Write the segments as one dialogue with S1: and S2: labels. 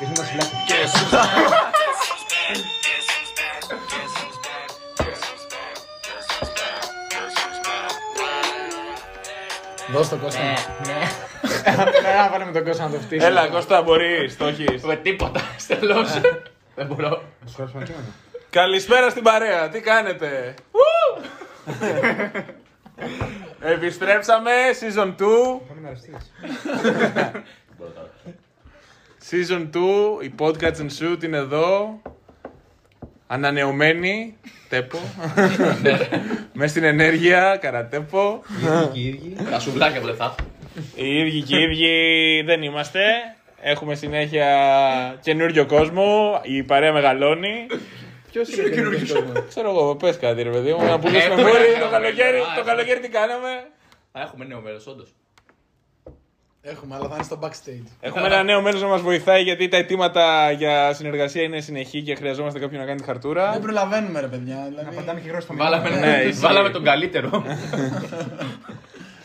S1: Es una flaca. Δώσ' το Κώστα.
S2: Ναι, ναι.
S1: Έλα, βάλε με τον Κώστα να το φτύσει.
S3: Έλα, Κώστα, μπορεί, το έχεις.
S2: Με τίποτα, στελώς.
S3: Ναι.
S2: Δεν μπορώ.
S1: Να σου γράψω ένα κείμενο.
S3: Καλησπέρα στην παρέα, τι κάνετε. Ου! Επιστρέψαμε, season 2.
S1: Πάμε να αρεστείς.
S3: Season 2, η podcast and shoot είναι εδώ. Ανανεωμένη, τέπο. Μέσα στην ενέργεια, καρατέπο.
S1: Οι ίδιοι.
S2: Τα σουβλάκια που δεν θα έχω.
S3: Οι ίδιοι και οι ίδιοι δεν είμαστε. Έχουμε συνέχεια καινούριο κόσμο. Η παρέα μεγαλώνει. Ποιος είναι ο καινούριο Ξέρω εγώ, πες κάτι ρε παιδί μου. Να πουλήσουμε
S2: Έχουμε
S3: μούρι.
S2: ένα
S3: Το καλοκαίρι,
S2: καινούριο.
S3: το καλοκαίρι τι κάναμε.
S2: Α, Έχουμε νέο μέρο, όντως.
S4: Έχουμε, αλλά θα είναι στο backstage.
S3: Έχουμε ένα νέο μέλο να μας βοηθάει γιατί τα αιτήματα για συνεργασία είναι συνεχή και χρειαζόμαστε κάποιον να κάνει τη χαρτούρα.
S4: Δεν προλαβαίνουμε, ρε παιδιά. Δηλαδή...
S1: Να πατάμε χειρό στο
S2: Βάλαμε,
S3: Ναι, ισχύει.
S2: βάλαμε τον καλύτερο.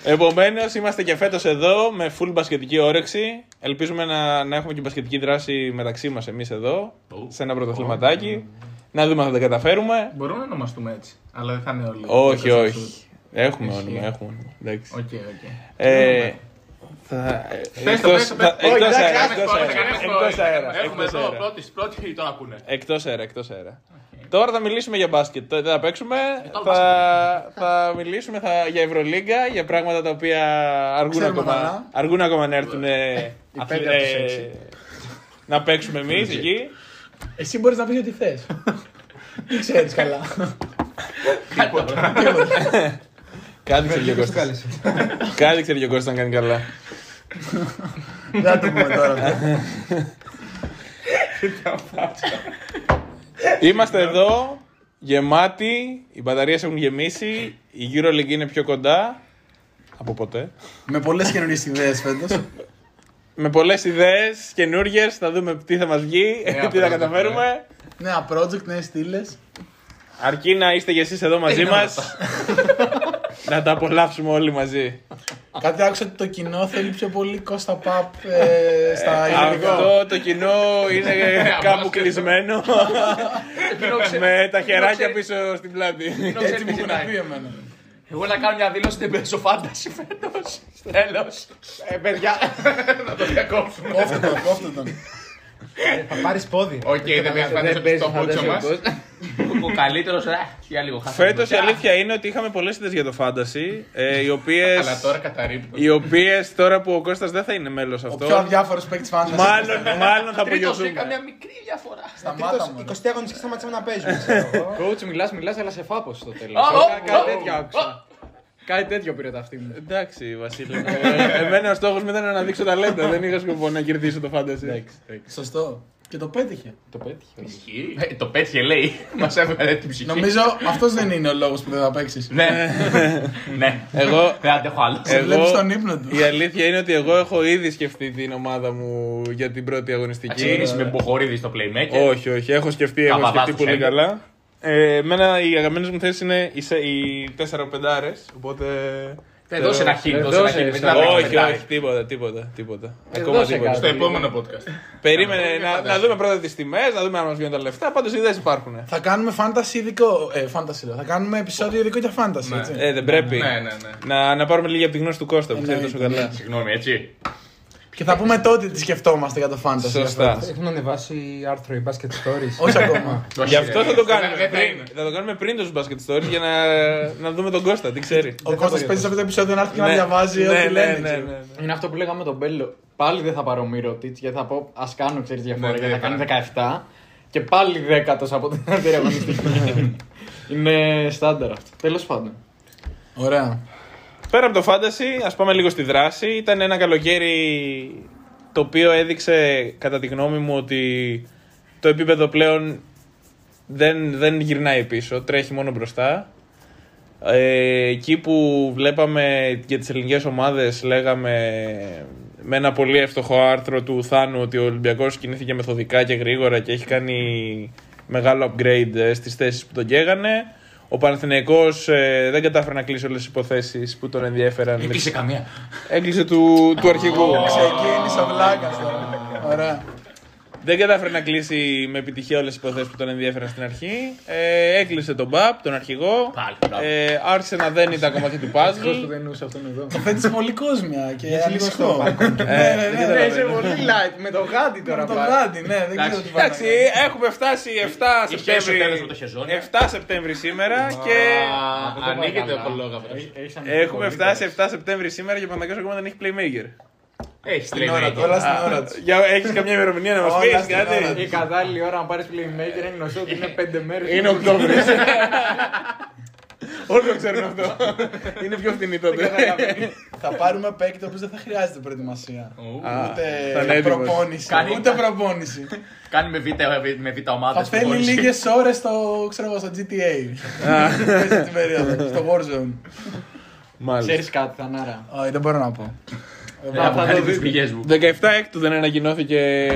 S3: Επομένως, είμαστε και φέτος εδώ με full μπασκετική όρεξη. Ελπίζουμε να, να έχουμε και μπασκετική δράση μεταξύ μας εμείς εδώ, σε ένα πρωτοθληματάκι. Να δούμε αν θα τα καταφέρουμε.
S5: Μπορούμε να ονομαστούμε έτσι, αλλά δεν θα είναι όλοι.
S3: Όχι,
S5: Shoot.
S3: όχι. Έχουμε όνομα, έχουμε όνομα. Εντάξει.
S5: Οκ, οκ.
S3: Ε, θα-
S5: Πες το,
S3: εκτός-
S5: πες το, πες το.
S3: θα- εκτός
S4: εντάξει,
S3: αέρα,
S4: άσε,
S3: εκτός
S4: πάμε,
S3: αέρα,
S5: κάνουμε
S3: εκτός
S5: spoiler.
S3: αέρα,
S2: Έχουμε
S3: εκτός
S2: εδώ
S3: αέρα.
S2: πρώτη, πρώτη τον ακούνε.
S3: Εκτός αέρα, εκτός αέρα. Τώρα θα μιλήσουμε για μπάσκετ. Τώρα δεν θα παίξουμε.
S5: Ε,
S3: θα, θα μιλήσουμε θα, για Ευρωλίγκα, για πράγματα τα οποία αργούν,
S4: Ξέρουμε
S3: ακόμα,
S4: καλά.
S3: αργούν ακόμα να έρθουν ε, αθλη-
S1: πέντε από τους
S3: ε,
S1: έξι.
S3: να παίξουμε εμείς εκεί.
S4: Εσύ μπορείς να πεις ό,τι θες. Δεν ξέρεις καλά.
S3: Κάτι ξέρει και ο
S1: Ποιος
S3: Κώστας.
S1: κάλεσε.
S3: Κάτι ξέρει και ο Κώστας να κάνει καλά.
S4: Δεν θα το πούμε τώρα.
S3: Είμαστε εδώ, γεμάτοι, οι μπαταρίες έχουν γεμίσει, η EuroLeague είναι πιο κοντά από ποτέ.
S4: Με πολλές καινούριες ιδέες φέτος.
S3: Με πολλές ιδέες καινούργιες, θα δούμε τι θα μας
S5: Ναι,
S3: βγει, τι θα
S5: απέναντι,
S3: καταφέρουμε.
S4: Νέα project, νέες στήλες.
S3: Αρκεί να είστε κι εσείς εδώ μαζί μας Να τα απολαύσουμε όλοι μαζί
S4: Κάτι άκουσα ότι το κοινό θέλει πιο πολύ Κώστα Παπ ε, στα ελληνικά.
S3: Αυτό το κοινό είναι
S5: Ναι,
S3: κάπου κλεισμένο
S2: Λοιπόν,
S3: Με τα χεράκια πίσω στην πλάτη
S4: Έτσι μου έχουν
S2: Ξέρετε,
S4: πει εμένα.
S2: Εγώ να κάνω μια δήλωση δεν παίζω φάνταση φέτος. Τέλο.
S3: Ε, παιδιά
S2: Να το διακόψουμε.
S4: Κόφτε τον, κόφτε τον.
S1: Θα πάρεις πόδι.
S5: Οκ, δεν παίζει φαντάζομαι στο μπούτσο μα.
S2: Ο καλύτερο, για λίγο χάσαμε.
S3: Φέτος η αλήθεια είναι ότι είχαμε πολλές ιδέες για το fantasy ε, Οι οποίες
S5: Αλλά τώρα καταρρύπτω.
S3: Οι οποίες τώρα που ο Κώστας δεν θα είναι μέλος
S4: Ο πιο
S3: αυτό
S4: αδιάφορος παίκτης φάντα.
S3: Μάλλον, ναι. μάλλον θα
S2: Τρίτος είχα μια
S3: απογειωθούμε
S2: μικρή διαφορά.
S4: Τα μάτα
S1: Τρίτος,
S4: μου.
S1: 20 αγωνιστική σταματήσαμε να παίζουμε. ξέρω εγώ.
S6: Coach, μιλάς, μιλάς, αλλά σε φάπος στο τέλος.
S2: Α, ο, ο,
S6: Κάτι τέτοιο
S2: ο,
S6: άκουσα. Κάτι τέτοιο πήρε τα αυτή μου.
S3: Εντάξει, Βασίλη. Ε, Εμένα ο στόχος μου ήταν να δείξω ταλέντα. Δεν είχα σκοπό να κερδίσω το φάνταση.
S4: Σωστό. Και το πέτυχε.
S6: Το πέτυχε.
S2: Ισχύει. Ε, Το πέτυχε, λέει. Μας έβγαλε την ψυχή.
S4: Νομίζω αυτός δεν είναι ο λόγος που δεν θα παίξει.
S2: Ναι. Ναι.
S3: Εγώ,
S2: Δεν αντέχω άλλο.
S3: Ε,
S4: Βλέπει
S3: εγώ-
S4: τον ύπνο του.
S3: η αλήθεια είναι ότι εγώ έχω ήδη σκεφτεί την ομάδα μου για την πρώτη
S2: Θα
S3: αγωνιστική.
S2: ξεκινήσει με Μποχορίδη στο playmaker.
S3: όχι, όχι, έχω σκεφτεί, έχω
S2: Καβαδάς
S3: σκεφτεί
S2: τους
S3: πολύ
S2: έντεκα.
S3: καλά. Ε, εμένα οι αγαπημένες μου θέσεις είναι οι, σε- οι 4-5 οπότε.
S2: Δεν δώσε ένα χίλ,
S6: Δεν
S2: δώσε ένα
S6: δώσε,
S2: χίλ.
S6: δεν
S2: Μην τα λέμε
S3: όχι,
S2: μετά.
S3: όχι, τίποτα, τίποτα. τίποτα.
S6: Δεν
S3: Ακόμα
S6: δώσε
S3: τίποτα.
S5: Στο
S6: κάτι.
S5: επόμενο podcast.
S3: Περίμενε να, να δούμε πρώτα τις τιμές, να δούμε αν μας βγαίνουν τα λεφτά. Πάντως οι ιδέες υπάρχουν.
S4: Θα κάνουμε fantasy ειδικό. Ε, fantasy λέω. Θα κάνουμε επεισόδιο ειδικό για fantasy, έτσι.
S3: Ε, δεν πρέπει.
S5: Ναι, ναι, ναι.
S3: Να, να πάρουμε λίγη από τη γνώση του Κώστα που ξέρει τόσο
S4: Εννοείται.
S3: καλά.
S2: Συγγνώμη, έτσι.
S4: Και θα πούμε τότε τι σκεφτόμαστε για το fantasy.
S3: Σωστά.
S6: Έχουν ανεβάσει άρθρο οι basket stories.
S4: Όχι ακόμα.
S3: Γι' αυτό θα το κάνουμε.
S5: Δεν θα
S3: Πριν,
S5: είναι.
S3: θα το κάνουμε πριν τους basket stories για να, να δούμε τον Κώστα, τι ξέρει.
S4: Ο Κώστας παίζει αυτό το επεισόδιο να έρθει και να
S3: Ναι.
S4: διαβάζει
S3: Ναι,
S4: ό,τι
S3: ναι,
S4: λένε.
S3: ναι,
S4: ξέρω.
S3: ναι, ναι.
S6: Είναι αυτό που λέγαμε με τον Μπέλο. Πάλι δεν θα πάρω Μύρωτιτ γιατί θα πω ας κάνω ξέρεις διαφορά
S5: Ναι,
S6: γιατί θα
S5: ναι,
S6: κάνει
S5: ναι.
S6: 17. Και πάλι δέκατος από την δεύτερη αγωνιστική. Είναι στάνταρ αυτό. Τέλος πάντων.
S4: Ωραία.
S3: Πέρα από το fantasy, ας πάμε λίγο στη δράση. Ήταν ένα καλοκαίρι το οποίο έδειξε, κατά τη γνώμη μου, ότι το επίπεδο πλέον δεν, δεν γυρνάει πίσω, τρέχει μόνο μπροστά. Ε, εκεί που βλέπαμε για τις ελληνικές ομάδες λέγαμε με ένα πολύ εύστοχο άρθρο του Θάνου ότι ο Ολυμπιακός κινήθηκε μεθοδικά και γρήγορα και έχει κάνει μεγάλο upgrade ε, στις θέσεις που τον καίγανε. Ο Παναθηναϊκός ε, δεν κατάφερε να κλείσει όλες τις υποθέσεις που τον ενδιέφεραν. με
S2: Έκλεισε
S3: τις-
S2: καμία.
S3: Έκλεισε του, του αρχηγού.
S4: Ξεκίνησα βλάκα. Ωραία.
S3: Δεν κατάφερε να κλείσει με επιτυχία όλες τι υποθέσεις που τον ενδιέφεραν στην αρχή. Ε, έκλεισε τον Μπαπ, τον αρχηγό.
S2: Πάλι, μπράβο.
S3: Ε, άρχισε να δένει τα κομμάτια του
S7: Αυτός που
S3: παζλ.
S7: δεν εννοούσε αυτόν εδώ.
S4: Φέτης πολύ κόσμια και
S1: Είναι λίγο στο
S4: αλυσικό.
S1: μπαλκόνι.
S4: Ναι, ναι, ναι.
S7: Ναι, είσαι πολύ light με το γάντι τώρα
S4: Με Το
S7: πάλι.
S4: βράδυ, ναι, δεν ξέρω
S2: Εντάξει.
S4: τι πάει.
S3: Εντάξει, έχουμε φτάσει 7
S2: Είχε έσω τέλος με το χεζόνι.
S3: Σεπτέμβρη. 7 Σεπτέμβρη σήμερα και.
S2: Α,
S7: δεν το πάει
S2: Ανοίγεται
S7: καλά. Ε,
S2: ο
S6: Ε,
S2: κολόγαμπρος.
S7: Έχεις ανοιχτό
S3: Έχουμε
S7: πολύ
S3: φτάσει 7 Σεπτέμβρη σήμερα και ο Παναγιώτη ακόμα δεν έχει playmaker.
S2: Έχεις
S8: Την ώρα
S2: τρελαίκι.
S4: Όλα στην ώρα του.
S3: Για, έχεις καμιά ημερομηνία να μας
S4: Όλα
S3: πεις
S4: στην
S7: τώρα.
S3: κάτι.
S7: Η κατάλληλη ώρα να πάρεις playmaker είναι γνωστό ότι
S5: Ε,
S7: είναι 5 μέρες.
S3: Είναι Οκτώβρη. Όλοι το ξέρουν αυτό. Είναι πιο φθηνή τότε.
S4: Θα πάρουμε παίκτη ο οποίος δεν θα χρειάζεται προετοιμασία.
S3: Α, θα είναι
S4: Ούτε
S3: έτοιμος.
S4: προπόνηση.
S2: Κάνει-
S4: Ούτε προπόνηση.
S2: Κάνει με β' με β'
S4: Θα
S2: ομάδα.
S4: θέλει λίγες ώρες στο, ξέρω, εγώ, στο GTA. Μέσα την περίοδο, στο Warzone.
S3: Μάλιστα.
S7: Ξέρεις κάτι, Θανάρα.
S4: Όχι, δεν μπορώ να πω. Ε,
S2: Να
S7: Θα το
S2: Ε, βγάλει τις
S7: δείτε.
S2: πηγές μου.
S3: 17 έκτου δεν ανακοινώθηκε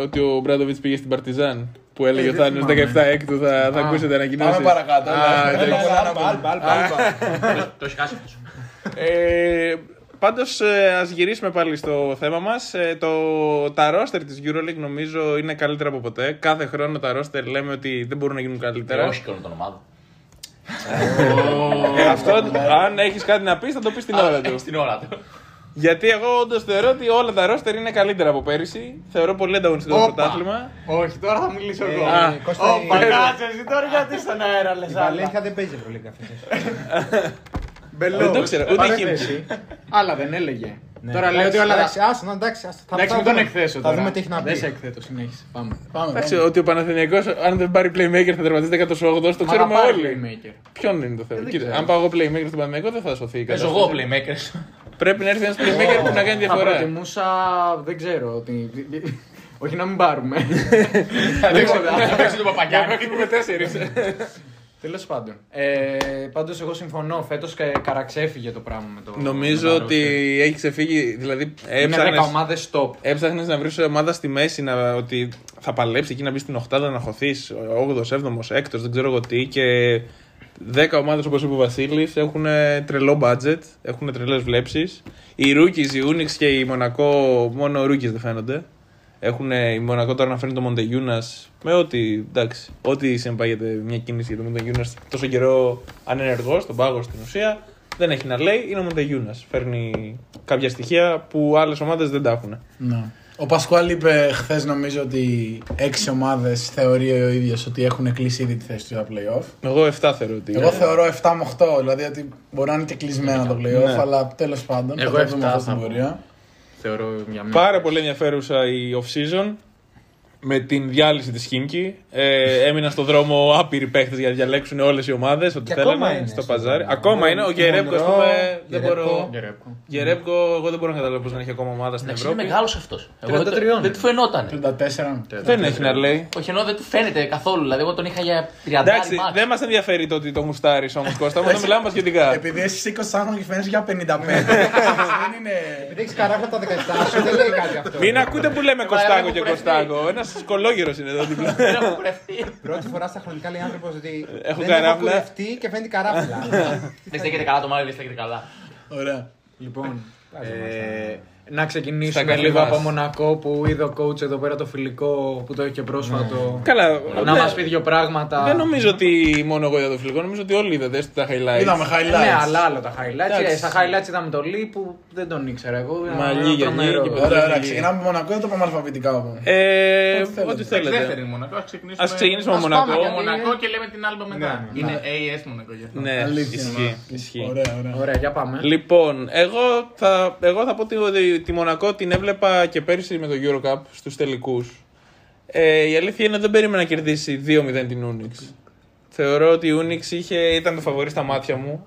S3: ότι ο Μπράντοβιτ πήγε στην Παρτιζάν. Που έλεγε ο
S4: Ε, δεν
S3: Θάνο 17
S4: θυμάμαι.
S3: έκτου θα, θα ακούσετε ανακοινώσει.
S4: Πάμε παρακάτω. ναι.
S3: Α,
S4: έλα.
S3: εντάξει.
S4: Έλα,
S1: Μπαλ,
S4: έλα,
S1: μπαλ,
S4: έλα.
S1: μπαλ, μπαλ, μπαλ.
S3: Ναι.
S2: Το έχει χάσει αυτός.
S3: Ε, Πάντως, ας γυρίσουμε πάλι στο θέμα μας. το, τα ρόστερ της Euroleague νομίζω είναι καλύτερα από ποτέ. Κάθε χρόνο τα ρόστερ λέμε ότι δεν μπορούν να γίνουν
S2: Ε,
S3: καλύτερα.
S2: Όχι και όλο τον ομάδα.
S3: Ε, αυτό, αν έχεις κάτι να πεις, θα το πεις την ώρα του.
S2: Έχεις την ε, ώρα του.
S3: Γιατί εγώ όντως θεωρώ ότι όλα τα ρόστερ είναι καλύτερα από πέρυσι. Θεωρώ πολύ ανταγωνιστικό το
S7: Όπα.
S3: πρωτάθλημα.
S7: Όχι, τώρα θα μιλήσω εγώ.
S1: α,
S7: Ω,
S1: Ε, Κώστα, η-
S7: Πανάτσε, εσύ τώρα γιατί στον αέρα λες.
S1: Η Βαλένθια δεν παίζει Ευρωλίγκα φέτος.
S3: Δεν το ξέρω, ούτε η Χίμικη.
S7: Άλλα δεν έλεγε.
S1: Ναι.
S7: Τώρα λέω
S1: Εντάξει,
S7: ότι όλα.
S1: Εντάξει, άσου, να, εντάξει, άσου. Θα-
S7: Εντάξει,
S1: θα
S7: μην τον
S1: δούμε.
S7: εκθέσω.
S1: Θα
S7: τώρα.
S1: δούμε τι έχει να
S7: Δεν σε
S1: πει.
S7: εκθέτω, συνέχισε. Πάμε.
S4: Πάμε.
S3: Εντάξει, ότι ο Παναθηναϊκός αν δεν πάρει playmaker θα τερματίσει 18 το
S7: Μα
S3: ξέρουμε
S7: να πάρει
S3: όλοι.
S7: playmaker.
S3: Ποιον είναι το θέμα. Κοίτα,
S7: ξέρω.
S3: αν πάω εγώ playmaker στον Παναθηναϊκό δεν θα σωθεί η
S2: Παίζω
S3: κατάσταση.
S2: εγώ playmakers.
S3: Πρέπει να έρθει ένας playmaker που να κάνει
S7: Θα
S3: διαφορά.
S7: προτιμούσα. Δεν ξέρω. ότι- Όχι να μην πάρουμε.
S2: Δεν ξέρω. Θα παίξει τον Παπαγιάννη.
S3: Έχουμε τέσσερις.
S7: Τέλος πάντων. Ε, Πάντως, εγώ συμφωνώ. Φέτος καραξέφυγε το πράγμα με το.
S3: Νομίζω
S7: με τα
S3: ότι
S7: roster.
S3: έχει ξεφύγει. Δηλαδή
S7: Είναι 10
S3: έψαχνες,
S7: ομάδες top.
S3: έψαχνες να βρεις ομάδα στη μέση να, ότι θα παλέψει εκεί να μπει στην οχτάδα να χωθείς. 8ο, 7ο, 6ο, δεν ξέρω εγώ τι. Και 10 ομάδες όπως είπε ο Βασίλης έχουν τρελό budget, έχουν τρελές βλέψεις. Οι Rookies, η Unix και η Μονακό, μόνο Rookies δεν φαίνονται. Έχουν η Μονακό τώρα να φέρνει το Μοντεγιούνα με ό,τι εντάξει, ό,τι συνεπάγεται μια κίνηση για το Μοντεγιούνα τόσο καιρό ανενεργός, στον πάγο στην ουσία. Δεν έχει να λέει, είναι ο Μοντεγιούνα. Φέρνει κάποια στοιχεία που άλλες ομάδες δεν τα έχουν.
S4: Ναι. Ο Πασκουάλ είπε χθες, νομίζω, ότι έξι ομάδες θεωρεί ο ίδιος ότι έχουν κλείσει ήδη τη θέση του για playoff.
S3: Εγώ 7 θεωρώ ότι.
S4: Εγώ θεωρώ 7 με 8, δηλαδή ότι μπορεί να είναι και κλεισμένα το playoff,
S3: Ναι.
S4: αλλά τέλος πάντων
S7: Εγώ
S4: θα το δούμε
S7: 7
S4: αυτό στην
S7: θα πω.
S4: πορεία.
S7: Θεωρώ μια μία.
S3: Πάρα πολύ ενδιαφέρουσα η off-season με την διάλυση της Χίμκι. Ε, έμειναν στο δρόμο άπειροι παίχτες για να διαλέξουν όλες οι ομάδες ό,τι
S1: Και ακόμα
S3: θέλανε
S1: είναι
S3: στο
S1: στο
S3: παζάρι.
S1: δρόμο.
S3: Ακόμα είναι. Ο Γερέμκο, ας πούμε,
S1: Γερέμκο,
S3: δεν
S1: Γερέμκο.
S3: μπορώ.
S7: Γερέπκο.
S3: Γερέμκο, εγώ δεν μπορώ να καταλάβω πώς δεν έχει ακόμα ομάδα στην
S2: Εντάξει, είναι
S3: Ευρώπη.
S2: μεγάλος αυτός.
S7: 33.
S2: Δεν του φαινόταν.
S4: 34.
S3: Δεν έχει να λέει.
S2: Όχι, ενώ δεν του φαίνεται καθόλου. Δηλαδή, εγώ τον είχα για 30
S3: Εντάξει,
S2: μάτς.
S3: δεν μας ενδιαφέρει το ότι τον γουστάρεις όμως Κώστα, μου, να μιλάμε μας σχετικά.
S4: Επειδή εσύ 20 χρόνια και φαίνεσαι για 55. δεν είναι.
S1: Επειδή έχεις καράφια τα 17 σου, δεν λέει κάτι αυτό.
S3: Μην ακούτε που λέμε Κωστάκο
S2: έχω
S3: και
S2: κουρευτεί.
S3: Κωστάκο. Ένας σκολόγερος είναι εδώ δίπλα.
S2: Δεν έχω κουρευτεί.
S1: Πρώτη φορά στα χρονικά λέει άνθρωπος ότι.
S3: Έχω
S1: δεν
S3: καράφλα.
S1: έχω κουρευτεί και φαίνεται καράφλα.
S2: Δεν στέκεται καλά το μάτι, δεν στέκεται καλά.
S4: Ωραία.
S7: Λοιπόν,
S1: Βάζομαι,
S7: ε,
S1: ναι.
S7: να
S3: Στα
S7: ξεκινήσουμε
S3: καλή
S7: λίγο
S3: μας.
S7: από Μονακό που είδε ο coach εδώ πέρα το φιλικό που το είχε
S1: Ναι.
S7: πρόσφατο.
S3: Καλά,
S7: Να
S3: δεν-
S7: μας πει δύο πράγματα.
S3: δεν νομίζω ότι μόνο εγώ είδα το φιλικό, νομίζω ότι όλοι είδατε τα highlights.
S4: Είδαμε highlights.
S7: Ναι, αλλά άλλα τα highlights.
S3: Εντάξει.
S7: Ε, Στα highlights είδαμε το Λί που δεν τον ήξερα εγώ.
S3: Μαλλί,
S7: Ένα
S3: γυαλί
S7: τρομερό.
S3: και
S4: Ωραία, ωραία. Ξεκινάμε από Μονακό, δεν το πάμε αλφαβητικά όμω.
S3: Ε,
S4: Ό,τι θέλετε.
S3: ό,τι
S2: Εντάξει, Δεύτερη
S3: θέλετε.
S2: είναι Μονακό, ας ξεκινήσουμε.
S3: Ας ξεκινήσουμε
S1: Ας
S3: με Μονακό.
S6: Ναι,
S2: από Μονακό και λέμε την άλλη μετά. Είναι AS Μονακό γι' αυτό.
S3: Ναι,
S4: Αλήθεια,
S3: ισχύει. ισχύει.
S4: Ωραία, ωραία.
S7: Ωραία, για πάμε.
S3: Λοιπόν, εγώ θα, εγώ θα πω ότι- ότι τη Μονακό την έβλεπα και πέρυσι με το Eurocup στους τελικούς. Ε, η αλήθεια είναι ότι δεν περίμενα να κερδίσει 2-0 την Unix. Θεωρώ ότι η Unix είχε, ήταν το φαβορή στα μάτια μου.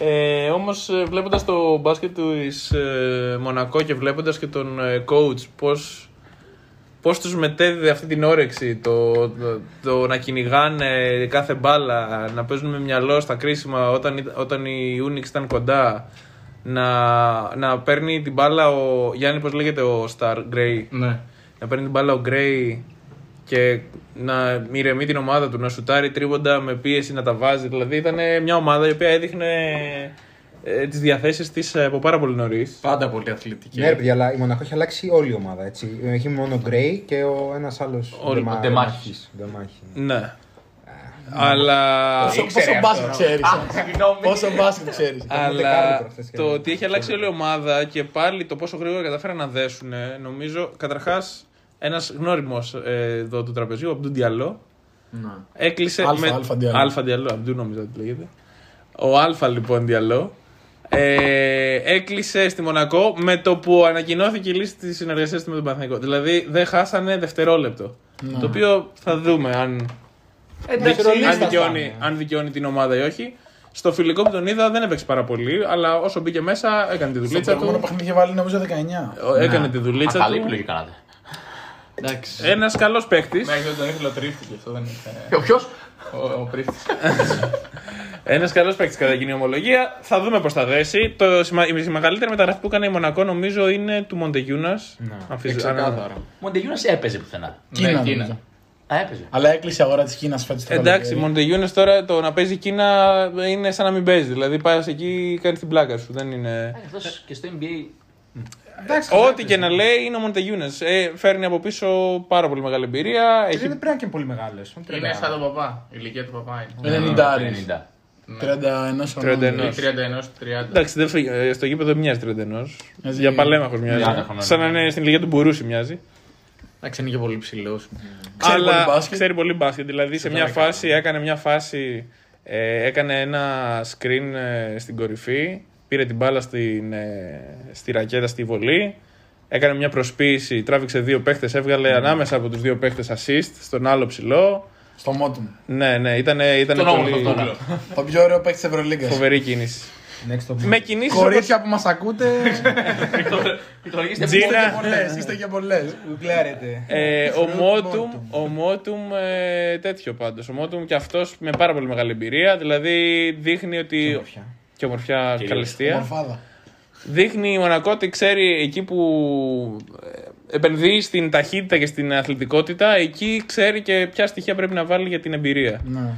S3: Ε, όμως ε, βλέποντας το μπάσκετ του εις, ε, Μονακό και βλέποντας και τον ε, coach πώς, πώς τους μετέδιδε αυτή την όρεξη το, το, το να κυνηγάνε κάθε μπάλα, να παίζουν με μυαλό στα κρίσιμα όταν, ήταν- όταν η Unix ήταν κοντά να, να παίρνει την μπάλα ο Γιάννη πώς λέγεται ο Star Gray
S2: Ναι.
S3: να παίρνει την μπάλα ο Γκρέι και να ηρεμεί την ομάδα του, να σουτάρει τρίποντα με πίεση, να τα βάζει. Δηλαδή ήταν μια ομάδα η οποία έδειχνε ε, τις διαθέσεις της ε, από πάρα πολύ νωρίς.
S6: Πάντα πολύ αθλητική.
S1: Ναι, ρε παιδιά, αλλά η Μονακό έχει αλλάξει όλη η ομάδα. Έτσι. Έχει μόνο ο Γκρέι και ο ένας άλλος.
S3: Ο
S2: Ντεμάχης.
S3: Ναι. Αλλά...
S4: Πόσο μπάσκετ ξέρει.
S2: Συγγνώμη.
S4: Πόσο μπάσκετ ξέρεις.
S1: δεκάλεπτο
S3: Αλλά
S1: αυτές και
S3: το
S1: δεν-
S3: ότι έχει αλλάξει όλη η ομάδα και πάλι το πόσο γρήγορα κατάφεραν να δέσουν, ε, νομίζω, καταρχάς ένας γνώριμος ε, εδώ του τραπεζιού, ο Αμπτού Διαλό, έκλεισε.
S4: Αλφα,
S3: με...
S4: Αλφα Diallo.
S3: Αλφα Diallo, Αμπτού νομίζω ότι λέγεται. Ο Αλφα λοιπόν Διαλό. έκλεισε στη Μονακό με το που ανακοινώθηκε η λύση της συνεργασίας του με τον Παναθηναϊκό. Δηλαδή δεν χάσανε δευτερόλεπτο.
S4: Ναι.
S3: Το οποίο θα δούμε αν
S1: Εντάξει,
S3: αν δικαιώνει, αν δικαιώνει την ομάδα ή όχι. Στο φιλικό που τον είδα δεν έπαιξε πάρα πολύ, αλλά όσο μπήκε μέσα έκανε τη
S4: Το
S3: δουλίτσα
S4: προηγούμενο
S3: του. Ναι,
S4: παιχνίδι είχε βάλει νομίζω 19.
S3: Ο- Έκανε τη δουλίτσα
S2: Αταλή
S3: του.
S2: επιλογή κάνατε.
S6: Εντάξει.
S3: Ένας καλός παίκτης.
S7: Ναι.
S5: Μέχρι Ναι, τον ήθελε ο τρίφτη και αυτό δεν είχε.
S2: Ε, Ο ποιος?
S5: Ο, ο πρίφτης.
S3: Ένας καλός παίκτης κατά κοινή ομολογία. Θα δούμε πώς θα δέσει. Το, σημα- η μεγαλύτερη μεταγραφή που έκανε η Μονακό νομίζω είναι του Μοντεγιούνας.
S4: Ξεκάθαρα.
S2: Μοντεγιούνας έπαιζε πουθενά.
S4: Κίνα.
S5: Ναι, Κίνα.
S4: νομίζω.
S2: Α, έπαιζε.
S4: Αλλά έκλεισε η αγορά της Κίνας φέτος.
S3: ε, Εντάξει, Μοντεγιούνα τώρα το να παίζει Κίνα είναι σαν να μην παίζει. Δηλαδή πας εκεί κάνει την πλάκα σου. Δεν είναι.
S2: Ε, Αυτός και στο NBA
S3: Ό,τι και να λέει είναι ο Μοντεγιούνα. Ε, φέρνει από πίσω πάρα πολύ μεγάλη εμπειρία.
S1: Δεν
S3: Έχει
S1: πρέπει να είναι και πολύ μεγάλες.
S5: Είναι σαν τον παπά. Η ηλικία του παπά
S4: Ναι.
S5: είναι.
S4: 90.
S2: 90.
S4: Ναι. 31
S3: 31.
S4: χρονών.
S5: Ή 31-30.
S3: Εντάξει, δεν φύγει- ε, στο γήπεδο δεν μοιάζει 31.
S4: Μοιάζει-
S3: Για παλέμαχος
S2: Τριάντα
S3: μοιάζει.
S2: χρονών.
S3: Σαν να είναι στην ηλικία του Μπουρούση μοιάζει.
S6: Εντάξει, είναι και πολύ ψηλός.
S4: Ξέρει
S3: αλλά
S4: πολύ μπάσκετ.
S3: ξέρει πολύ μπάσκετ. Δηλαδή σε μια φάση έκανε μια φάση. ε, έκανε ένα screen ε, στην κορυφή. Πήρε την μπάλα στην, ε, στη ρακέτα στη βολή. Έκανε μια προσποίηση. Τράβηξε δύο παίχτες. Έβγαλε ανάμεσα από τους δύο παίχτες assist στον άλλο ψηλό.
S4: Στο μότο μου.
S3: Ναι, ναι, ήταν, ήταν
S2: Τον ναι. όμορφο
S3: πολύ
S2: τώρα.
S4: Το πιο ωραίο παίκτη τη Ευρωλίγκας.
S3: φοβερή κίνηση. Με κινήσεις.
S4: Κορίτσια που μας ακούτε,
S2: Πληκτρολογήστε
S3: Τζίνα,
S4: πολλές, είστε και πολλές.
S1: Γουγκλάρετε.
S3: Ε, ο Μότουμ, ο Μότουμ ε, τέτοιο πάντως. Ο Μότουμ και αυτός με πάρα πολύ μεγάλη εμπειρία. Δηλαδή δείχνει ότι. Και ομορφιά. Και καλεστία.
S4: Μορφάδα.
S3: Δείχνει η Μονακό ότι ξέρει εκεί που ε, επενδύει στην ταχύτητα και στην αθλητικότητα, εκεί ξέρει και ποια στοιχεία πρέπει να βάλει για την εμπειρία.
S4: Ναι.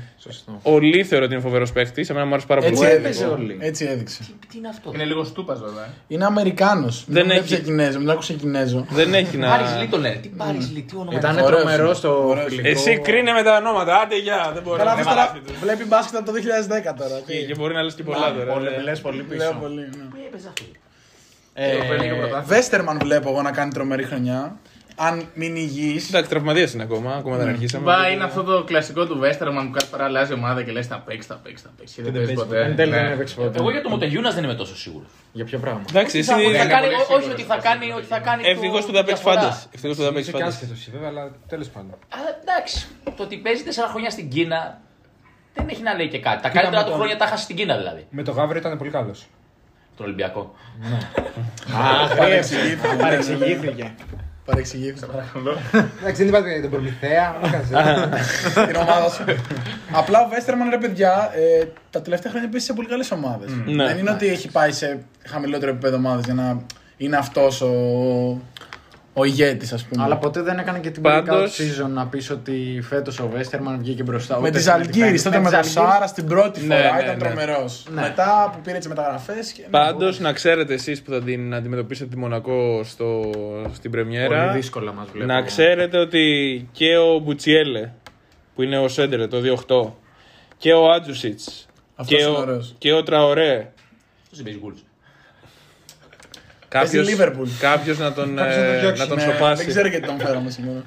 S3: Ο Λί θεωρώ ότι είναι φοβερός παίχτη. Εμένα μου άρεσε πάρα πολύ.
S4: Έτσι
S6: έπαιζε
S4: έδειξε.
S6: όλοι.
S4: Έτσι έδειξε.
S2: Τι είναι αυτό.
S5: Είναι λίγο στούπας βέβαια. ε.
S4: Είναι Αμερικάνος.
S3: Δεν
S4: Δεν
S3: έχει-
S4: έχει Κινέζο. Μην άκουσε Κινέζο.
S3: Δεν έχει να.
S2: Πάρις Λί το λένε. Τι Πάρις Λί, τι όνομα
S6: Ήταν
S2: είναι.
S4: Ωραίος
S6: τρομερό
S4: είναι.
S6: στο
S4: Ωραίος.
S6: φιλικό.
S3: Εσύ κρίνε με τα ονόματα. Άντε, γεια. Δεν μπορεί
S4: Καλά,
S3: να
S4: αυτός τώρα βλέπει μπάσκετ από το 2010 τώρα.
S3: Και και μπορεί να λες και πολλά τώρα.
S6: Πολύ-
S3: ε.
S6: λες πολύ
S4: Λέω
S6: πίσω.
S4: πολύ. ναι.
S2: Τι έπαιζε αυτό.
S7: Ε,
S5: Το παίρνει και ο πρωτάθλημα.
S4: Βέστερμαν βλέπω εγώ να κάνει τρομερή χρονιά. Αν μείνει υγιή.
S3: Εντάξει, τραυματίες είναι ακόμα. Ακόμα δεν αρχίσαμε.
S5: Μπα είναι αυτό το κλασικό του Βέστερμαν που κάθε φορά αλλάζει ομάδα και λες θα παίξει, θα παίξει, θα παίξει. Και δεν παίζει ποτέ.
S6: Εν τέλει
S5: Ναι.
S6: δεν έπαιξε ποτέ.
S2: Εγώ για το Μοντεγιούνας δεν είμαι τόσο σίγουρος.
S6: Για ποιο πράγμα.
S3: Εντάξει, εσύ.
S2: Ότι θα
S5: είναι
S2: κάνει-
S5: πολύ
S2: ό-
S5: σίγουρος
S2: Όχι ότι θα
S5: αυτός
S2: κάνει,
S5: είναι
S2: ότι θα κάνει.
S3: Ευτυχώ που δεν παίξει
S2: διαφορά.
S3: φάντα. Ευτυχώ που δεν παίξει
S1: Είσαι και
S3: φάντα.
S1: άσχετο βέβαια, αλλά τέλος πάντων.
S2: Αλλά εντάξει, το ότι παίζει 4 χρόνια στην Κίνα δεν έχει να λέει και κάτι. Τα καλύτερα του
S1: μετά.
S2: χρόνια τα χάσει στην Κίνα δηλαδή.
S1: Με το γάβρο ήταν πολύ καλός.
S2: Τον Ολυμπιακό.
S4: Παρεξηγήθηκε.
S6: Παρεξηγήθηκε.
S4: Παρεξηγήθηκε.
S1: Εντάξει, δεν είπατε για τον προμηθέα. δεν έκανες.
S4: Την ομάδα σου. Απλά ο Βέστερμαν ρε παιδιά, ε, τα τελευταία χρόνια παίζει σε πολύ καλές ομάδες.
S3: Ναι.
S4: Δεν είναι ότι έχει πάει σε χαμηλότερο επίπεδο ομάδες για να είναι αυτός ο, ο ηγέτης, ας πούμε.
S6: Αλλά ποτέ δεν έκανε και την
S3: Πάντως-
S6: Πάντως... season να πεις ότι φέτος ο Βέστερμαν βγήκε μπροστά.
S4: με
S6: Ούτε
S4: τις
S6: στην
S4: Αλγύρι,
S6: Αττική.
S4: τότε με
S6: τις
S4: τον
S6: Αλγύρις.
S4: Σάρα στην πρώτη
S3: Ναι,
S4: φορά
S3: ναι,
S4: ήταν
S3: ναι.
S4: τρομερός.
S6: Ναι.
S4: Μετά που πήρε τις μεταγραφές.
S3: Πάντω, να ξέρετε εσείς που θα την αντιμετωπίσετε τη Μονακό στο, στην
S6: Πολύ
S3: Πρεμιέρα.
S6: δύσκολα μας βλέπω.
S3: Να ξέρετε ότι και ο Μπουτσιέλε που είναι ο Σέντερε το 2-8 και ο Άτζουσιτ
S4: Αυτός
S3: και,
S4: είναι
S3: ο-
S4: ωραίος.
S3: και ο Τραωρέ.
S2: Ποιο δεν παίζει γκολ.
S4: Παίζει Liverpool.
S3: κάποιος να τον, ε, να τον
S4: Ναι, Δεν
S3: σοπάσει.
S4: ξέρω γιατί τον φέραμε σήμερα.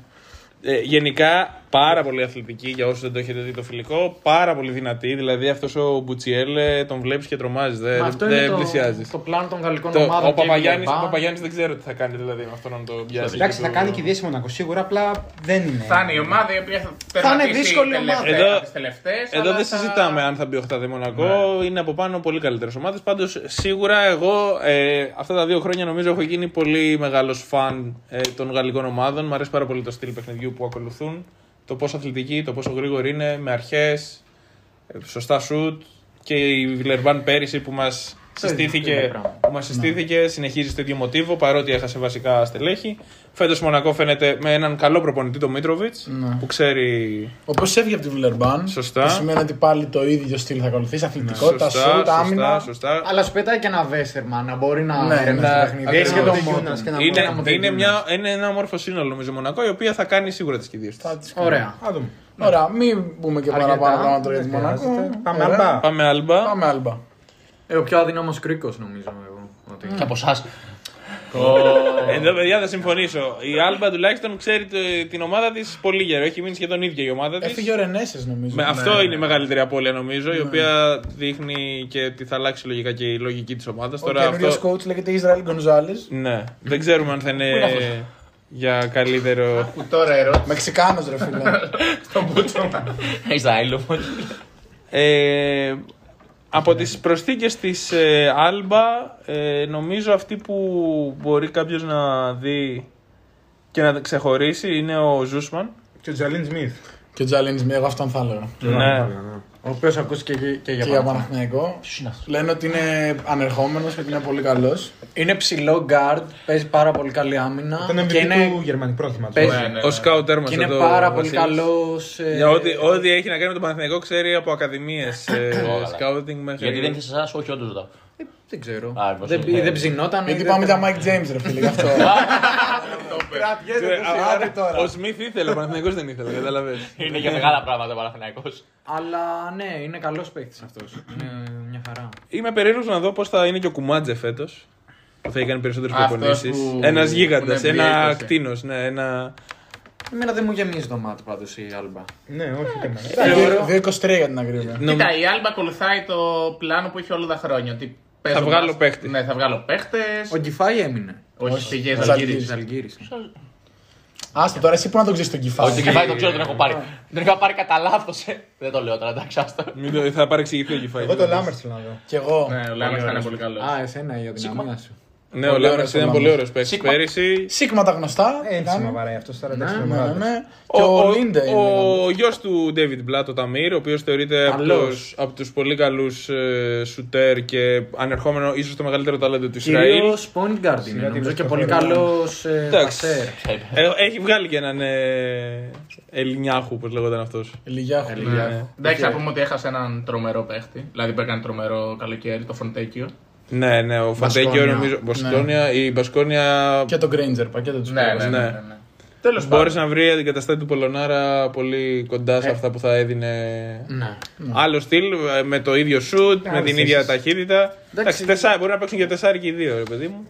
S3: Ε, γενικά πάρα πολύ αθλητική για όσους δεν το έχετε δει το φιλικό. Πάρα πολύ δυνατή. Δηλαδή αυτός ο Μπουτσιέλε τον βλέπεις και τρομάζεις.
S6: Μα
S3: Δεν,
S6: αυτό είναι το,
S3: πλησιάζεις.
S6: το πλάνο των γαλλικών ομάδων.
S3: Ο
S6: και η
S3: Παπαγιάννη
S6: Βιλερμπάν.
S3: δεν ξέρω τι θα κάνει δηλαδή με αυτόν να το πιάσει.
S1: Εντάξει, θα κάνει και ιδιαίτερη Μονακό σίγουρα, απλά δεν είναι.
S5: Θα είναι η ομάδα η οποία θα
S6: είναι δύσκολη ομάδα.
S3: Ε,
S2: Ε,
S3: Εδώ-
S5: τις τελευταίες,
S3: Εδώ
S5: αλλά
S3: δεν
S5: θα-
S3: συζητάμε αν θα μπει οχτάδε Μονακό. Είναι από πάνω πολύ καλύτερες ομάδες. Πάντως σίγουρα εγώ ε, αυτά τα δύο χρόνια νομίζω έχω γίνει πολύ μεγάλος φαν ε, των γαλλικών ομάδων. Μ' αρέσει πάρα πολύ το στυλ παιχνιδιού που ακολουθούν. Το πόσο αθλητική, το πόσο γρήγορη ε, είναι, με αρχές, σωστά σουτ. Και η Βιλερμπάν πέρυσι που μας συστήθηκε, που μας συστήθηκε, συνεχίζει στο ίδιο μοτίβο παρότι έχασε βασικά στελέχη. Φέτος η Μονακό φαίνεται με έναν καλό προπονητή τον Μίτροβιτς
S4: Ναι.
S3: που ξέρει
S4: Όπω έφυγε από τη Βουλερμπάν,
S3: Σωστά. Ναι,
S4: που σημαίνει ότι πάλι το ίδιο στυλ θα ακολουθήσει. Αθλητικότητα, σουτ, άμυνα.
S3: σωστά, σωστά.
S7: Αλλά σου πετάει και ένα βέστερμαν να μπορεί να
S4: Ναι,
S7: ερευνήσει
S4: ναι.
S7: το παιχνίδι.
S1: Ακριβώς.
S7: Έχει και τον
S1: Είναι-
S7: Μόντας και να μπορεί να
S3: Είναι,
S7: μοντέλει.
S3: είναι, μια, είναι ένα όμορφο σύνολο νομίζω η Μονακό η οποία θα κάνει σίγουρα τις κηδείες της.
S4: Θα τις κάνω.
S7: Ωραία.
S1: Θα δούμε.
S4: Ωραία, μην πούμε και
S7: Αρκετά.
S4: παραπάνω πράγματα για τη
S1: Δεν
S4: Μονακό.
S1: χρειάζεται. Πάμε
S4: Ωραία.
S1: αμπά.
S3: Πάμε Άλμπα.
S4: Πάμε άλμπα.
S6: Ε, ο πιο αδύναμος κρίκος νομίζω εγώ. Ότι...
S2: Και από εσάς.
S3: Ε, Εδώ, παιδιά, θα συμφωνήσω. Η Άλμπα τουλάχιστον ξέρει το- την ομάδα της πολύ γερό. Έχει μείνει σχεδόν ίδια η ομάδα της.
S4: Έφυγε ο Ναι. Ρενέσε νομίζω.
S3: Με, αυτό είναι η μεγαλύτερη απώλεια νομίζω, η οποία δείχνει και ότι θα αλλάξει λογικά και η λογική της ομάδας.
S4: Ο
S3: Τώρα
S4: καινούριος
S3: αυτό...
S4: coach λέγεται Ισραήλ Γκονζάλης.
S3: Ναι, δεν ξέρουμε αν θα είναι για καλύτερο...
S5: Που τώρα ερώτηση
S4: Μεξικάνος ρε φίλε.
S5: στον Μπούτσομα.
S2: Ισραήλ
S3: ε, από τις προσθήκες της ε, Άλμπα, ε, νομίζω αυτή που μπορεί κάποιος να δει και να ξεχωρίσει είναι ο Ζούσμαν.
S1: Και ο Τζαλίν Σμιθ.
S4: και ο Τζαλίνη, εγώ αυτόν θα έλεγα.
S3: Ναι.
S7: Ο οποίος ακούστηκε και, και
S4: Και
S7: για
S4: για
S7: πάνω.
S4: Παναθηναϊκό.
S2: είναι αυτός?
S4: Λένε ότι είναι ανερχόμενος και ότι είναι πολύ καλός.
S7: Είναι ψηλό guard, παίζει πάρα πολύ καλή άμυνα.
S1: Ήταν MVP
S7: και είναι,
S1: του γερμανικού προαθλήματος.
S7: Παίζει.
S1: Ωραία.
S5: Ναι, ναι,
S3: Ο σκάουτερ μας
S7: και είναι
S3: εδώ,
S7: πάρα
S3: ο
S7: πολύ ε,
S3: Βασίλης.
S7: καλός.
S3: Για ό,τι, ό,τι έχει να κάνει με τον Παναθηναϊκό ξέρει από ακαδημίες ε,
S2: Όλα.
S3: scouting μέχρι...
S2: Γιατί δεν είσαι εσάς, όχι όντως ρωτάω.
S7: Δεν ξέρω.
S2: Α, λοιπόν,
S7: δεν,
S2: ναι.
S7: δεν ψινόταν. ε,
S4: Γιατί
S7: δεν-
S4: πάμε τα Mike James, ρε φίλε, γι' αυτό.
S3: Ξέρε, Ε, α,
S4: Άντε τώρα.
S3: Ο Σμιθ ήθελε, ο Παναθηναϊκός δεν ήθελε, κατάλαβες.
S2: Είναι για μεγάλα πράγματα ο Παναθηναϊκός.
S7: Αλλά ναι, είναι καλός παίκτης αυτός. Είναι μια χαρά.
S3: Είμαι περίεργος να δω πώς θα είναι και ο Κουμάτζε φέτος. Που θα έχει κάνει περισσότερες
S5: Αυτός
S3: προπονήσεις.
S5: που-
S3: Ένας γίγαντας,
S5: που είναι
S3: ένα
S5: NBA,
S3: κτίνος, ναι, ένα...
S6: Εμένα δεν μου γεμίζει το μάτι πάντως η Άλμπα.
S1: Ναι, όχι. δεν είναι.
S4: 2-23 για την ακρίβεια.
S3: Νομι-
S5: Κοίτα, η Άλμπα ακολουθάει το πλάνο που είχε όλα τα χρόνια. Ότι παίζω
S3: Θα βγάλω
S5: μπάσκετ.
S3: παίχτη.
S5: Ναι, θα βγάλω παίχτες.
S7: Ο Γκυφάη έμεινε.
S5: Όχι, πήγε
S4: Ζαλγκύρης.
S5: Ζαλγκύρη.
S7: Ζαλγίρι.
S3: Ε,
S4: Άστο τώρα, εσύ που να τον ξέρεις τον
S2: Όχι,
S4: κυφάλι.
S2: και πάει, τον ξέρω, τον έχω πάρει. Τον είχα πάρει κατά λάθος. Δεν το λέω τώρα, εντάξει, άστα.
S3: Μην το- Θα παρεξηγηθεί ο Κιφάη.
S1: Εγώ το Λάμπερτ θέλω να δω.
S4: Κι εγώ.
S5: Ναι,
S7: Ε,
S5: ο Λάμα ήταν πολύ καλός.
S7: Α, εσένα για την αμήνα σου.
S3: Ναι, ο Λάμπερτς
S4: ωραίος ο
S3: ήταν
S4: Λάμπερτς.
S3: πολύ ωραίος παίκτης
S2: Σίγμα.
S3: πέρυσι.
S4: Σίγμα τα γνωστά.
S1: Έτσι
S4: Κάνουμε.
S1: μα βαράει αυτός τώρα.
S7: Ναι,
S1: Εντάξει,
S7: ναι,
S1: με
S4: Ε, Ναι,
S1: βράδυ.
S4: ναι. Και ο Λίντε είναι.
S3: ο γιος του David Blatt, ο Ταμίρ, ο οποίος θεωρείται από
S7: Καλός.
S3: τους, από τους πολύ καλούς ε, σουτέρ και ανερχόμενο ίσως το μεγαλύτερο ταλέντο του Ισραήλ.
S7: Κυρίω point guard είναι νομίζω και πολύ καλό
S3: Εντάξει.
S7: πασέρ.
S3: Ε, Έχει βγάλει και έναν ε, Ελληνιάχου, όπως λέγονταν αυτός.
S4: Λιγιάχου.
S5: Ναι. Εντάξει, θα πούμε ότι έχασε έναν τρομερό παίχτη. Δηλαδή που έκανε τρομερό καλοκαίρι, το Φοντέκιο.
S3: Ναι, ναι, ο Φαντέκιο νομίζω. Μπασκόνια, Η Μπασκόνια
S4: Και τον Γκρέιντζερ, πακέτο του.
S5: Ναι, ναι,
S3: ναι,
S5: ναι.
S3: ναι,
S5: ναι. Τέλο
S3: μπόρεσε να βρει αντικαταστάτη του Πολωνάρα πολύ κοντά σε αυτά που θα έδινε.
S7: Ναι.
S3: Mm. Άλλο στυλ, ε, με το ίδιο σουτ, με την ίδια ταχύτητα. Εντάξει, τεσσάρι, μπορεί να παίξουν και τεσσάρι και οι δύο, ρε παιδί μου.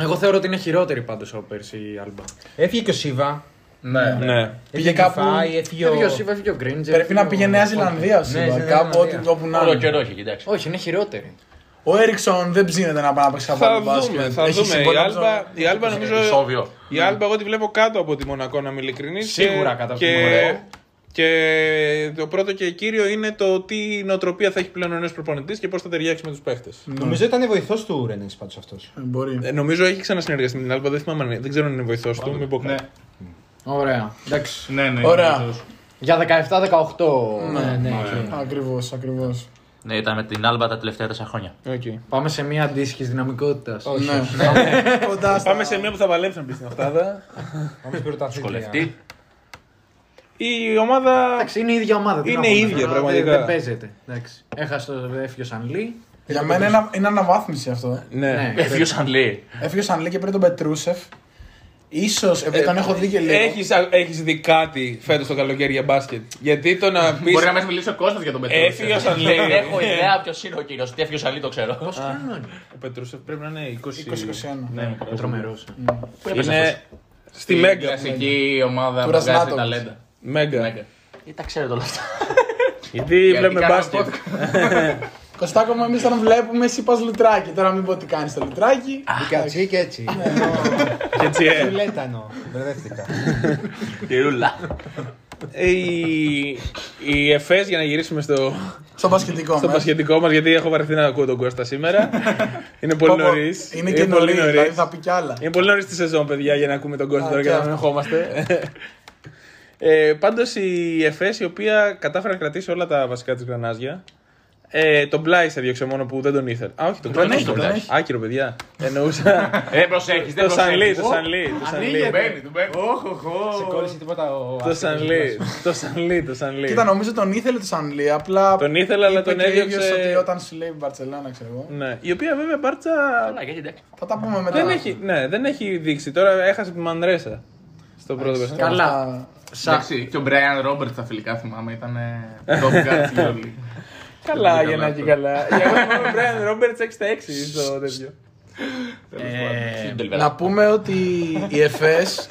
S7: Εγώ θεωρώ ότι είναι χειρότερη πάντως από πέρσι η Άλμπα.
S1: Έφυγε και ο Σίβα.
S5: Ναι.
S3: Ναι.
S1: Έφυγε
S4: κάπου-
S1: κάπου. Έφυγε ο-
S7: Έφυγε ο Σίβα, έφυγε ο Γκρίντζερ.
S4: Πρέπει να πήγε Νέα Ζηλανδία
S7: Ναι,
S4: σήμερα.
S7: Νέα
S4: Κάπου
S7: Ζηλανδία.
S4: ό,τι όπου να ναι.
S2: Όλο
S4: είναι.
S2: καιρό έχει, εντάξει.
S7: Όχι, είναι χειρότερη.
S4: Ο Έριξον δεν ψήνεται να πάει να παίξει
S3: Θα
S4: καπάκι
S3: δούμε,
S4: μπάσκετ.
S3: θα
S4: Έχει
S3: δούμε. Η
S4: συμβόλαιο από τον-
S3: Άλμπα, η Άλμπα νομίζω.
S2: Ισόβιο.
S3: Η Άλμπα, εγώ τη βλέπω κάτω από τη Μονακό, να είμαι ειλικρινής.
S7: Σίγουρα κάτω από τη
S3: και,
S7: Μονακό.
S3: και το πρώτο και κύριο είναι το τι νοοτροπία θα έχει πλέον ο νέος προπονητής και πώς θα ταιριάξει με τους παίχτες.
S1: Νομίζω ήταν βοηθός του Ρενέ πάντως αυτός.
S4: Ε, Μπορεί.
S3: Ε, νομίζω έχει ξανασυνεργαστεί με την Άλμπα, δεν, θυμάμαι, αν είναι- δεν ξέρω αν είναι βοηθός του. Μην πω κάτι.
S7: Ωραία. Εντάξει.
S5: Ναι, ναι.
S4: Ωραία.
S7: Για 17-18.
S4: Ναι,
S7: εκεί.
S4: Ακριβώς, ακριβώς.
S2: Ναι, ήταν με την Άλμπα τα τελευταία τέσσερα χρόνια.
S3: Οκ.
S7: Πάμε σε μια αντίστοιχη δυναμικότητας.
S4: Ναι. Κοντά στα-
S3: Πάμε σε μια που θα παλέψει να μπει στην Οχτάδα.
S1: Πάμε πρωταθλητή.
S2: Κολευτή.
S3: Η ομάδα.
S7: Εντάξει, είναι η ίδια ομάδα. τι
S3: Είναι
S7: να πούμε
S3: η ίδια,
S7: τώρα,
S3: πραγματικά.
S7: Δεν, δεν παίζεται. Εντάξει. Έχασε το έφυγε ο Σανλή.
S4: Για μένα είναι ένα- είναι αναβάθμιση αυτό.
S3: Ναι.
S7: Ναι.
S2: Έφυγε ο Σανλή.
S4: Έφυγε ο Σανλή και πριν τον Πετρούσεφ. Ίσως, επειδή τον Ε, έχω δει και λίγο.
S3: Ε, Έχεις, α- έχεις δει κάτι φέτος το καλοκαίρι για μπάσκετ. Γιατί το να πεις
S5: Μπορεί να μας μιλήσει ο Κώστας για τον Πετρούσεφ.
S3: Έφυγε ο Σανλή.
S2: Δεν έχω ιδέα ποιος είναι ο κύριος. Τι έφυγε ο Σανλή, το ξέρω.
S3: Ο Πετρούσεφ πρέπει να είναι
S4: 20-21.
S3: Ναι.
S7: Τρομερό.
S3: Είναι στη Μέγκα.
S5: Κλασική ομάδα
S4: Του
S5: που βγάζει
S4: Ρασμάτοβιτς.
S5: ταλέντα.
S3: Μέγκα.
S5: Μέγκα.
S2: Ή Ε, τα ξέρετε όλα αυτά.
S3: Γιατί βλέπουμε
S5: κάνουμε
S3: μπάσκετ.
S4: Κωστάκο μου, εμείς τον βλέπουμε, εσύ πας λουτράκι. Τώρα μην πω τι κάνεις το λουτράκι.
S1: Κατσί και έτσι.
S4: Ναι.
S3: Και έτσι, ε.
S1: Φιλέτα εννοώ. Μπερδεύτηκα.
S2: Τυρούλα.
S3: Ε, Η- Η ΕΦΕΣ, για να γυρίσουμε στο,
S4: Στο πασχετικό
S3: στο
S4: μας.
S3: πασχετικό μας, γιατί έχω βαρεθεί να ακούω τον Κώστα σήμερα. Είναι πολύ
S4: Πω, πω,
S3: νωρίς. Ε,
S4: Είναι και
S3: πολύ
S4: νωρίς, δηλαδή
S3: νωρίς.
S4: θα πει κι άλλα.
S3: Είναι πολύ νωρίς τη σεζόν, παιδιά, για να ακούμε τον κόσμο
S4: Α,
S3: τώρα και
S4: και
S3: να
S4: αυτό.
S3: φνεχόμαστε. ε, Πάντως η ΕΦΕΣ, η οποία κατάφερε να κρατήσει όλα τα βασικά της γρανάζια, Ε, τον Πλάι διώξε μόνο που δεν τον ήθελε. Α, όχι, τον
S5: Τον
S3: Πλάι.
S5: έχει, τον έχει.
S3: Άκυρο, παιδιά. Εννοούσα.
S5: Ε,
S2: Δεν προσέχεις, δεν
S3: Το Σανλί,
S2: προσέχεις.
S3: το Σανλί. Το Σανλί.
S5: Μπαίνει, του μπαίνει.
S1: Σε κόλλησε τίποτα ο. Ε,
S3: Το Σανλί. Το Σανλί, το Σανλί.
S4: Κοίτα, νομίζω τον ήθελε το Σανλή. Απλά.
S3: Τον ήθελε, αλλά
S4: είπε
S3: τον
S4: και ο ίδιος
S3: έδιωξε-
S4: ότι όταν σου λέει Μπαρσελόνα, ξέρω εγώ.
S3: Ναι. Η οποία βέβαια μπάρτσα
S2: Καλά, γιατί εντάξει.
S4: Θα τα πούμε μετά.
S3: δεν έχει, ναι, δεν έχει δείξει. Τώρα έχασε από τη Μανρέσα στο πρώτο παιχνίδι.
S4: Καλά.
S5: Εντάξει, και ο Μπράιαν Ρόμπερτ στα φιλικά θυμάμαι ήταν. Top guard στη Euroleague.
S3: Καλά,
S5: Καλά,
S3: Γιαννάκη,
S5: αυτό.
S3: καλά. Για εγώ θυμάμαι ο Brian Roberts 6-6 στο τέτοιο.
S5: Τέλος
S2: Ε,
S5: πάντων.
S4: Να πούμε ότι η ΕΦΕΣ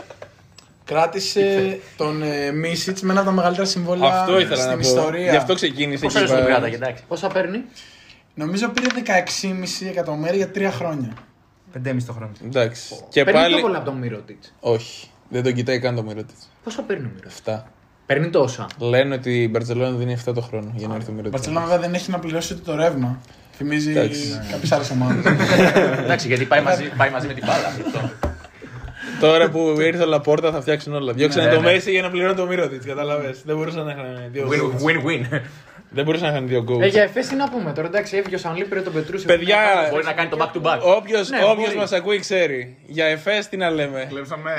S4: κράτησε τον ε, Μίσιτς με ένα από τα μεγαλύτερα συμβόλαια
S3: Αυτό ήθελα
S4: στην
S3: να πω.
S4: ιστορία.
S3: Γι' αυτό ξεκίνησε
S2: Πώ έλεγε τον
S3: είπα,
S2: κράταγε, εντάξει.
S6: Πόσα παίρνει.
S4: Νομίζω πήρε 16,5 εκατομμύρια για τρία χρόνια.
S1: 5,5 το χρόνο.
S3: Εντάξει. Και
S6: παίρνει
S3: πάλι.
S6: πιο πολλά από τον Μυρότιτ.
S3: Όχι. Δεν τον κοιτάει καν το Μιρότιτ.
S6: Πόσα παίρνει ο Μυρότιτ.
S3: 7.
S6: Παίρνει τόσα.
S3: Λένε ότι η Μπαρσελόνα δίνει 7 το χρόνο για να έρθει ο
S4: Η
S3: Μιρότιτ.
S4: Μπαρσελόνα βέβαια δεν έχει να πληρώσει ούτε το ρεύμα. Θυμίζει
S3: Εντάξει.
S4: κάποιες άλλες ομάδες.
S2: Εντάξει, γιατί πάει μαζί, πάει μαζί με την μπάλα. αυτό.
S3: Τώρα που ήρθε ο Λαπόρτα θα φτιάξουν όλα. Διώξανε
S2: Ναι,
S3: το
S2: ναι.
S3: Μέση για να πληρώνει το Μιρότιτ. Κατάλαβε. Δεν μπορούσαν να είχαν δύο
S2: Win-
S3: goals.
S2: Win-win.
S3: Δεν μπορούσαν να είχαν δύο
S6: Ε,
S3: goals.
S6: για εφές τι να πούμε τώρα. Εντάξει, έφυγε ο Σανλή, πήρε τον Πετρούσιο.
S3: Παιδιά,
S2: Μπορεί να κάνει το back to back.
S3: όποιος
S6: Ναι, μπορεί.
S3: μας ακούει ξέρει. Για εφές τι να λέμε.
S5: Κλέψαμε.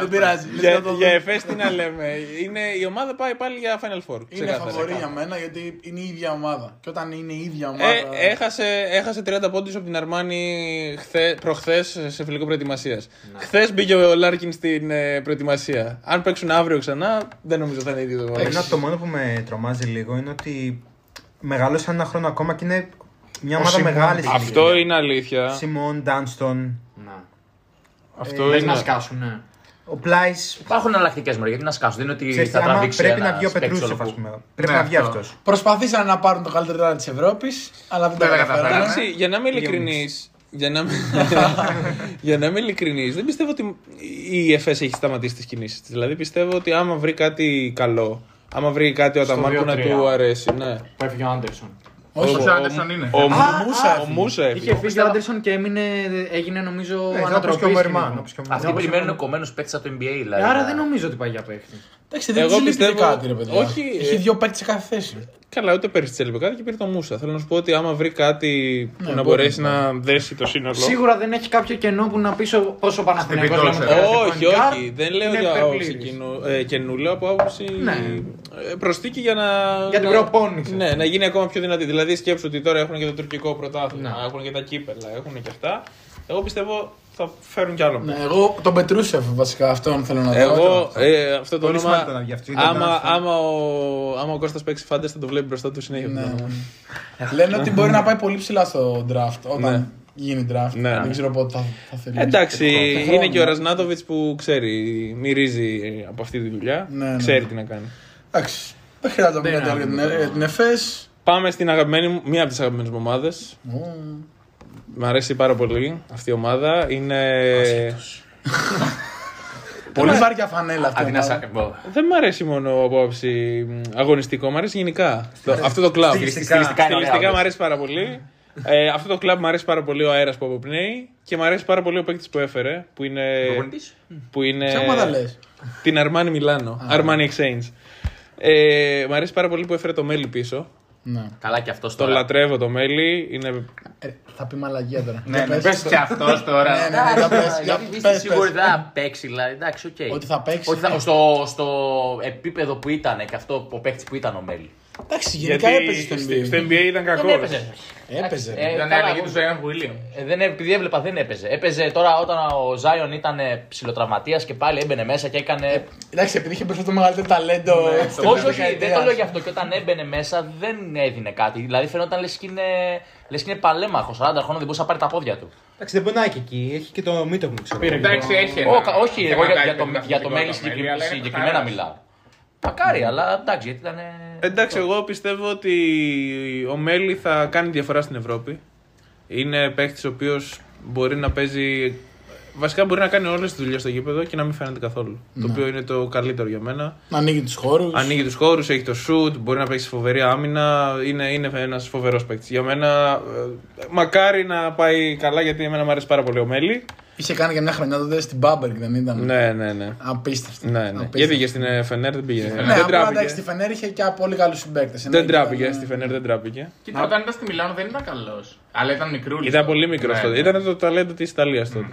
S4: δεν πειράζει. δεν
S3: Για,
S4: θα το
S3: για
S4: δω.
S3: εφές τι να λέμε. Είναι, η ομάδα πάει πάλι για Final Four.
S4: Είναι
S3: ξεκάθαρα.
S4: φαβορή για μένα γιατί είναι η ίδια ομάδα. Και όταν είναι η ίδια ομάδα.
S3: Ε, έχασε, έχασε 30 πόντους από την Αρμάνη χθε, προχθές σε φιλικό προετοιμασίας. Χθες μπήκε ο Λάρκιν στην ε, προετοιμασία. Αν παίξουν αύριο ξανά, δεν νομίζω θα είναι ίδιο το
S1: Ένα,
S3: μάτι.
S1: το μόνο που με τρομάζει λίγο είναι ότι μεγάλωσαν ένα χρόνο ακόμα και είναι μια
S4: Ο
S1: ομάδα
S4: Σιμών.
S1: μεγάλης.
S3: Αυτό είναι αλήθεια. Ε,
S1: Σιμών, Ντάνστον.
S6: Να.
S3: Αυτό
S6: Πες
S3: είναι.
S6: να σκάσουν, ναι.
S1: Ο Πλάις.
S2: Υπάρχουν εναλλακτικές μορφέ, γιατί να σκάσουν. Δεν είναι ότι
S1: Ξέρεις,
S2: θα
S1: άμα
S2: τραβήξει.
S1: πρέπει
S2: ένα
S1: να βγει ο
S2: παίκτης
S1: Πετρούσεφ,
S2: όλο
S1: ας
S2: που-
S1: πούμε. Πρέπει
S5: Ναι,
S1: να βγει
S5: αυτό.
S1: αυτός.
S4: Προσπαθήσαν να πάρουν το καλύτερο ράδι της Ευρώπης, αλλά δεν τα
S5: Δεν τα
S4: καταφέρανε.
S5: καταφέρανε.
S3: Εντάξει, για να είμαι ειλικρινής. Για να, είμαι- για να είμαι ειλικρινής, δεν πιστεύω ότι η ΕΦΕΣ έχει σταματήσει τις κινήσεις της. Δηλαδή πιστεύω ότι άμα βρει κάτι καλό, άμα βρει κάτι ο Αταμάν που να
S6: 2-3.
S3: του αρέσει, ναι.
S6: Που έφυγε ο Άντερσον.
S4: Όχι,
S5: Ο
S4: ο-
S5: Σάντερσον είναι.
S3: Ο,
S4: Α,
S3: Μούσα,
S4: α,
S3: ο Μούσα
S6: Είχε
S3: έφυγε.
S6: φύγει ο Άντερσον και έμεινε, έγινε νομίζω
S1: Ναι, θα
S6: ανατροπή.
S1: και ο
S6: στην
S1: Μερμάν.
S6: Ευρώπη.
S1: όπως και ο
S2: Αυτοί
S1: Μερμάν.
S2: περιμένουν κομμένους παίκτες από το NBA. Δηλαδή.
S6: Ε, Άρα δεν νομίζω ότι πάει για παίχτη.
S4: Εντάξει, δεν
S3: Εγώ
S4: της λείπει
S3: πιστεύω-
S4: κάτι, ρε παιδιά.
S3: όχι,
S4: Έχει
S3: ε.
S4: δύο παίκτες σε κάθε θέση.
S3: Καλά, ούτε πέρσι της έλειπε κάτι και πήρε το Μούσα. Θέλω να σου πω ότι άμα βρει κάτι
S6: Ναι,
S3: που να μπορέσει να δέσει το σύνολο.
S6: Σίγουρα δεν έχει κάποιο κενό που να πεις ο- όσο Παναθηναϊκός
S5: Στην
S6: λέμε
S3: ε.
S5: πιτόσα.
S6: τώρα,
S3: Όχι,
S6: σε point
S3: όχι.
S6: guard,
S3: Δεν λέω
S6: είναι
S3: για άποψη
S6: υπερπλήρης.
S3: καινού- ε, καινού, λέω από άποψη
S6: Ναι.
S3: ε, προστίκη για να.
S6: Για την
S3: να-
S6: προπόνηση.
S3: Ναι, να γίνει ακόμα πιο δυνατή. Δηλαδή σκέψου ότι τώρα έχουν και το τουρκικό πρωτάθλημα,
S6: Ναι.
S3: έχουν και τα κύπελα, έχουν και αυτά. Εγώ πιστεύω θα φέρουν κι άλλο.
S4: Ναι, εγώ τον Πετρούσεφ βασικά αυτόν θέλω να δω.
S3: Εγώ ε, αυτό το
S1: Πολύ
S3: όνομα.
S1: σημαντικό να βγει αυτό, ήταν
S3: Άμα,
S1: αυτό.
S3: άμα, ο, άμα ο Κώστας παίξει φάντες θα το βλέπει μπροστά του συνέχεια.
S4: Ναι.
S3: αυτό το όνομα.
S4: Λένε ότι μπορεί να πάει πολύ ψηλά στο draft όταν
S3: Ναι.
S4: γίνει draft.
S3: Ναι.
S4: Δεν ξέρω πότε θα, θα θέλει.
S3: Εντάξει,
S4: Χρόνο.
S3: είναι και ο Ρασνάτοβιτ που ξέρει, μυρίζει από αυτή τη δουλειά.
S4: Ναι, ναι.
S3: Ξέρει τι να κάνει.
S4: Εντάξει. Δεν χρειάζεται να πούμε κάτι για την- για την ΕΦΕΣ.
S3: Πάμε στην αγαπημένη μου, μία από τις αγαπημένες μου ομάδες. Μ' αρέσει πάρα πολύ αυτή η ομάδα. Είναι.
S4: Πολύ
S5: Ναι.
S4: βάρια φανέλα αυτή. η
S2: Αντί να
S4: ομάδα.
S2: σα- Μπο.
S3: Δεν μ' αρέσει μόνο από άποψη μ, αγωνιστικό, μ' αρέσει γενικά. Το- αυτό το κλαμπ.
S1: Στιλιστικά.
S2: Στιλιστικά είναι ωραία,
S3: Στιλιστικά μ'
S2: όντως.
S3: αρέσει πάρα πολύ. ε, αυτό το κλαμπ μ' αρέσει πάρα πολύ ο αέρας που αποπνέει και μ' αρέσει πάρα πολύ ο παίκτης που έφερε. Που είναι.
S2: Προπονητής.
S3: Που είναι
S4: Ποια ομάδα λες.
S3: Την Αρμάνι Μιλάνο. Αρμάνι Exchange. Ε, μ' αρέσει πάρα πολύ που έφερε το μέλι πίσω.
S4: Ναι.
S2: Καλά και αυτός
S3: Το
S2: τώρα.
S3: λατρεύω το μέλι. Είναι
S4: Ε, θα πει μαλαγία τώρα.
S5: Ναι,
S4: Για
S5: ναι,
S4: πες.
S5: πες και αυτός
S4: Ναι,
S5: τώρα.
S2: Ε,
S4: ναι, ναι, για πες, για
S2: Α, Γιατί είστε
S4: πες,
S2: σίγουροι
S4: πες.
S2: ότι θα παίξει, δηλαδή. Εντάξει, οκ.
S4: Ότι θα παίξει. ναι.
S2: Ότι θα- στο, στο επίπεδο που ήταν και αυτό ο παίκτη που ήταν ο Μέλι.
S4: Εντάξει, γενικά έπαιζε στο
S3: στη- στο
S4: NBA.
S3: NBA ήταν κακός.
S2: Δεν έπαιζε.
S4: Έπαιζε.
S2: Ε,
S5: Ήταν η
S2: καλά,
S5: αλλαγή
S2: εγώ-
S5: του Ζαϊάν Βουίλιαμ.
S2: Ε, δεν, επειδή έβλεπα δεν έπαιζε. Έπαιζε τώρα όταν ο Ζάιον ήταν ψηλοτραυματίας και πάλι έμπαινε μέσα και έκανε.
S4: Εντάξει, επειδή είχε περισσότερο μεγαλύτερο ταλέντο. έτσι, στην
S2: Ναι, όχι, όχι,
S4: δεκαετία.
S2: δεν το λέω γι' αυτό. Και όταν έμπαινε μέσα δεν έδινε κάτι. Δηλαδή φαινόταν λες και είναι, λες και είναι παλέμαχος. 40 χρόνων δεν μπορούσε να πάρει τα πόδια του.
S1: Εντάξει, δεν μπορεί να έχει εκεί. Έχει και το μήτο μου, ξέρω.
S5: Εντάξει, έχει.
S2: Ω,
S5: ένα-
S2: κα- όχι,
S5: ένα
S2: εγώ για,
S5: κάτι
S2: για το,
S5: με
S2: για το
S5: αθλητικό
S2: μέλι
S5: το
S2: συγκεκρι-
S5: αλλά είναι
S2: συγκεκριμένα
S5: χαράς.
S2: μιλάω. Μακάρι, αλλά εντάξει, γιατί ήταν.
S3: Εντάξει, εγώ πιστεύω ότι ο Μέλι θα κάνει διαφορά στην Ευρώπη. Είναι παίκτης ο οποίος μπορεί να παίζει Βασικά μπορεί να κάνει όλες τις δουλειές στο γήπεδο και να μην φαίνεται καθόλου.
S4: Ναι.
S3: Το οποίο είναι το καλύτερο για μένα.
S4: Να ανοίγει τους χώρους.
S3: Ανοίγει τους χώρους, έχει το shoot, μπορεί να παίξει φοβερή άμυνα. Είναι, είναι ένας φοβερός παίκτης. Για μένα, ε, μακάρι να πάει καλά γιατί εμένα μου αρέσει πάρα πολύ ο Μέλι.
S4: Είχε κάνει για μια χρονιά τότε στην Μπάμπερκ, δεν ήταν.
S3: Ναι, ναι, ναι.
S4: Απίστευτη.
S3: ναι, ναι.
S4: Απίστευτη.
S3: Γιατί πήγε στην ε, Φενέρ, δεν πήγε.
S4: Ναι,
S3: δεν
S4: απλά εντάξει,
S3: τράπηκε.
S4: στη Φενέρ είχε και από πολύ καλούς συμπαίκτες.
S3: Δεν τράπηκε στη Φενέρ, δεν τράπηκε.
S5: Κοίτα, όταν ήταν στη Μιλάνο δεν ήταν καλός. Αλλά ήταν μικρούλης.
S3: Ήταν πολύ μικρός
S5: Ναι,
S3: τότε.
S5: ναι.
S3: Ήταν το ταλέντο της Ιταλίας τότε.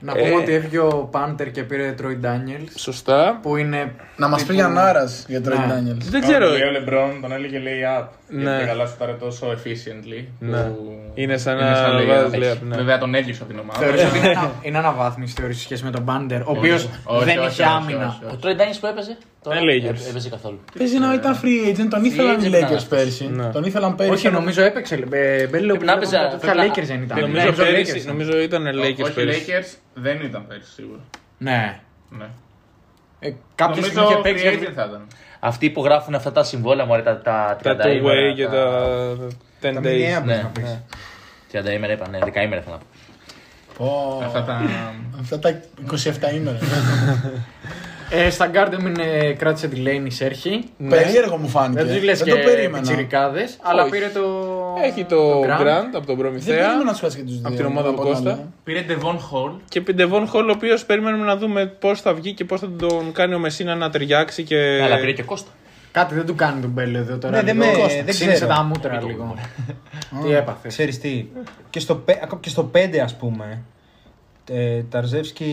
S6: Να πούμε
S3: Ε.
S6: ότι έφυγε ο Πάντερ και πήρε Τρόι Ντάνιελ.
S3: Σωστά.
S6: Που είναι.
S4: Να μας
S6: τύπου-
S4: πει για Νάρας για τον
S6: Ναι.
S4: Ντάνιελ.
S3: Δεν
S5: Τον
S3: ξέρω.
S5: Λέει ο Λεμπρόν, τον έλεγε lay up.
S3: Ναι.
S5: Ναι. Και καλά σου τόσο efficiently.
S3: Ναι.
S5: που-
S3: Είναι σαν να
S5: lay-up.
S3: βάζεις lay-up, ναι.
S5: Βέβαια τον έκλεισε από την ομάδα.
S6: Θεωρείς ότι είναι ανα- είναι αναβάθμιση θεωρείς σε σχέση με τον Πάντερ, ο οποίος
S5: όχι,
S6: δεν
S5: όχι,
S6: είχε
S5: όχι,
S6: άμυνα.
S5: όχι, όχι.
S2: Ο Τρόι Ντάνι που έπαιζε. Τώρα
S3: Δεν λέγες.
S2: έ- Έπαιζε καθόλου.
S4: Παίζει να ήταν free agent, τον ήθελαν οι
S2: agent ήταν
S4: Lakers
S2: αυτός.
S4: πέρσι.
S3: Ναι.
S4: Τον ήθελαν πέρυσι.
S6: Όχι, νομίζω έπαιξε. Μπέλο
S2: Πρέπει να έπαιζε,
S6: Τα
S2: πρέπει να-
S6: Lakers δεν ήταν.
S3: Νομίζω,
S6: Lakers, Lakers
S3: πέρυσι,
S6: ήταν.
S3: νομίζω ήταν Lakers
S5: Ναι, Όχι,
S3: πέρυσι.
S5: Lakers δεν ήταν πέρυσι σίγουρα.
S6: Ναι.
S5: Ναι.
S6: Ε, Κάποια
S5: Νομίζω
S6: στιγμή είχε παίξει.
S5: free agent θα ήταν.
S2: Αυτοί που γράφουν αυτά τα συμβόλαια μου, τα, τα 30
S3: Τα two
S2: ημέρα,
S3: way και τα 10 days.
S4: μηνιαία.
S2: Ναι, 30 ημέρα είπα, ναι, 10 ημέρα θέλω να πω.
S4: Πω,
S5: Αυτά τα...
S4: Αυτά τα 27 ημέρα.
S6: Ε, στα Garden είναι, κράτησε τη Lane η Σέρχη.
S3: Ναι.
S4: Περίεργο μου φάνηκε.
S6: Δεν τους λες
S4: Ναι. το
S6: και
S4: περίμενα.
S6: πιτσιρικάδες, αλλά
S3: Όχι.
S6: πήρε το.
S3: Έχει το
S6: Grant.
S3: Grant από
S4: Δεν
S3: τον
S4: περίμενα να
S3: Προμηθέα
S4: σου κάτσει και τους δύο.
S3: την ομάδα
S4: από
S3: του
S4: την
S3: Κώστα.
S4: άλλη.
S5: Πήρε Devon Hall.
S3: και Πιντεβόν Χολ, ο οποίος περιμένουμε να δούμε πώς θα βγει και πώς θα τον κάνει ο Μεσίνα να ταιριάξει. Και...
S2: Ε, Αλλά πήρε και Κώστα.
S6: Κάτι δεν του κάνει τον Μπέλο εδώ τώρα.
S1: Ναι, δεν
S6: λίγο.
S1: με- δεν
S6: Ξύνησε
S1: ξέρω.
S6: τα μούτρα λίγο. Τι έπαθες.
S1: Ξέρεις τι, και στο, πέ- ακόμα και στο 5 ας πούμε, ε, Ταρζεύσκι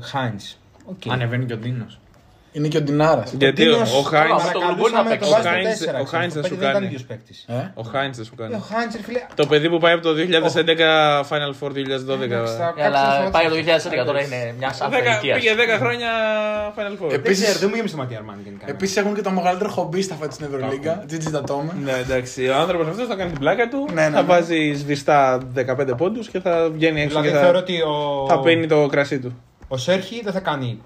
S1: Χάιντς. Οκ.
S7: ναι.
S6: Ανεβαίνει και ο Ντίνος.
S4: Είναι και ο Ντινάρας.
S3: Γιατί ο,
S1: Τίνος-
S3: ο Χάιντς-
S2: Καλά, με το Λουμπούν να
S1: Παρακαλούσαμε
S2: παίξει.
S1: το βάζει στο
S3: Ο Χάιντς-
S1: τέσσερα,
S3: ο
S1: ξέρω,
S3: Χάιντς
S1: το
S3: δεν σου
S1: παιδί ήταν
S3: κάνει. ναι.
S1: ίδιος παίκτης.
S4: Ε?
S3: Ο Χάιντς δεν σου κάνει.
S1: Ε, Ο Χάιντς, ρε φίλε,
S3: Το παιδί που πάει από το 2011 Final Four 2012.
S1: Κάποια
S2: Αλλά
S1: στιγμή
S2: πάει το
S1: θα-
S2: 2011 τώρα είναι μια
S3: Δέκα-
S2: σάφρα
S3: Πήγε
S2: ηλικία.
S3: 10 χρόνια Final Four.
S4: Επί-
S1: Δεν ξέρω, ε, δεν μου είμαι στο Ματία Αρμάνι γενικά. ναι.
S4: Επίσης έχουν και το μεγαλύτερο χομπί στα φέτος στην Ευρωλίγκα. Τζιτζι τα τόμε.
S3: Ναι, εντάξει. Ο άνθρωπος αυτός θα κάνει την πλάκα του,
S4: Ναι, ναι,
S3: θα
S4: ναι.
S3: βάζει σβηστά 15 πόντους και θα βγαίνει έξω
S1: Δηλαδή
S3: και
S1: θεωρώ
S3: θα,
S1: ότι ο,
S3: θα πίνει το κρασί του.
S1: ο Σέρχη δεν θα κάνει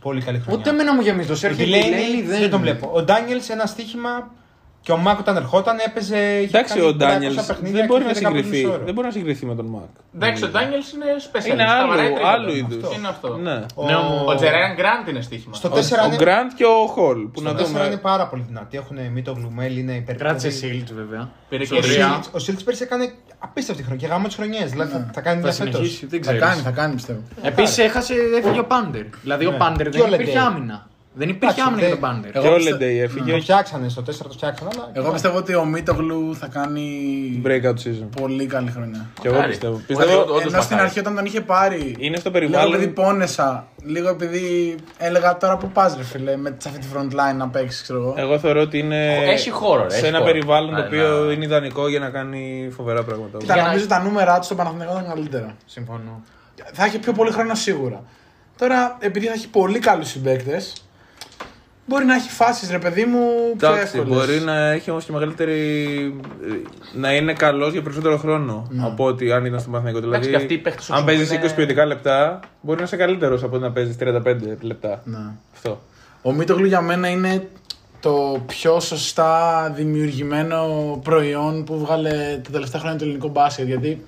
S1: πολύ καλή χρονιά.
S6: Ούτε εμένα μου γεμίζει το Σέρχη.
S1: Ο Delaney δεν τον βλέπω. Ο Ντάνιελ ένα στοίχημα και ο Μάκο όταν ερχόταν έπαιζε. είχε
S3: Εντάξει,
S1: κάνει
S3: ο
S1: 300
S3: Ντάνιελ
S1: παιχνίδια
S3: δεν
S1: και
S3: μπορεί να
S1: είχε κάνει
S3: συγκριθεί.
S1: μισό όρο.
S3: Δεν μπορεί να συγκριθεί με τον Μακ.
S5: Εντάξει, ο Daniels είναι specialist.
S3: Ναι. Είναι
S5: τα βαράει
S3: άλλου,
S5: τρίποντα.
S3: άλλου είδους.
S5: Είναι αυτό.
S3: Ναι.
S1: Ο-
S5: Ναι, ο- Ο Τζεράιν Γκραντ είναι στοίχημα.
S1: Στο
S5: Ο-
S1: 4
S3: Ο
S1: είναι,
S3: Γκραντ και ο Χολ. Που να
S1: στο τέσσερα είναι
S3: δούμε.
S1: πάρα πολύ δυνατοί. Έχουν μη το γλουμέλι, είναι υπερ. δηλαδή,
S6: Κράτησε Σίλτ βέβαια.
S5: Πήρε
S1: Ο
S5: και τρία.
S1: Σίλτς- Ο Σίλτ πέρσι έκανε απίστευτη χρονιά και γάμο τι χρονιέ. Δηλαδή θα- θα κάνει
S6: Θα
S1: μια φέτος.
S6: συνεχίσει, δεν
S4: Θα
S6: ξέρεις.
S4: κάνει, θα κάνει πιστεύω.
S6: Επίσης έχασε, έφυγε ο Πάντερ. Δηλαδή ο
S1: Ναι.
S6: Πάντερ
S1: Και ο
S6: δεν υπήρχε
S1: Lendey.
S6: άμυνα. Δεν υπήρχε
S1: Εντάξει,
S6: άμυνα για τον
S1: δεν-
S6: Πάντερ.
S3: Και
S4: Εγώ
S3: ο
S4: πιστε-
S3: Λεντέι
S1: Το
S3: έφυγε.
S1: φτιάξανε στο 4, το φτιάξανε. Αλλά...
S4: Εγώ πιστεύω ότι ο Μίτογλου θα κάνει
S3: Breakout season.
S4: πολύ καλή χρονιά. Ε,
S3: Και εγώ
S2: Μακάρι.
S3: πιστεύω.
S2: Ε,
S5: Μακάρι.
S3: Πιστεύω
S5: Όντως
S4: Ενώ στην
S5: μακάρι.
S4: αρχή όταν τον είχε πάρει.
S3: είναι στο
S4: Λίγο επειδή
S3: περιβάλλον.
S4: πόνεσα, λίγο επειδή έλεγα τώρα που πας ρε φίλε με σε αυτή τη front line να παίξεις ξέρω εγώ.
S3: Εγώ θεωρώ ότι είναι.
S2: Έχει χώρο, ρε,
S3: Σε
S2: έχει
S3: ένα
S2: χώρο. Ναι,
S3: περιβάλλον το
S2: Να-
S3: οποίο
S2: να-
S3: είναι ιδανικό για να κάνει φοβερά πράγματα.
S4: Κοίτα, νομίζω τα νούμερα του στον Παναθηναϊκό ήταν καλύτερα.
S6: Συμφωνώ.
S4: Θα έχει πιο πολύ χρόνο σίγουρα. Τώρα, επειδή θα έχει πολύ καλούς συμπαίκτες, μπορεί να έχει φάσεις ρε παιδί μου πιο
S3: Εντάξει,
S4: εύκολες.
S3: μπορεί να έχει όμως και μεγαλύτερη. ε, να είναι καλός για περισσότερο χρόνο από ότι αν ήταν στον Παναθηναϊκό. Δηλαδή,
S2: Εντάξει, και αυτοί οι παίκτες
S3: αν
S2: του
S3: παίζει
S2: είναι-
S3: 20 ποιοτικά λεπτά, μπορεί να είσαι καλύτερος από ότι να παίζεις 35 λεπτά.
S4: Ναι.
S3: Αυτό.
S4: Ο Μίτογλου για μένα είναι το πιο σωστά δημιουργημένο προϊόν που βγάλε τα τελευταία χρόνια το ελληνικό μπάσκετ. Γιατί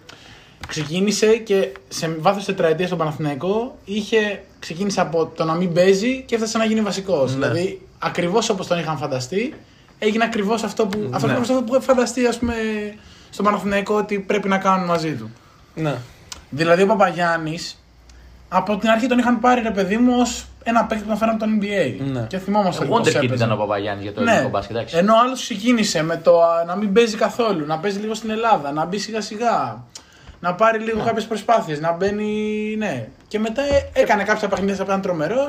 S4: ξεκίνησε και σε βάθος τετραετίας στον Παναθηναϊκό είχε, ξεκίνησε από το να μην παίζει και έφτασε να γίνει βασικός. Δηλαδή ακριβώς όπως τον είχαν φανταστεί, έγινε ακριβώς αυτό που, αυτό ακριβώς αυτό που είχε φανταστεί ας πούμε, στον Παναθηναϊκό ότι πρέπει να κάνουν μαζί του.
S3: Ναι.
S4: Δηλαδή ο Παπαγιάννης από την αρχή τον είχαν πάρει ρε παιδί μου ως ένα παίκτη που τον φέραν από το NBA.
S3: Ναι.
S4: Και θυμόμαστε
S2: Ο
S4: πώς
S2: Wonder Kid
S4: έπαιζε.
S2: ήταν ο Παπαγιάννης για το
S4: Ναι.
S2: ελληνικό μπάσκετ. εντάξει.
S4: Ενώ ο άλλος ξεκίνησε με το α, να μην παίζει καθόλου, να παίζει λίγο στην Ελλάδα, να μπει σιγά σιγά. Να πάρει
S2: Ναι.
S4: λίγο κάποιες προσπάθειες, να μπαίνει. Ναι. Και μετά ε, έκανε κάποια παιχνίδια που ήταν τρομερός,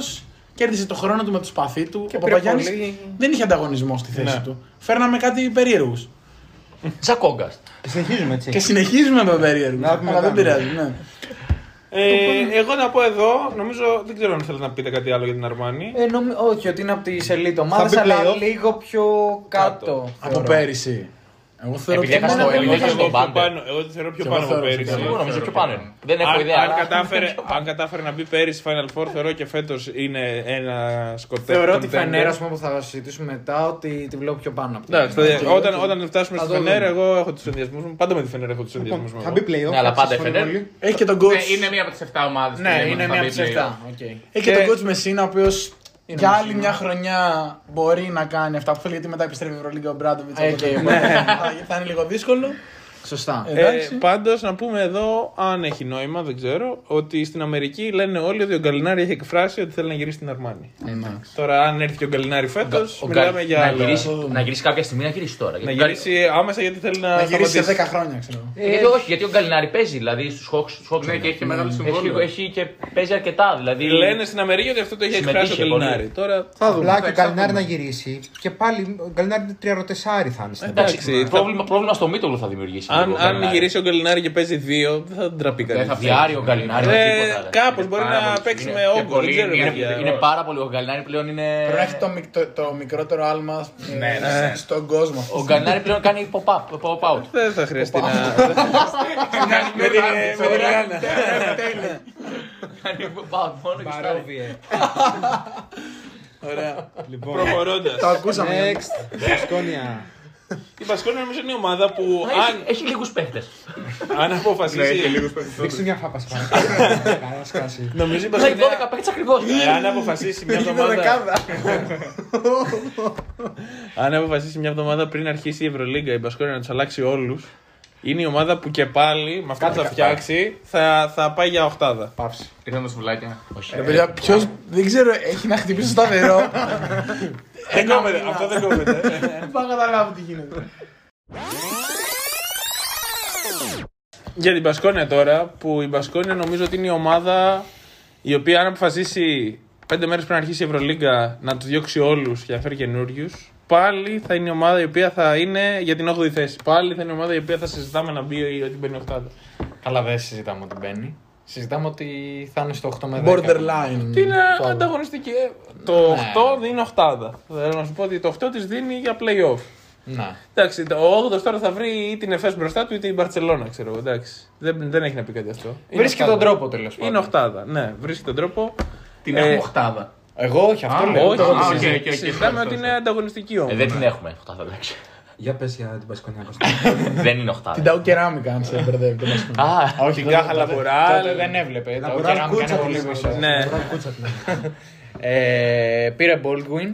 S4: κέρδισε το χρόνο του με το σπαθί του. ο Παπαγιάννη δεν είχε ανταγωνισμό στη
S2: Ναι.
S4: θέση του. Φέρναμε κάτι περίεργους.
S2: Τζακόγκα.
S1: Συνεχίζουμε
S2: Ε.
S1: έτσι.
S4: Και συνεχίζουμε με περίεργους.
S1: Να πούμε
S4: Αλλά δεν
S1: μετά.
S4: πειράζει. Ναι.
S3: Ε, εγώ να πω εδώ, νομίζω δεν ξέρω αν θέλετε να πείτε κάτι άλλο για την Αρμάνη.
S6: Ε, νομι... Όχι, ότι είναι από τι ελίτ ομάδε,
S1: μπει
S6: αλλά
S1: playoff.
S6: λίγο πιο κάτω.
S4: Από πέρυσι. Εγώ θεωρώ
S2: Επειδή έχασε
S4: μόνο
S2: το
S4: εγώ-
S3: Εγώ
S2: Ελληνικό έχασε τον
S3: πιο
S2: Πάντερ.
S3: πάνω- Εγώ τη θεωρώ πιο
S4: Και εγώ
S3: πάνω από
S4: θεωρώ
S3: πέρυσι.
S4: ότι
S5: Ε,
S2: Εγώ νομίζω πιο πάνω. είναι. Δεν έχω
S3: αν,
S2: ιδέα.
S3: αν
S2: αλλά-
S3: κατάφερε, αν κατάφερε να μπει πέρυσι Final Four, θεωρώ και φέτος είναι ένα σκοτέι.
S6: Θεωρώ ότι η Φενέρα, ας πούμε, που θα συζητήσουμε μετά, ότι τη βλέπω πιο πάνω από
S3: Εντάξει,
S6: την.
S3: θα- όταν, όταν φτάσουμε
S6: Θα
S3: στη
S6: το
S3: Φενέρα,
S6: δούμε.
S3: εγώ έχω τους ενδιασμούς μου. Πάντα με τη Φενέρα έχω τους ενδιασμούς μου.
S1: Θα
S3: εγώ.
S1: μπει playoff.
S2: Ναι, αλλά
S1: σας
S2: πάντα η
S1: συμφωνώ
S2: Fener.
S1: πολύ.
S4: Έχει και τον coach.
S5: Ναι, είναι μία από τις 7 ομάδες.
S4: Ναι, είναι μία από τις 7.
S6: Ε,
S4: Έχει και
S3: Και-
S4: τον coach Μεσίνα, ο οποίος
S6: Είναι
S4: για άλλη
S6: Μεσίνα.
S4: μια χρονιά μπορεί να κάνει αυτά που θέλει, γιατί μετά επιστρέφει η Ευρωλίγκα ο Μπράντοβιτ.
S6: Ε, και-
S4: Θα είναι λίγο δύσκολο.
S6: Σωστά.
S3: Ε,
S4: Εντάξει.
S3: Πάντως, να πούμε εδώ, αν έχει νόημα, δεν ξέρω, ότι στην Αμερική λένε όλοι ότι ο Γκαλινάρη έχει εκφράσει ότι θέλει να γυρίσει στην Αρμάνη. Τώρα, αν έρθει και ο Γκαλινάρη φέτο,
S2: Ε, Ο
S3: μιλάμε
S2: Γκάρι-
S3: για.
S2: να,
S3: άλλα.
S2: γυρίσει,
S4: δούμε.
S2: να γυρίσει κάποια στιγμή, να γυρίσει τώρα.
S3: Να
S2: Γιατί ο Γκάρι-
S3: γυρίσει άμεσα γιατί θέλει να,
S4: Να γυρίσει σε
S3: σταματήσει.
S4: 10 χρόνια, ξέρω εγώ.
S2: Ε, γιατί όχι, γιατί ο Γκαλινάρη παίζει, δηλαδή στους Hawks. Hawks
S5: Ναι,
S2: είναι.
S5: και έχει και μεγάλο
S2: έχει,
S5: συμβόλαιο.
S2: έχει και παίζει αρκετά. Δηλαδή,
S3: Λένε στην Αμερική ότι αυτό το έχει εκφράσει ο
S2: Συμμετείχε πολύ.
S3: Γκαλινάρη. Τώρα.
S1: Θα δούμε. Απλά και ο
S5: Εντάξει, θα
S1: Γκαλινάρη
S5: δούμε.
S1: να γυρίσει. Και πάλι ο Γκαλινάρη είναι 3-4 θα είναι στην
S2: εντάξει,
S3: εντάξει, θα-
S2: πρόβλημα, πρόβλημα στο Μίτογλου θα δημιουργήσει.
S3: Αν,
S2: λίγο ο
S3: αν
S2: Γκαλινάρη.
S3: γυρίσει ο Γκαλινάρη και παίζει δύο, δεν θα τον τραπεί
S5: Δεν
S3: κανεί.
S5: θα
S2: Διάρει ο Γκαλινάρη.
S3: Ε,
S2: τίποτα, ρε.
S3: κάπως ε.
S2: Είναι
S3: μπορεί
S2: πάρα
S3: να
S2: πολύ-
S3: παίξει
S2: είναι-
S3: με
S5: και
S3: όγκο.
S5: πολύ
S3: Δεν ξέρω.
S5: είναι-
S3: παιδιά.
S2: Είναι πάρα πολύ. Ο Γκαλινάρη πλέον είναι.
S4: Πρέπει να έχει το μικ- το- το μικρότερο άλμα ε,
S3: ναι.
S4: στον κόσμο.
S2: Ο Γκαλινάρη πλέον κάνει pop-up, pop-out.
S3: Δεν θα χρειαστεί να.
S5: Με την
S2: Κάνει pop-out μόνο και στα
S1: Λοιπόν,
S4: Το
S3: Προχωρώντα.
S4: ακούσαμε.
S1: next. Βασκόνια.
S3: Η Πασκόνη νομίζω είναι η ομάδα που
S2: Μα έχει- Ναι,
S3: αν-
S2: Έχει λίγους παίχτες.
S3: αν αποφασίσει.
S1: Δείξτε μια φάπα σπάνια. Καλά σκάσει.
S3: Νομίζω η
S2: Έχει
S3: Πασκόνη.
S2: 12 παίχτες ακριβώς.
S3: Αν αποφασίσει μια εβδομάδα. Αν αποφασίσει μια εβδομάδα πριν αρχίσει η Ευρωλίγκα η Πασκόνη να τους αλλάξει όλους. Είναι η ομάδα που και πάλι με αυτά που θα φτιάξει θα, θα πάει για οχτάδα.
S1: Παύση.
S5: Ήρθαν τα σουβλάκια.
S4: Ρε Ε, παιδιά, ποιος, δεν ξέρω, έχει να χτυπήσει στο σταθερό.
S3: Δεν κόβεται, αυτό δεν κόβεται.
S4: Δεν πάω να καταλάβω τι γίνεται.
S3: Για την Μπασκόνια τώρα, που η Μπασκόνια νομίζω ότι είναι η ομάδα η οποία αν αποφασίσει πέντε μέρες πριν αρχίσει η Ευρωλίγκα να του διώξει όλους και να φέρει καινούριους, πάλι θα είναι η ομάδα η οποία θα είναι για την 8η θέση. Πάλι θα είναι η ομάδα η οποία θα συζητάμε να μπει ή ότι μπαίνει 8η.
S6: Καλά, δεν συζητάμε ότι μπαίνει. Συζητάμε ότι θα είναι στο 8 με 10.
S3: Τι
S4: Borderline.
S3: είναι ανταγωνιστική. ε, Το 8 δίνει 8η. Θέλω να σου πω ότι το 8 της δίνει για playoff.
S6: Να.
S3: Εντάξει, ο 8ο τώρα θα βρει ή την Εφές μπροστά του ή την Μπαρσελόνα, ξέρω εγώ. εντάξει. Δεν, δεν έχει να πει κάτι αυτό. Είναι
S6: Βρίσκει τον
S3: οκτάδα.
S6: τρόπο τέλος πάντων.
S3: Είναι 8η. Ναι, βρίσκει τον τρόπο.
S5: Την
S3: Ε,
S5: έχουμε οχτάδα.
S6: Εγώ, όχι, αυτό
S5: Α,
S6: λέω.
S5: όχι.
S6: Το-
S5: οκ, οκ,
S3: συζη-
S5: οκ,
S3: συζητάμε
S5: οκ,
S3: ότι
S5: οκ.
S3: είναι ανταγωνιστική
S2: Ε,
S3: ομάδα.
S2: Δεν την έχουμε. Αυτά θα λέξει.
S1: Για πες για την Πασκόνια.
S2: Δεν είναι οχτάδα.
S4: Την ταού κεράμικα, αν σε μπερδεύει. τέλος πάντων.
S2: Α,
S6: Όχι,
S3: Την
S6: τότε-
S3: Κάχα
S6: τότε-
S3: Λαμποράλ.
S6: Τότε δεν έβλεπε. Τα
S4: Λαμποράλ
S6: οκεράμικα
S4: κούτσα
S6: είναι
S4: της
S6: πολύ πίσω.
S3: Ναι.
S6: Ε, Πήρε Baldwin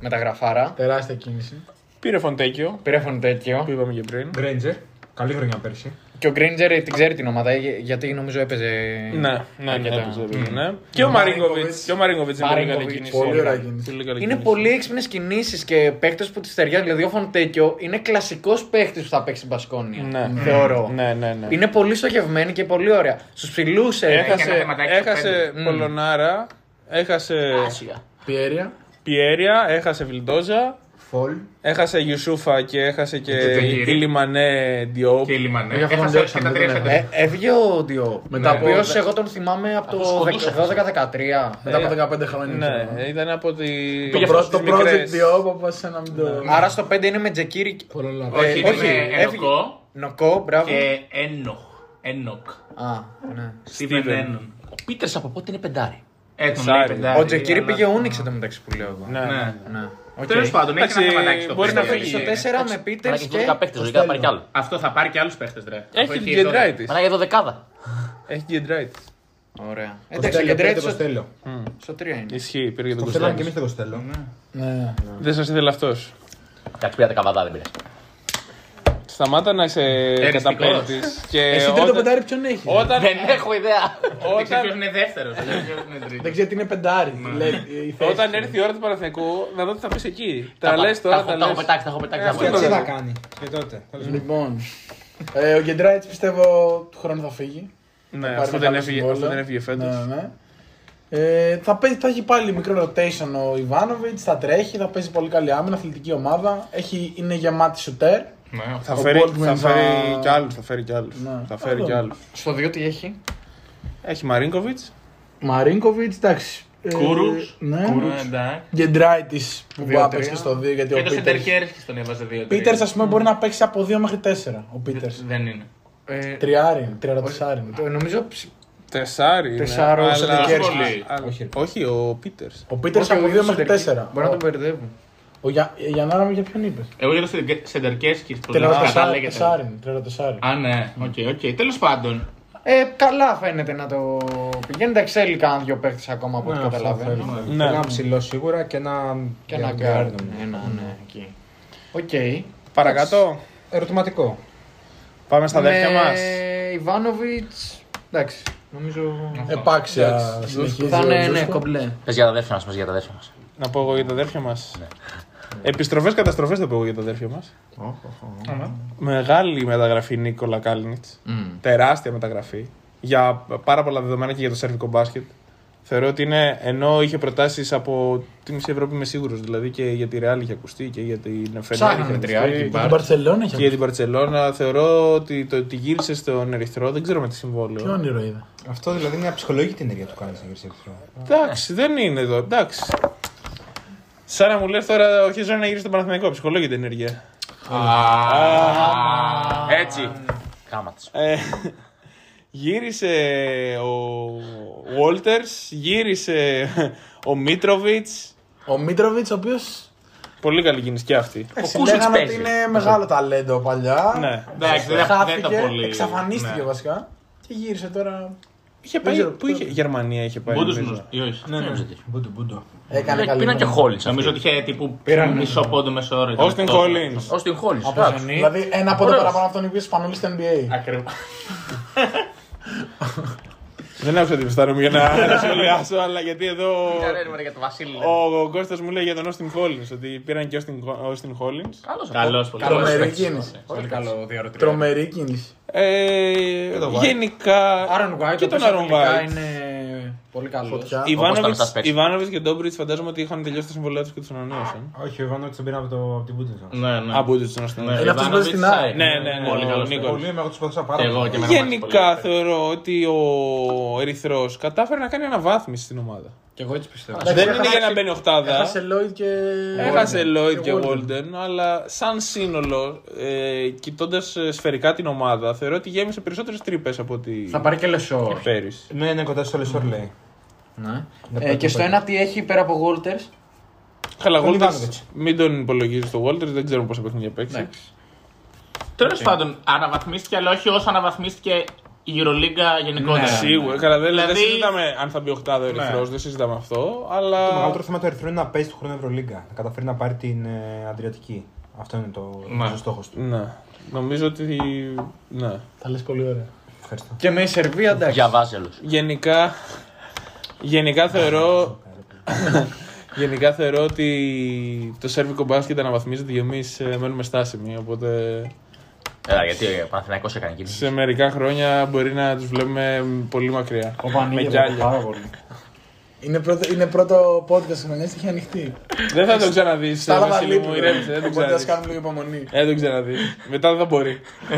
S6: με τα γραφάρα.
S4: Τεράστια κίνηση.
S3: Πήρε Φοντέκιο
S6: Πήρε
S3: που
S6: Φοντέκιο.
S3: είπαμε και πριν.
S1: Γκρέντζερ. Καλή χρονιά πέρσι.
S6: Και ο Γκρίντζερ την ξέρει την ομάδα γε- γιατί νομίζω έπαιζε.
S3: Ναι, ναι, ναι,
S6: αρκετά.
S3: το
S6: Μμμ.
S3: ξέρω, ναι. Και ο Μαρίνκοβιτ. Και ο Μαρίνκοβιτ είναι πολύ καλή
S6: Μαρίνκοβιτς,
S3: κίνηση. Ναι,
S4: πολύ ωραία κίνηση.
S3: Πολύ καλή
S6: Είναι
S3: κίνηση.
S6: πολύ έξυπνες κινήσεις και παίχτε που τη ταιριάζουν. Δηλαδή, ο Φοντέκιο είναι κλασικός παίχτη που θα παίξει στην Πασκόνια.
S3: Ναι.
S6: Θεωρώ.
S3: Ναι, ναι, ναι.
S6: Είναι πολύ στοχευμένη και πολύ ωραία. ε, Στους ψηλούς
S5: Έχει ένα
S3: Έχασε,
S5: θεματάκι στο
S3: έχασε
S6: πέντε.
S3: Πολωνάρα, έχασε
S2: άσια.
S4: Πιέρια.
S3: Πιέρια, έχασε Βιλντόζα,
S1: Φολ.
S3: έχασε Γιουσούφα και έχασε και
S5: Και Τζακίρι.
S3: η Λιμανέ Ντιόπ.
S5: Και η Λιμανέ.
S4: Για αυτόν
S5: Έχασε
S4: τον
S5: όλες και τα
S4: Jackson,
S5: τρία
S4: δεν
S5: σετ.
S6: Ε, έφυγε ο Ντιό.
S4: Μετά
S6: Μετά
S4: από-
S6: από. εγώ τον θυμάμαι από
S2: Αφού
S6: το
S2: σκοτώσαν.
S6: 12-13.
S4: Μετά από 15 χρόνια. ξέρω εγώ.
S3: Ναι, ήταν από τη.
S4: Το
S3: από
S4: προ-
S3: τις
S4: Το project
S3: μικρές.
S4: Diop, όπως ένα μην το...
S6: Άρα στο 5 είναι με Τζεκίρι. και-
S3: Ε,
S5: Όχι,
S6: όχι,
S5: είναι
S6: έφυγε.
S5: Ενοκό
S6: Νοκό, μπράβο.
S5: και Ένοχ. Ένοκ.
S6: Α, ναι.
S5: Στίβεν Ένον.
S2: Ο Πίτερ από πότε είναι πεντάρι.
S5: Ε, τον λέει
S3: Σάρι.
S5: πεντάρι,
S6: Ο Τζεκίρι
S5: αλλά-
S6: πήγε Ούνιξ εντωμεταξύ που λέω εγώ.
S3: Ναι.
S5: Ναι.
S6: Ναι. Οκ.
S5: Τέλος πάντων, έχει ένα
S3: Εντάξει,
S5: θεματάκι στο
S3: μπορεί να
S5: πέντε.
S3: φύγει.
S6: Στο 4 με Πίτερ
S2: Μαλάκα, έχει
S6: και.
S2: 12 παίχτε, ζωικά θα πάρει κι άλλο.
S5: Αυτό θα πάρει και άλλους παίχτες, ρε. Αφού
S3: Έχει την
S5: εδώ-
S3: κεντράη τη.
S2: Μάνα για δωδεκάδα.
S3: Έχει την κεντράη τη.
S6: Ωραία. Εντάξει, ο
S1: Κοστέλο. πήρε
S6: Κεντρέτη
S1: τον Κοστέλο.
S6: στο 3 είναι.
S3: Ισχύει, πήρε και τον
S1: Το θέλαμε και
S3: Κωνσταντίνο.
S1: εμείς τον Κοστέλο.
S4: Ναι.
S3: Δεν σας ήθελε αυτός.
S2: Εντάξει, πήρατε καβατά, δεν πειράζει.
S3: Σταμάτα να σε
S5: Εριστικός.
S3: καταπέμπτη.
S4: Εσύ τρίτο πεντάρι Ε, ποιον έχεις.
S3: Όταν.
S2: Δεν έχω ιδέα.
S5: Δεν ξέρω ποιος
S3: Όταν,
S5: είναι δεύτερος. Δεν ξέρω ποιος είναι τρίτος.
S4: Δεν ξέρω τι είναι πεντάρι. λέει, η θέση.
S3: Ναι. όταν έρθει η ώρα του Παναθηναϊκού, να δω τι θα πεις εκεί. Τα
S2: έχω-
S3: λες τώρα,
S2: έχω-
S3: τα
S2: Τα έχω
S3: λες.
S2: πετάξει, τα έχω
S3: Ε,
S2: πετάξει. τα έχω
S3: αυτό
S1: Τι
S2: πετάξει.
S1: θα κάνει. Και τότε.
S4: Λοιπόν, ε, ο Γκεντράιτ πιστεύω του χρόνου θα φύγει.
S3: Ναι,
S4: Πάρει
S3: αυτό δεν
S4: μεγάλο
S3: έφυγε,
S4: συμβόλαιο.
S3: αυτό δεν έφυγε
S4: Ναι,
S3: φέτος.
S4: ναι. Ε, θα, παίζει, θα έχει πάλι μικρό rotation ο Ιβάνοβιτ, θα τρέχει, θα παίζει πολύ καλή άμυνα, αθλητική ομάδα. Έχει, είναι γεμάτη σουτέρ.
S5: Ναι.
S3: Θα
S4: Ο
S3: φέρει,
S4: Baldwin
S3: θα
S4: θα-
S3: φέρει κι άλλους. Θα φέρει κι άλλους.
S4: Ναι.
S3: Θα φέρει
S4: Θα
S3: κι
S4: δούμε.
S3: άλλους.
S6: Στο 2 τι έχει.
S3: Έχει Μαρίνκοβιτ.
S4: Μαρίνκοβιτ, εντάξει.
S5: Κούρους.
S4: Ναι.
S5: Ε, εντάξει.
S4: Γκεντράιτη που
S6: Δύο-τρία.
S4: έπαιξε στο 2 γιατί
S5: Και
S4: ο
S5: το center
S4: Πίτερ.
S5: Hierarchy τον έβαζε δύο.
S4: Πίτερ, ας πούμε, μπορεί να παίξει από 2 μέχρι 4. Ο Πίτερ.
S3: Ναι.
S5: Δεν είναι.
S6: Ε,
S4: Τριάρι, είναι, τριαρατεσσάρι. είναι.
S6: το- Νομίζω ψ-
S3: Τεσσάρι. είναι,
S4: Τεσσάρο,
S3: ναι. αλλά-
S4: σαν δικαίρι.
S3: Πολύ. Α,
S1: Όχι.
S3: Όχι, ο Πίτερ.
S4: Ο Πίτερ από 2 μέχρι 4.
S6: Μπορεί να τον μπερδεύουν.
S4: Ο Για- ε, Γιαννάρα μου για ποιον είπες.
S5: Εγώ για το center- center Hierarchy που δεν κατά λέγεται.
S4: Τριαρατεσσάρι. Τριαρατεσσάρι.
S5: Α, ναι, οκ, οκ. Τέλος πάντων.
S6: Ε, καλά φαίνεται να το πηγαίνει. Εντάξει, έλεικα αν δύο παίχτε ακόμα από ό,τι
S7: Ναι, αυτό
S6: καταλαβαίνω.
S7: θέλουμε.
S3: Ναι.
S1: Ένα ψηλό σίγουρα και ένα.
S6: Και ένα
S1: γκάρντ.
S6: γκάρντ. Ένα, ναι, εκεί. Οκ.
S3: Παρακάτω.
S1: Ερωτηματικό.
S3: Πάμε στα αδέρφια μας.
S6: Ιβάνοβιτ. Εντάξει, νομίζω.
S4: Επάξια. Ε, Συνεχίζει.
S6: Θα
S4: ο
S6: είναι ναι,
S4: Ζούσκο.
S6: κομπλέ.
S2: Πες για τα αδέρφια μας, πες για τα αδέρφια μας.
S3: Να πω εγώ για τα αδέρφια μας. Επιστροφές, καταστροφές θα πω εγώ για τα αδέρφια μας. Μεγάλη μεταγραφή Νίκολα Κάλνιτ. Τεράστια μεταγραφή. Για πάρα πολλά δεδομένα και για το σερβικό μπάσκετ. Θεωρώ ότι είναι, ενώ είχε προτάσεις από τη μισή Ευρώπη, είμαι σίγουρος. Δηλαδή και για τη Ρεάλ είχε ακουστεί και για την Φενέρ είχε
S6: Ψάχνανε
S3: ακουστεί.
S6: τριάρι.
S4: Και την Μπαρσελόνα
S3: Και για
S4: έχει
S3: την Παρσελώνα θεωρώ ότι το ότι γύρισε στον Ερυθρό δεν ξέρω με τι συμβόλαιο.
S4: Τι όνειρο είδα.
S1: Αυτό δηλαδή είναι μια ψυχολογική ενέργεια του κάνει να γυρίσει εχθρό.
S3: Εντάξει, δεν είναι εδώ. Εντάξει. Σαν να μου λες τώρα ο Χιζόν να γυρίσει στον Παναθηναϊκό. Ψυχολόγητη ενέργεια. Έτσι.
S2: Κάμα της.
S3: Ε, Γύρισε ο Βόλτερ, γύρισε ο Μίτροβιτ.
S4: Ο Μίτροβιτ, ο οποίος.
S3: Πολύ καλή κίνηση και αυτή.
S2: Κούσιτς
S4: Λέγανε ότι
S2: παίζει.
S4: είναι μεγάλο ταλέντο παλιά.
S3: Ναι.
S5: Εντάξει, δεν τα- δεν τα
S4: Χάθηκε,
S5: πολύ.
S4: εξαφανίστηκε
S5: Ναι.
S4: βασικά. Και γύρισε τώρα.
S3: Είχε
S4: Δεν
S3: πάει,
S4: ξέρω,
S3: πού είχε, Γερμανία είχε πάει.
S5: Μπούντος
S3: νομίζω.
S5: μου, ή όχι.
S1: Μπούντο, μπούντο.
S6: Ναι,
S4: Έκανε καλή.
S2: Πήραν και
S4: μέρα.
S2: Χόλιν.
S5: Νομίζω ότι είχε τύπου
S6: Πήραν-
S5: μισό πόντο μέσω όρο. Ήταν
S3: Όστιν
S5: τόσο.
S3: Κόλλιν.
S2: Ω την Χόλιν.
S4: Δηλαδή ένα από τα
S2: Ωραίος.
S4: παραπάνω από τον οποίο σπανούλη στο NBA.
S5: Ακριβώς.
S3: Δεν άκουσα την ψητάρω για να να σχολιάσω, αλλά γιατί εδώ.
S2: για το Βασίλη.
S3: Ο, ο Κώστας μου λέει για τον Όστιν Collins ότι πήραν και Όστιν, Όστιν Collins.
S2: Καλός
S5: Καλός πολύ.
S4: Τρομερή
S5: Καλός.
S4: κίνηση.
S6: Πολύ καλός διαρροτήριο.
S4: Τρομερή κίνηση.
S3: Ε,
S1: το White.
S3: γενικά.
S6: Άρον Γουάιτ,
S3: και τον Άρον White.
S6: είναι πολύ καλός.
S4: Φωτιά.
S2: Όπως
S3: Ιβάνοβιτς,
S2: τα λεφτά παίξεις.
S3: Ιβάνοβιτς και Ντόμπριτ φαντάζομαι ότι είχαν τελειώσει τα συμβολέα τους και τους ανανέωσαν.
S1: Όχι, ο Ιβάνοβιτς τον πήραμε από, το, από την Μπούντο.
S5: Ναι, ναι.
S3: Α, Μπούντιτς τον ανανέωσαν.
S4: Είναι αυτός που παίζει στην ΑΕΚ.
S3: Ναι, ναι, ναι.
S5: Πολύ
S3: ο
S5: καλός.
S3: Νίκολας.
S1: Πολύ είμαι, εγώ τους προσπαθούσα πάρα
S5: Εγώ
S1: πολύ.
S5: και εμένα μου άρεσε
S3: Γενικά
S5: πολύ. ε.
S3: θεωρώ ότι ο Ερυθρός κατάφερε να κάνει αναβάθμιση στην ομάδα.
S7: Και εγώ έτσι πιστεύω.
S4: Εντάξει,
S3: Δεν είναι για να μπαίνει οχτάδα.
S4: Έχασε Λόιτ και.
S3: Έχασε Λόιτ και
S4: Walden.
S3: Βόλτεν, αλλά σαν σύνολο, ε, κοιτώντας σφαιρικά την ομάδα, θεωρώ ότι γέμισε περισσότερες τρύπες από ότι
S6: Θα πάρει και λεσόρ.
S3: πέρυσι.
S1: Ναι, είναι κοντά στο Λεσόρ λέει.
S6: Ε, και στο ένα τι έχει πέρα από Γόλτερ.
S3: Καλά,
S1: Τον
S3: Walters,
S1: Ivanovic.
S3: μην τον υπολογίζεις το Walters, δεν ξέρω πόσα παιχνίδια παίξει.
S5: Τέλο πάντων, αναβαθμίστηκε, αλλά όχι όσο αναβαθμίστηκε η Euroliga γενικότερα.
S3: Σίγουρα, καλά, δεν, δεν
S5: Δηλαδή-
S3: συζητάμε αν θα μπει οχτάδα ο Ερυθρός, δεν συζητάμε αυτό, αλλά.
S1: Το μεγαλύτερο θέμα του Ερυθρού είναι να παίζει του χρόνου Ευρωλίγκα. Να καταφέρει να πάρει την ε, Αδριατική. Αυτό είναι το
S5: Ναι.
S1: ο στόχος του.
S3: Ναι, νομίζω ότι. Ναι.
S4: Τα λες πολύ ωραία.
S1: Ευχαριστώ.
S6: Και με η Σερβία εντάξει.
S2: Διαβάζει όλο.
S3: Γενικά, γενικά θεωρώ. γενικά θεωρώ ότι το σερβικό μπάσκετ αναβαθμίζεται και εμεί μένουμε στάσιμοι. Οπότε
S2: Έλα, γιατί ε, ο Παναθηναϊκός έκανε κίνηση.
S3: σε μερικά χρόνια μπορεί να τους βλέπουμε πολύ μακριά.
S6: Ο
S3: με
S6: Βανίγεβα,
S3: κιάλια.
S6: πάρα πολύ.
S4: Είναι πρώτο, είναι πρώτο podcast τη χρονιά και έχει ανοιχτεί.
S3: δεν θα το ξαναδείς.
S4: Τα άλλα τα
S3: Βασίλη μου, ηρέμησε. Δεν το
S4: Οπότε α
S3: ξαναδεί.
S4: κάνουμε λίγο υπομονή.
S3: Ε, δεν το ξαναδείς. Μετά δεν θα μπορεί.
S2: Ε,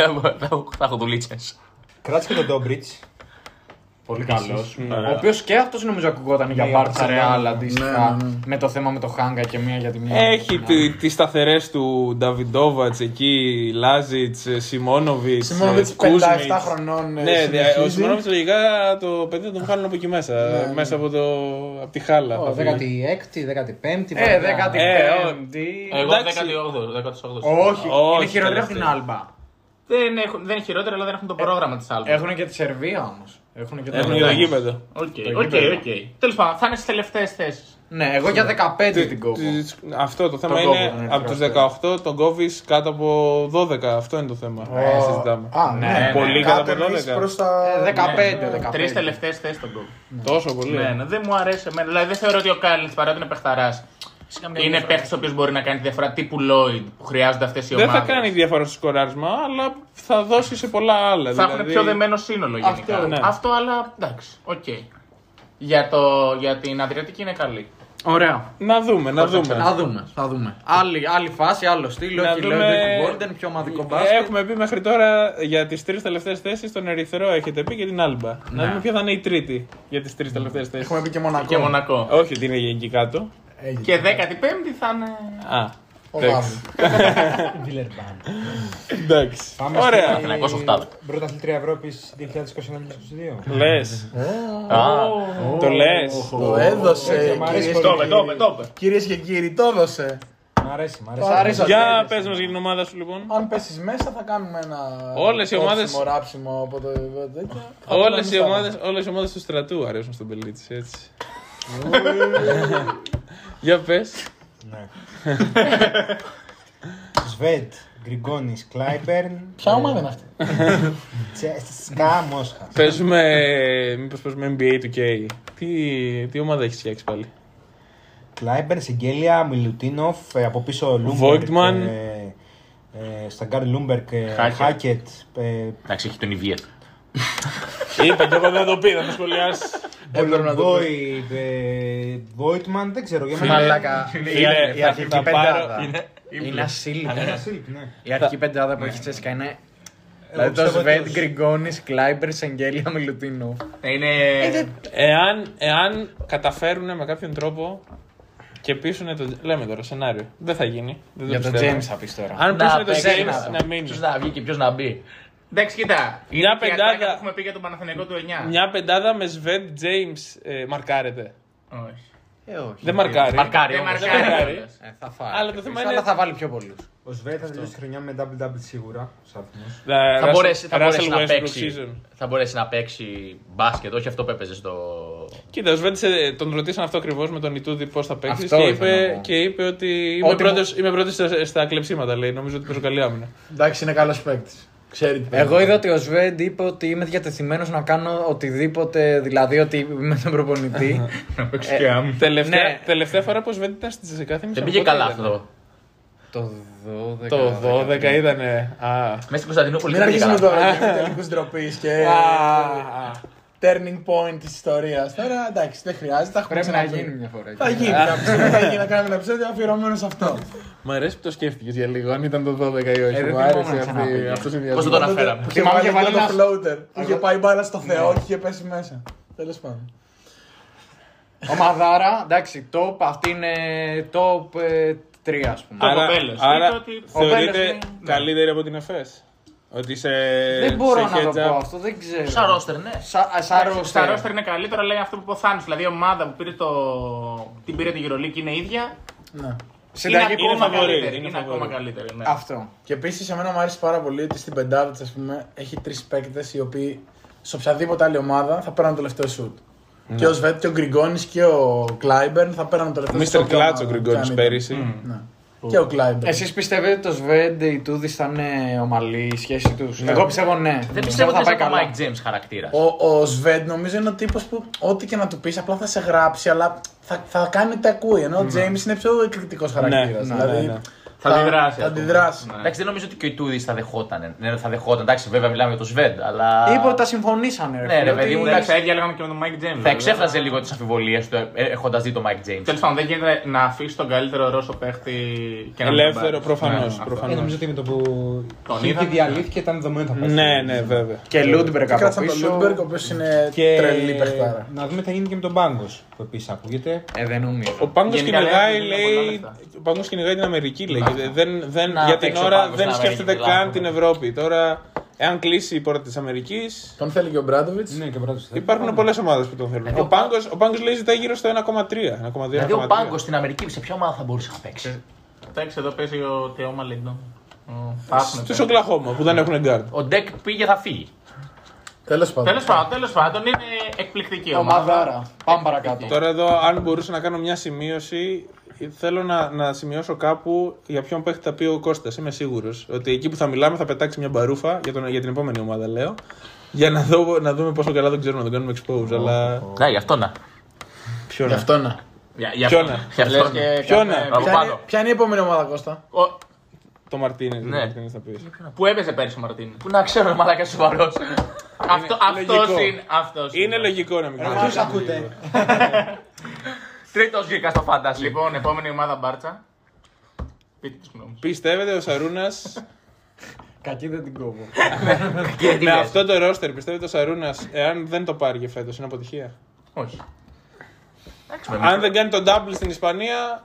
S2: Θα έχω δουλίτσες.
S1: Κράτησε και τον Ντόμπριτς.
S6: Πολύ καλό. Ο
S3: Ναι.
S6: οποίος και αυτός νομίζω ακουγόταν για Μπάρτσα Ρεάλ αντίστοιχα.
S4: Ναι, ναι, ναι.
S6: Με το θέμα με το Χάγκα και μία για τη μία. Ναι.
S3: Έχει τι τις σταθερές του Νταβιντόβατς εκεί, Λάζιτς, ε, Σιμόνοβιτς,
S4: Σιμόνοβιτς,
S3: ε, Κούσμιτς.
S4: 57 χρονών, ε,
S3: Ναι, δια- ο
S4: συνεχίζει.
S3: Σιμόνοβιτς λογικά το παιδί θα τον βγάλουν από εκεί μέσα, μέσα από, το, από τη χάλα. θα φύγει.
S1: 16η, 15η.
S6: Ε, δέκατη
S3: Ε, ο-
S6: πέμπτη.
S5: Εγώ
S3: Εντάξει.
S5: 18, 18.
S6: Όχι, είναι
S3: όχι,
S6: χειρότερο από
S3: τελευταία.
S6: την Άλμπα.
S5: Δεν, έχουν, δεν είναι χειρότερο, αλλά δεν έχουν το πρόγραμμα της άλλη.
S6: Έχουν και τη Σερβία όμως. Έχουν και το
S7: Ναι.
S3: Έχουν και το
S6: Βελγίο.
S3: γήπεδο.
S5: Οκ, οκ, οκ. Τέλος πάντων, θα είναι στις τελευταίες θέσεις.
S6: Ναι, εγώ για 15
S3: Τι-
S6: την κόβω.
S3: τις- Αυτό το θέμα
S6: Τον
S3: είναι
S6: κόβω, ναι,
S3: από τους 18 τον κόβεις κάτω από 12. Αυτό είναι το θέμα. που Ναι, συζητάμε.
S4: Α, ναι.
S3: Πολύ ναι. κάτω από
S4: Εμείς
S3: 12.
S4: προς
S7: Ε,
S4: τα.
S3: Ναι.
S5: Ναι.
S6: 15, 15.
S5: Τρεις τελευταίες θέσεις τον κόβω.
S3: Τόσο πολύ.
S5: Ναι, ναι, δεν μου αρέσει εμένα. Δηλαδή δεν θεωρώ ότι ο Κάλλιν παρότι είναι παιχταράς. Είναι παίχτης ο οποίος μπορεί να κάνει διαφορά τύπου Lloyd που χρειάζονται αυτές οι ομάδε.
S3: Δεν θα κάνει διαφορά στο σκοράρισμα, αλλά θα δώσει σε πολλά άλλα.
S5: Θα έχουν
S3: δηλαδή-
S5: πιο δεμένο σύνολο
S3: Αυτό,
S5: γενικά. Αυτό,
S3: ναι.
S5: αλλά εντάξει, οκ. Για, το, για την Αδριατική είναι καλή.
S7: Ωραία.
S3: Να δούμε, να
S7: Θα
S3: δούμε.
S7: δούμε. Θα δούμε. Άλλη, άλλη φάση, άλλο στυλ.
S3: Ναι. Να
S7: Όχι, λέω
S3: δούμε- Ε,
S7: Dirty Gordon, πιο ομαδικό μπάσκετ.
S3: Έχουμε πει μέχρι τώρα για τις τρεις τελευταίες θέσεις τον Ερυθρό έχετε πει και την Άλμπα. Να δούμε ποια θα είναι η τρίτη για τις τρεις τελευταίες θέσεις.
S4: Έχουμε πει και Μονακό.
S5: Και Μονακό.
S3: Όχι ότι είναι εκεί κάτω.
S4: Έγινε.
S3: ε,
S5: Και 15η θα είναι.
S3: Α,
S4: Ο
S3: εντάξει.
S4: Γάβρης.
S1: Βιλερμπάν.
S3: εντάξει.
S1: Πάμε
S3: Ωραία.
S1: στην
S2: 28.
S1: πρωταθλήτρια Ευρώπης 2021-2022.
S3: Λε. Το λες.
S4: Το έδωσε.
S1: Μ' αρέσει
S4: κυρίες
S1: πολύ.
S4: και- Κυρίες και κύριοι, το έδωσε.
S1: Μ' αρέσει, μ' αρέσει.
S3: Για πες μας για την ομάδα σου λοιπόν.
S4: Αν πέσεις μέσα, θα κάνουμε ένα.
S3: Όλες οι
S4: κόψιμο,
S3: ομάδες-
S4: ράψιμο από το εδώ, τέτοιο. Θα
S3: Όλες οι
S4: τα
S3: ομάδε όλες οι ομάδες του στρατού αρέσουν στον Πελίτης, έτσι. Για πες.
S1: Ναι. Σβέτ, Γκριγκόνη, Κλάιμπερν.
S4: Ποια ομάδα είναι αυτή.
S1: Σκά Μόσχα.
S3: Παίζουμε. Μήπως παίζουμε NBA 2K. Τι, τι ομάδα έχεις φτιάξει πάλι.
S1: Κλάιμπερν, Σεγγέλια, Μιλουτίνοφ, ε, από πίσω Λούμπερκ.
S3: Voigtman.
S1: ε, ε, Σταγκάρ Λούμπερκ, ε,
S5: Hackett.
S1: Hackett, ε,
S5: Εντάξει, έχει τον Ιβιέ.
S3: Είπα και εγώ δεν το πει, θα με σχολιάσει.
S1: Μπολμπόι, ε, Voigtman, δεν ξέρω. Για μένα
S7: Μαλάκα.
S3: Φίλε,
S7: Η
S3: θα-
S7: αρχική
S3: θα πάρω-
S7: πεντάδα. Είναι ασύλληπτη.
S1: είναι Σίλπ, ναι.
S7: Η αρχική πεντάδα που έχει Τσέσκα
S3: ναι.
S7: είναι. Δηλαδή το
S1: πιστεύω
S7: Σβέντ,
S1: ότι-
S7: Γκριγκόνης, Κλάιμπερ, Σεγγέλια, Μιλουτίνο. Ε,
S5: Είναι.
S3: Εάν, εάν καταφέρουν με κάποιον τρόπο και πείσουν το. Λέμε τώρα σενάριο. Δεν θα γίνει. Δεν το
S7: Για τον
S3: πιστεύω.
S7: James θα πεις τώρα.
S3: Αν πείσουν το
S7: παίξει
S3: James
S7: να-
S3: να μείνει.
S2: Ποιος να βγει και ποιος να μπει.
S5: Εντάξει, κοίτα.
S3: Μια
S5: είναι και
S3: πεντάδα.
S5: ατάκα που Έχουμε πει για τον Παναθηναϊκό του 9.
S3: Μια πεντάδα με Σβέντ James ε, μαρκάρεται.
S5: Όχι.
S7: Ε, όχι.
S3: Δεν μαρκάρει.
S2: ε, Μαρκάρι.
S5: Δεν
S2: όμως.
S3: μαρκάρει.
S5: μαρκάρει.
S7: Ε, θα φάει.
S3: Αλλά το θέμα
S7: Αλλά
S3: είναι-
S7: θα βάλει πιο πολλούς.
S1: Ο Σβέτ θα τελειώσει τη χρονιά με double-double σίγουρα. στους αριθμούς.
S3: Θα
S2: Θα μπορέσει, θα μπορέσει να
S3: Season.
S2: παίξει, θα μπορέσει να παίξει μπάσκετ, όχι αυτό που έπαιζε στο.
S3: Κοίτα, ο Σβέντ ε, τον ρωτήσαν αυτό ακριβώς με τον Ιτούδη πώς θα παίξει
S7: Αυτό
S3: και,
S7: ήθελα να
S3: είπε,
S7: πω.
S3: και είπε ότι είμαι
S7: Ότι
S3: πρώτος, είμαι πρώτος στα, στα κλεψίματα. Λέει. Νομίζω ότι παίζω καλή άμυνα.
S4: Εντάξει, είναι καλός παίκτης. Ξέρει τι παίζει.
S7: Εγώ είδα ότι ο Σβέντ είπε ότι είμαι διατεθειμένος να κάνω οτιδήποτε, δηλαδή ότι είμαι τον προπονητή. Ε,
S3: τελευταία,
S7: ναι.
S3: τελευταία φορά που ο Σβέντ ήταν στη Τζεσικά
S2: Δεν πήγε καλά αυτό.
S7: το 12.
S3: Το 12 ήταν. Α.
S2: Μέσα στην Κωνσταντινούπολη.
S4: Μην
S2: δεν πήγε
S4: αρχίσουμε
S2: καλά.
S4: τώρα με τελικούς ντροπής και. turning point της ιστορίας. Τώρα εντάξει, δεν χρειάζεται. τα έχουμε
S7: Πρέπει να
S4: ξαναπεί.
S7: γίνει μια φορά.
S4: Θα γίνει. κάποια στιγμή, Ε. Θα γίνει να κάνουμε ένα επεισόδιο αφιερωμένο σε αυτό.
S3: Μ' αρέσει που το σκέφτηκες για λίγο, αν ήταν το 12 ή όχι.
S7: Ε, δεν
S3: Μου
S7: θυμάμαι
S3: άρεσε
S7: να
S3: αυτή,
S7: ξαναπήγε.
S3: αυτός ο
S2: Πώς το τον
S3: διαδικασμός.
S2: αναφέραμε.
S4: Που θυμάμαι και ναι. βάλει
S7: βάλει
S4: ένα
S7: ένα-
S4: floater. Που είχε πάει μπάλα στο Θεό και είχε πέσει μέσα. Τέλος πάντων.
S7: Ο Μαδάρα, εντάξει, top, αυτή είναι top 3 ας πούμε.
S5: Άρα- άρα
S3: θεωρείται
S7: είναι-
S3: καλύτερη από την ΕΦΕΣ. Ότι σε.
S7: δεν μπορώ
S3: σε
S7: να το
S3: heads up.
S7: πω αυτό, δεν ξέρω.
S2: Σαν ρόστερ, ναι.
S7: Σα- Σαν
S5: Στα
S7: ρόστερ.
S5: ρόστερ είναι καλύτερο, αλλά είναι αυτό που είπε ο Θάνος. Δηλαδή η ομάδα που πήρε το... την πήρε τη Euroleague είναι ίδια.
S4: Ναι.
S7: Συνταγή
S5: είναι ακόμα
S3: φαβορή,
S5: καλύτερη.
S3: είναι
S5: Είναι,
S3: φαβορή.
S5: ακόμα καλύτερη. Ναι.
S7: Αυτό.
S4: Και επίσης, εμένα μου αρέσει πάρα πολύ ότι στην πεντάδα της, ας πούμε, έχει τρεις παίκτες οι οποίοι σε οποιαδήποτε άλλη ομάδα θα παίρνουν το τελευταίο σουτ.
S3: Ναι.
S4: Και ο Σβέτ και ο Γκριγκόνης και ο Κλάιμπερν θα παίρνουν το
S3: Ο
S4: τελευταίο
S3: Μίστερ
S4: σουτ.
S3: Κλάτσο Γκριγκόνη πέρυσι.
S4: Ναι. Και ο Κλάιμπερν.
S7: Εσείς πιστεύετε ότι το Σβέντ ή Τούδης θα είναι ομαλή η σχέση τους. Εγώ πιστεύω ναι.
S2: Δεν πιστεύω ότι
S7: θα πάει
S2: είναι ο
S7: καλά.
S2: Mike James χαρακτήρας.
S4: Ο, ο Σβέντ νομίζω είναι ο τύπος που ό,τι και να του πεις απλά θα σε γράψει, αλλά θα, θα κάνει ό,τι ακούει. Ενώ ο Τζέιμ είναι πιο εκρηκτικός χαρακτήρας.
S3: ναι,
S4: δηλαδή,
S3: ναι, ναι.
S5: Θα αντιδράσει,
S4: Θα
S5: ας πούμε.
S4: αντιδράσει.
S5: Ναι.
S2: Εντάξει, δεν νομίζω ότι και ο Ιτούδης θα δεχόταν. Ναι, θα δεχόταν. Εντάξει, βέβαια μιλάμε για τον Σβέντ, αλλά.
S7: Είπε ότι τα συμφωνήσανε.
S5: Ε,
S2: Ναι, ρε
S7: φίλε,
S2: παιδί
S7: ότι-
S2: μου,
S5: Εντάξει,
S2: εντάξει.
S5: τα ίδια λέγαμε και με τον Mike James.
S2: Θα εξέφραζε λίγο τις αμφιβολίες του έχοντας δει τον Mike James.
S5: Τέλος πάντων, δεν γίνεται να αφήσει τον καλύτερο Ρώσο παίχτη και να μην
S3: Ελεύθερο,
S5: τον πάρεις. Ναι,
S3: προφανώς,
S5: αυτό.
S3: προφανώς.
S1: Ε, νομίζω ότι με το που
S5: Τον
S1: είχε
S5: είδαμε.
S1: διαλύθηκε ήταν δεδομένο θα πέσει.
S3: Ναι, ναι, βέβαια.
S7: Και Λούντμπεργκ
S4: Και
S7: από
S4: κράτσαν τον
S7: πίσω.
S4: Λούντμπεργκ, ο οποίος είναι
S1: Και
S4: τρελή παιχτάρα.
S1: να δούμε τι θα γίνει και με τον Πάγκο που επίσης ακούγεται.
S7: Ε, δεν νομίζω.
S3: Ο Πάγκος
S5: Γενικά
S3: κυνηγάει,
S5: λέει,
S3: λέει.
S5: πολλά λεφτά.
S3: Ο Πάγκος κυνηγάει την Αμερική, λέγεται. Δεν, δεν,
S2: Να
S3: για την
S2: παίξει ο
S3: ώρα
S2: Πάγκος
S3: δεν
S2: στην
S3: σκέφτεται
S2: Αμερική,
S3: καν
S2: λάθος.
S3: την Ευρώπη. Τώρα, εάν κλείσει η πόρτα της Αμερικής,
S4: Τον θέλει και ο Μπράντοβιτ.
S1: Ναι, και πρώτο.
S3: υπάρχουν πολλέ ομάδες που τον θέλουν. Ο Πάγκος ο Πάγκος λέει ζητάει γύρω στο 1,3. 1,2,
S2: Δηλαδή ο
S3: 1,3.
S2: Πάγκος στην Αμερική σε ποια ομάδα θα μπορούσε να παίξει.
S5: Εντάξει, ναι. εδώ παίζει ο Τεόμα Λίντον.
S3: Στου Οκλαχώμα που δεν έχουν guard.
S2: Ο Ντεκ πήγε, θα φύγει.
S4: Τέλος πάντων.
S5: Τέλος πάντων, τέλος πάντων, είναι εκπληκτική ομάδα.
S7: Ομαδάρα. Πάμε παρακάτω.
S3: Τώρα εδώ, αν μπορούσα να κάνω μια σημείωση, θέλω να, να σημειώσω κάπου για ποιον παίχτη θα πει ο Κώστας, Είμαι σίγουρος ότι εκεί που θα μιλάμε θα πετάξει μια μπαρούφα για, τον, για την επόμενη ομάδα, λέω. Για να, δω, να δούμε πόσο καλά τον ξέρουμε, να τον κάνουμε expose. Αλλά.
S2: Ναι, γι' αυτό να.
S3: Ποιον
S4: Γι'
S3: να.
S4: αυτό ναι. να.
S2: Για- για-
S3: Ποιον να.
S2: Γι' αυτό να.
S3: Ποιον να.
S2: Από
S4: Ποια είναι,
S2: πάνω.
S4: ποια είναι η επόμενη ομάδα, Κώστα.
S5: Ο-
S3: Το δηλαδή, Μαρτίνες.
S2: Ναι.
S3: θα πει.
S5: Που έπαιζε πέρυσι ο Μαρτίνες.
S2: Πού να ξέρω, μαλάκα σοβαρό.
S5: Αυτό αυτός
S3: λογικό.
S5: είναι. Αυτός
S3: Είναι λογικό να μην
S1: Ποιο ακούτε.
S2: Τρίτος γήκα στο φάντασμα.
S5: Λοιπόν, επόμενη ομάδα Μπάρτσα. Πείτε τη γνώμη σας.
S3: Πιστεύετε ο Σαρούνας
S6: Κακή δεν την κόβω.
S3: με αυτό το ρόστερ, πιστεύετε ο Σαρούνας, εάν δεν το πάρει και φέτος, είναι αποτυχία.
S5: Όχι.
S3: Αν δεν κάνει τον double στην Ισπανία,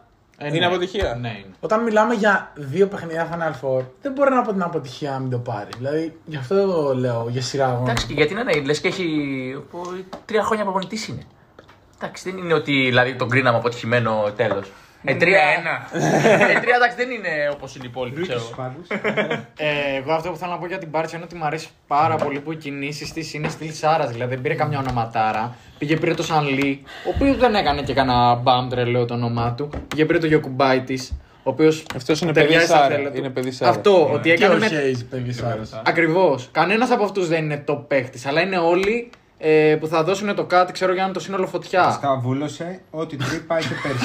S3: είναι αποτυχία.
S6: Ναι, είναι.
S4: Όταν μιλάμε για δύο παιχνιδιά Final Four, δεν μπορώ να πω την αποτυχία αν μην το πάρει. Δηλαδή, γι' αυτό το λέω για σειρά αγώνων.
S2: Εντάξει, και γιατί να είναι, λες και έχει. πο- Τρία χρόνια προπονητής είναι. Εντάξει, δεν είναι ότι δηλαδή, τον κρίναμε αποτυχημένο τέλος.
S5: Ναι.
S2: Ε, τρία
S3: Ναι.
S2: ένα. ε, τρία εντάξει, δεν είναι όπως είναι οι υπόλοιποι, ξέρω.
S7: Ε, εγώ αυτό που θέλω να πω για την Μπάρτσα είναι ότι μου αρέσει πάρα πολύ που οι κινήσεις της είναι στη Σάρας. Δηλαδή δεν πήρε καμιά ονοματάρα. Πήγε πήρε το Σαν Λί, ο οποίος δεν έκανε και κανένα μπαμ τρελό το όνομά του. Πήγε πήρε το Γιοκουμπάι της, ο οποίος.
S3: Αυτός είναι παιδί Σάρα, είναι παιδί Ναι. Σάρα.
S7: Αυτό ότι
S4: Και
S7: έκανε.
S4: ο
S7: με-
S4: Χέι, παιδί Άρα.
S7: Ακριβώς. Κανένας από αυτούς δεν είναι top παίχτη, αλλά είναι όλοι ε, που θα δώσουν το κάτι, ξέρω για να το σύνολο φωτιά.
S1: Βασικά βούλωσε ό,τι τρύπα είχε πέρσι.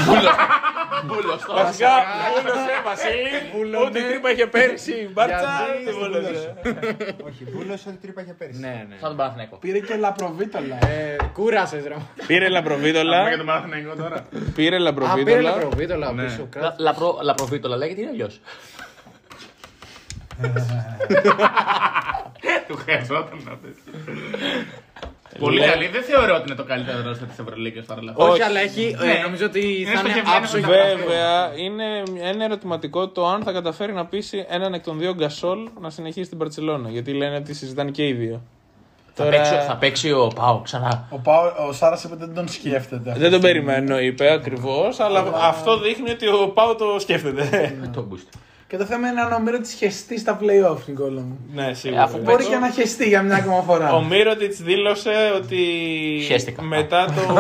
S3: Βασικά, βούλωσε Βασίλη, ό,τι τρύπα είχε πέρσι. η Μπάρτσα, δεν βούλωσε.
S1: Όχι, βούλωσε ό,τι τρύπα είχε πέρσι.
S7: Ναι, ναι.
S2: Σαν τον Παναθηναϊκό.
S4: Πήρε και λαπροβίτολα.
S7: Ε, Κούρασες, ρε.
S3: Πήρε
S5: Πάμε για
S3: λαμπροβίτολα.
S5: τον Παναθηναϊκό τώρα.
S3: Πήρε
S7: Α, πήρε
S3: λαμπροβίτολα.
S7: λαπροβίτολα
S3: Ναι.
S7: πίσω.
S2: Λα- λαπρο- Λαπροβίτολα λέγεται ή αλλιώ.
S5: Του χρειαζόταν να πες.
S2: Ε,
S5: Πολύ καλή. Δεν θεωρώ ότι είναι το καλύτερο ρόστερ της Ευρωλίγκας παρόλα αυτά.
S7: Όχι, αλλά έχει. ε,
S5: Ναι.
S7: νομίζω ότι
S5: Είναι
S7: θα είναι
S5: στοχευμένο
S7: άψογη.
S5: μετά.
S3: Βέβαια, είναι ένα ερωτηματικό το αν θα καταφέρει να πείσει έναν εκ των δύο Γκασόλ να συνεχίσει την Παρσελόνα. Γιατί λένε ότι συζητάνε και οι δύο.
S2: Θα παίξει- Θα παίξει ο Πάο ξανά.
S4: Ο, Πάο, ο Σάρας είπε δεν τον σκέφτεται.
S3: Ε, Δεν τον περιμένω, είπε ακριβώς, αλλά αυτό δείχνει ότι ο Πάο το σκέφτεται.
S2: Το boost.
S4: Και το θέμα είναι αν ο Μύρο τη χεστεί στα playoff, Νικόλα μου.
S3: ναι, σίγουρα.
S2: αφού
S4: Μπορεί και να χεστεί για μια ακόμα φορά.
S3: Ο Μύρωτιτ δήλωσε ότι
S2: Χαίστηκα.
S3: μετά το,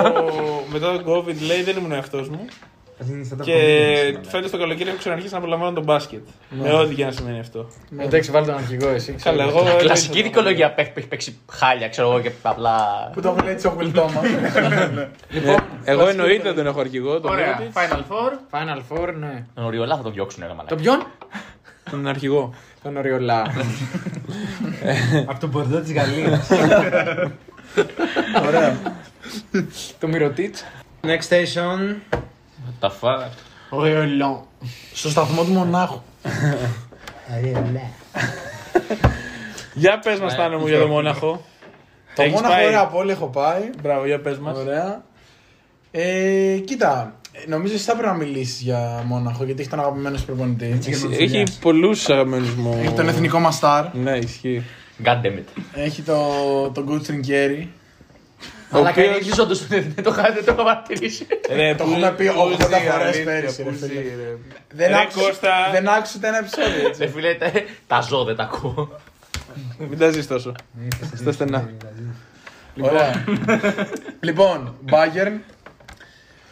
S3: μετά το COVID λέει δεν ήμουν εαυτός μου. και φέτος το καλοκαίρι έχω ξαναρχίσει να απολαμβάνω τον μπάσκετ. Με ό,τι και να σημαίνει αυτό.
S7: Εντάξει, βάλει τον αρχηγό εσύ. ξέρω.
S3: Καλά, εγώ.
S2: Κλασική δικαιολογία παίχτη που έχει παίξει χάλια, ξέρω εγώ και απλά.
S4: Που το λέει έτσι ο Will Thomas.
S3: Εγώ εννοείται δεν έχω αρχηγό. Τον
S5: Ωραία.
S3: Μύρωτιτς.
S5: Final Four.
S7: Final Four, ναι.
S2: Τον Οριολά θα τον διώξουν, ρε μαλάκα.
S7: Τον ποιον?
S3: Τον αρχηγό.
S7: Τον Οριολά.
S1: Από τον πορδό της Γαλλίας.
S7: τον Μυρωτίτς.
S1: Next station.
S2: Τα φά.
S4: Ο Ιωλό. Στο σταθμό του Μονάχου.
S3: Για πες μας, Τάνο μου, για το Μόναχο.
S4: Το
S3: Έχεις
S4: Μόναχο,
S3: πάει?
S4: ωραία από όλοι έχω πάει.
S3: Μπράβο, για πες μας.
S4: Ωραία. Ε, κοίτα, ε, νομίζω εσύ θα πρέπει να μιλήσεις για Μόναχο γιατί έχει τον αγαπημένος σου προπονητή.
S3: Έχει πολλούς αγαπημένους μου.
S4: Έχει τον εθνικό μας στάρ.
S3: Ναι, ισχύει.
S2: God damn it.
S4: Έχει το, τον Κούτσιν Κέρι.
S2: Αλλά κανείς όντω δεν το χα- δεν το έχω παρατηρήσει.
S3: Ρε,
S4: Το
S3: που-
S4: έχουμε πει 80
S3: που ζει,
S4: φορές
S3: αλήθεια,
S4: πέρυσι.
S3: που
S4: Ρε,
S3: ζει,
S4: φίλε.
S3: ρε.
S4: δεν,
S3: Ρε,
S4: άκουσε,
S3: Κώστα.
S4: δεν άκουσε ούτε ένα επεισόδιο. έτσι.
S2: Ρε φίλε, τα- τα ζω δεν τα ακούω.
S3: Μην τα ζεις τόσο. Στα στενά.
S4: Ωραία. λοιπόν, Bayern.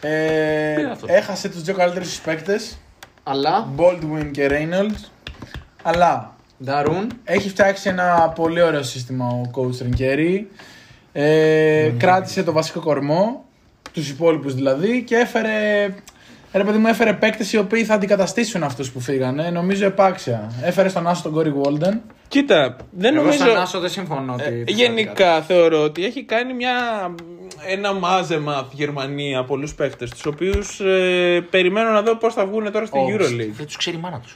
S2: Πήρα
S4: Ε,
S2: αυτό.
S4: έχασε τους δύο καλύτερους τους παίκτες,
S7: Αλλά.
S4: Baldwin και Reynolds. Αλλά
S7: Νταρούν.
S4: Έχει φτιάξει ένα πολύ ωραίο σύστημα ο coach Τρινκέρι.
S3: Ναι.
S4: Ε, Κράτησε το βασικό κορμό, τους υπόλοιπους δηλαδή, και έφερε. Ρε παιδί μου, έφερε παίκτες οι οποίοι θα αντικαταστήσουν αυτούς που φύγανε. Νομίζω επάξια. Έφερε στον Άσο τον Κόρι Γουόλντεν.
S3: Κοίτα, δεν
S7: Εγώ σαν
S3: νομίζω.
S7: Άσο δεν συμφωνώ. ότι-
S3: Ε, Γενικά θεωρώ ότι έχει κάνει μια, ένα μάζεμα από τη Γερμανία πολλού παίχτε, τους οποίους ε, περιμένω να δω πώς θα βγουν τώρα στη Euroleague.
S2: Δεν τους ξέρει η μάνα τους.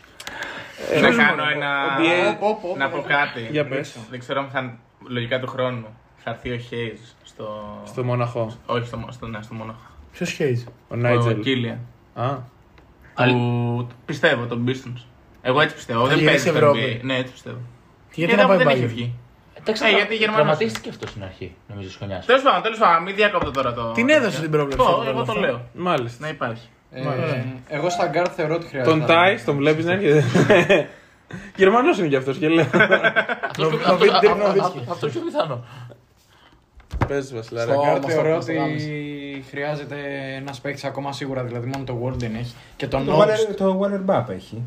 S5: Να Ε, κάνω ένα.
S3: NBA.
S5: Να πω κάτι.
S3: Για πες.
S5: Δεν ξέρω αν θα. Λογικά του χρόνου. Θα έρθει ο Χέιζ στο.
S3: Στο Μοναχό,
S5: Όχι στο, στο, ναι, στο Μόναχο.
S4: Ποιος χέιζε.
S3: ο
S5: Ο
S3: Νάιτζελ.
S5: Κίλιαν.
S3: Α,
S5: Του... Πιστεύω τον Pistons. Εγώ έτσι πιστεύω. Δεν
S4: γυρίσει
S5: παίζει στο
S4: Ευρώπη.
S5: NBA. Ναι, έτσι πιστεύω.
S4: Γιατί
S5: Και
S4: να
S5: δεν-
S4: πάει
S5: δεν έχει
S4: Bayern.
S5: βγει.
S2: Εντάξει,
S5: Ε,
S2: τρα-
S5: γιατί οι Γερμανοί-
S2: Τραυματίστηκε αυτός στην αρχή, νομίζω, της χρονιάς.
S5: Τέλος πάντων, τέλος πάντων, μην διακόπτω τώρα το.
S4: Την έδωσε την πρόβλεψη.
S5: Το-
S4: αυτό
S5: Εγώ το
S4: αυτό.
S5: λέω. Ναι,
S3: μάλιστα.
S5: Να υπάρχει.
S7: Ε, Εγώ στα γκάρτ θεωρώ ότι χρειάζεται.
S3: Τον Τάι, τον βλέπεις να έρχεται. Γερμανός είναι κι αυτός και λέω.
S2: Αυτός πιο πιθανό.
S3: Πε
S7: Στον
S3: Βασιλάρα.
S4: Στο-
S7: γκάρτ
S4: όμως,
S7: θεωρώ
S4: στο- στο
S7: ότι χρειάζεται ένας παίκτης ακόμα σίγουρα. Δηλαδή μόνο το World δεν έχει. Και τον
S1: Το
S7: Νόμπς,
S1: Waller- Το Waller Bap έχει.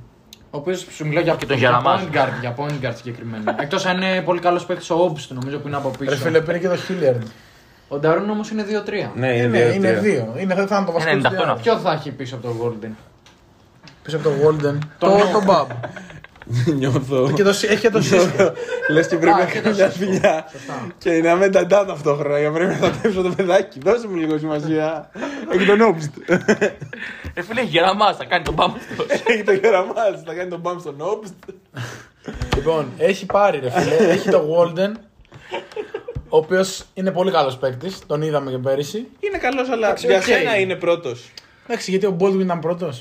S7: Ο οποίος σου μιλάω για,
S2: Και τον
S7: για
S2: Γιαραμάζ.
S7: point guard, για point guard συγκεκριμένα. Εκτός αν είναι πολύ καλός παίκτης ο Όμπστ, νομίζω που είναι από πίσω.
S4: Ρε φίλε, πήρε και το Χίλιαρντ.
S7: Ο Νταρούν όμως είναι 2-3.
S3: Ναι,
S4: Είναι,
S3: δύο,
S4: είναι
S3: τρία.
S4: δύο. Είναι, θα ήταν το βασικό.
S2: Ένα
S4: του
S2: 98
S4: διάρκεια.
S2: να
S7: Ποιο θα έχει πίσω από το Golden.
S4: Πίσω από το Golden. Το, το Bab.
S3: Νιώθω.
S4: Και το, σι- έχει και το σύσκο.
S3: Λε και πρέπει να κάνω μια δουλειά. Και να με ταντά ταυτόχρονα για να πρέπει να ταυτέψω το παιδάκι. Δώσε μου λίγο σημασία. Έχει τον Όμπστ.
S2: Ε, φίλε, γεραμάς, θα κάνει τον πάμπο αυτό.
S3: Έχει τον Γεραμάζ. Θα κάνει τον Μπαμ στον Όμπστ.
S4: λοιπόν, έχει πάρει ρε φίλε. έχει το Walden. Ο οποίος είναι πολύ καλός παίκτης. Τον είδαμε και πέρυσι.
S3: Είναι καλός, αλλά για σένα είναι πρώτος.
S4: Εντάξει, γιατί ο Baldwin ήταν πρώτος.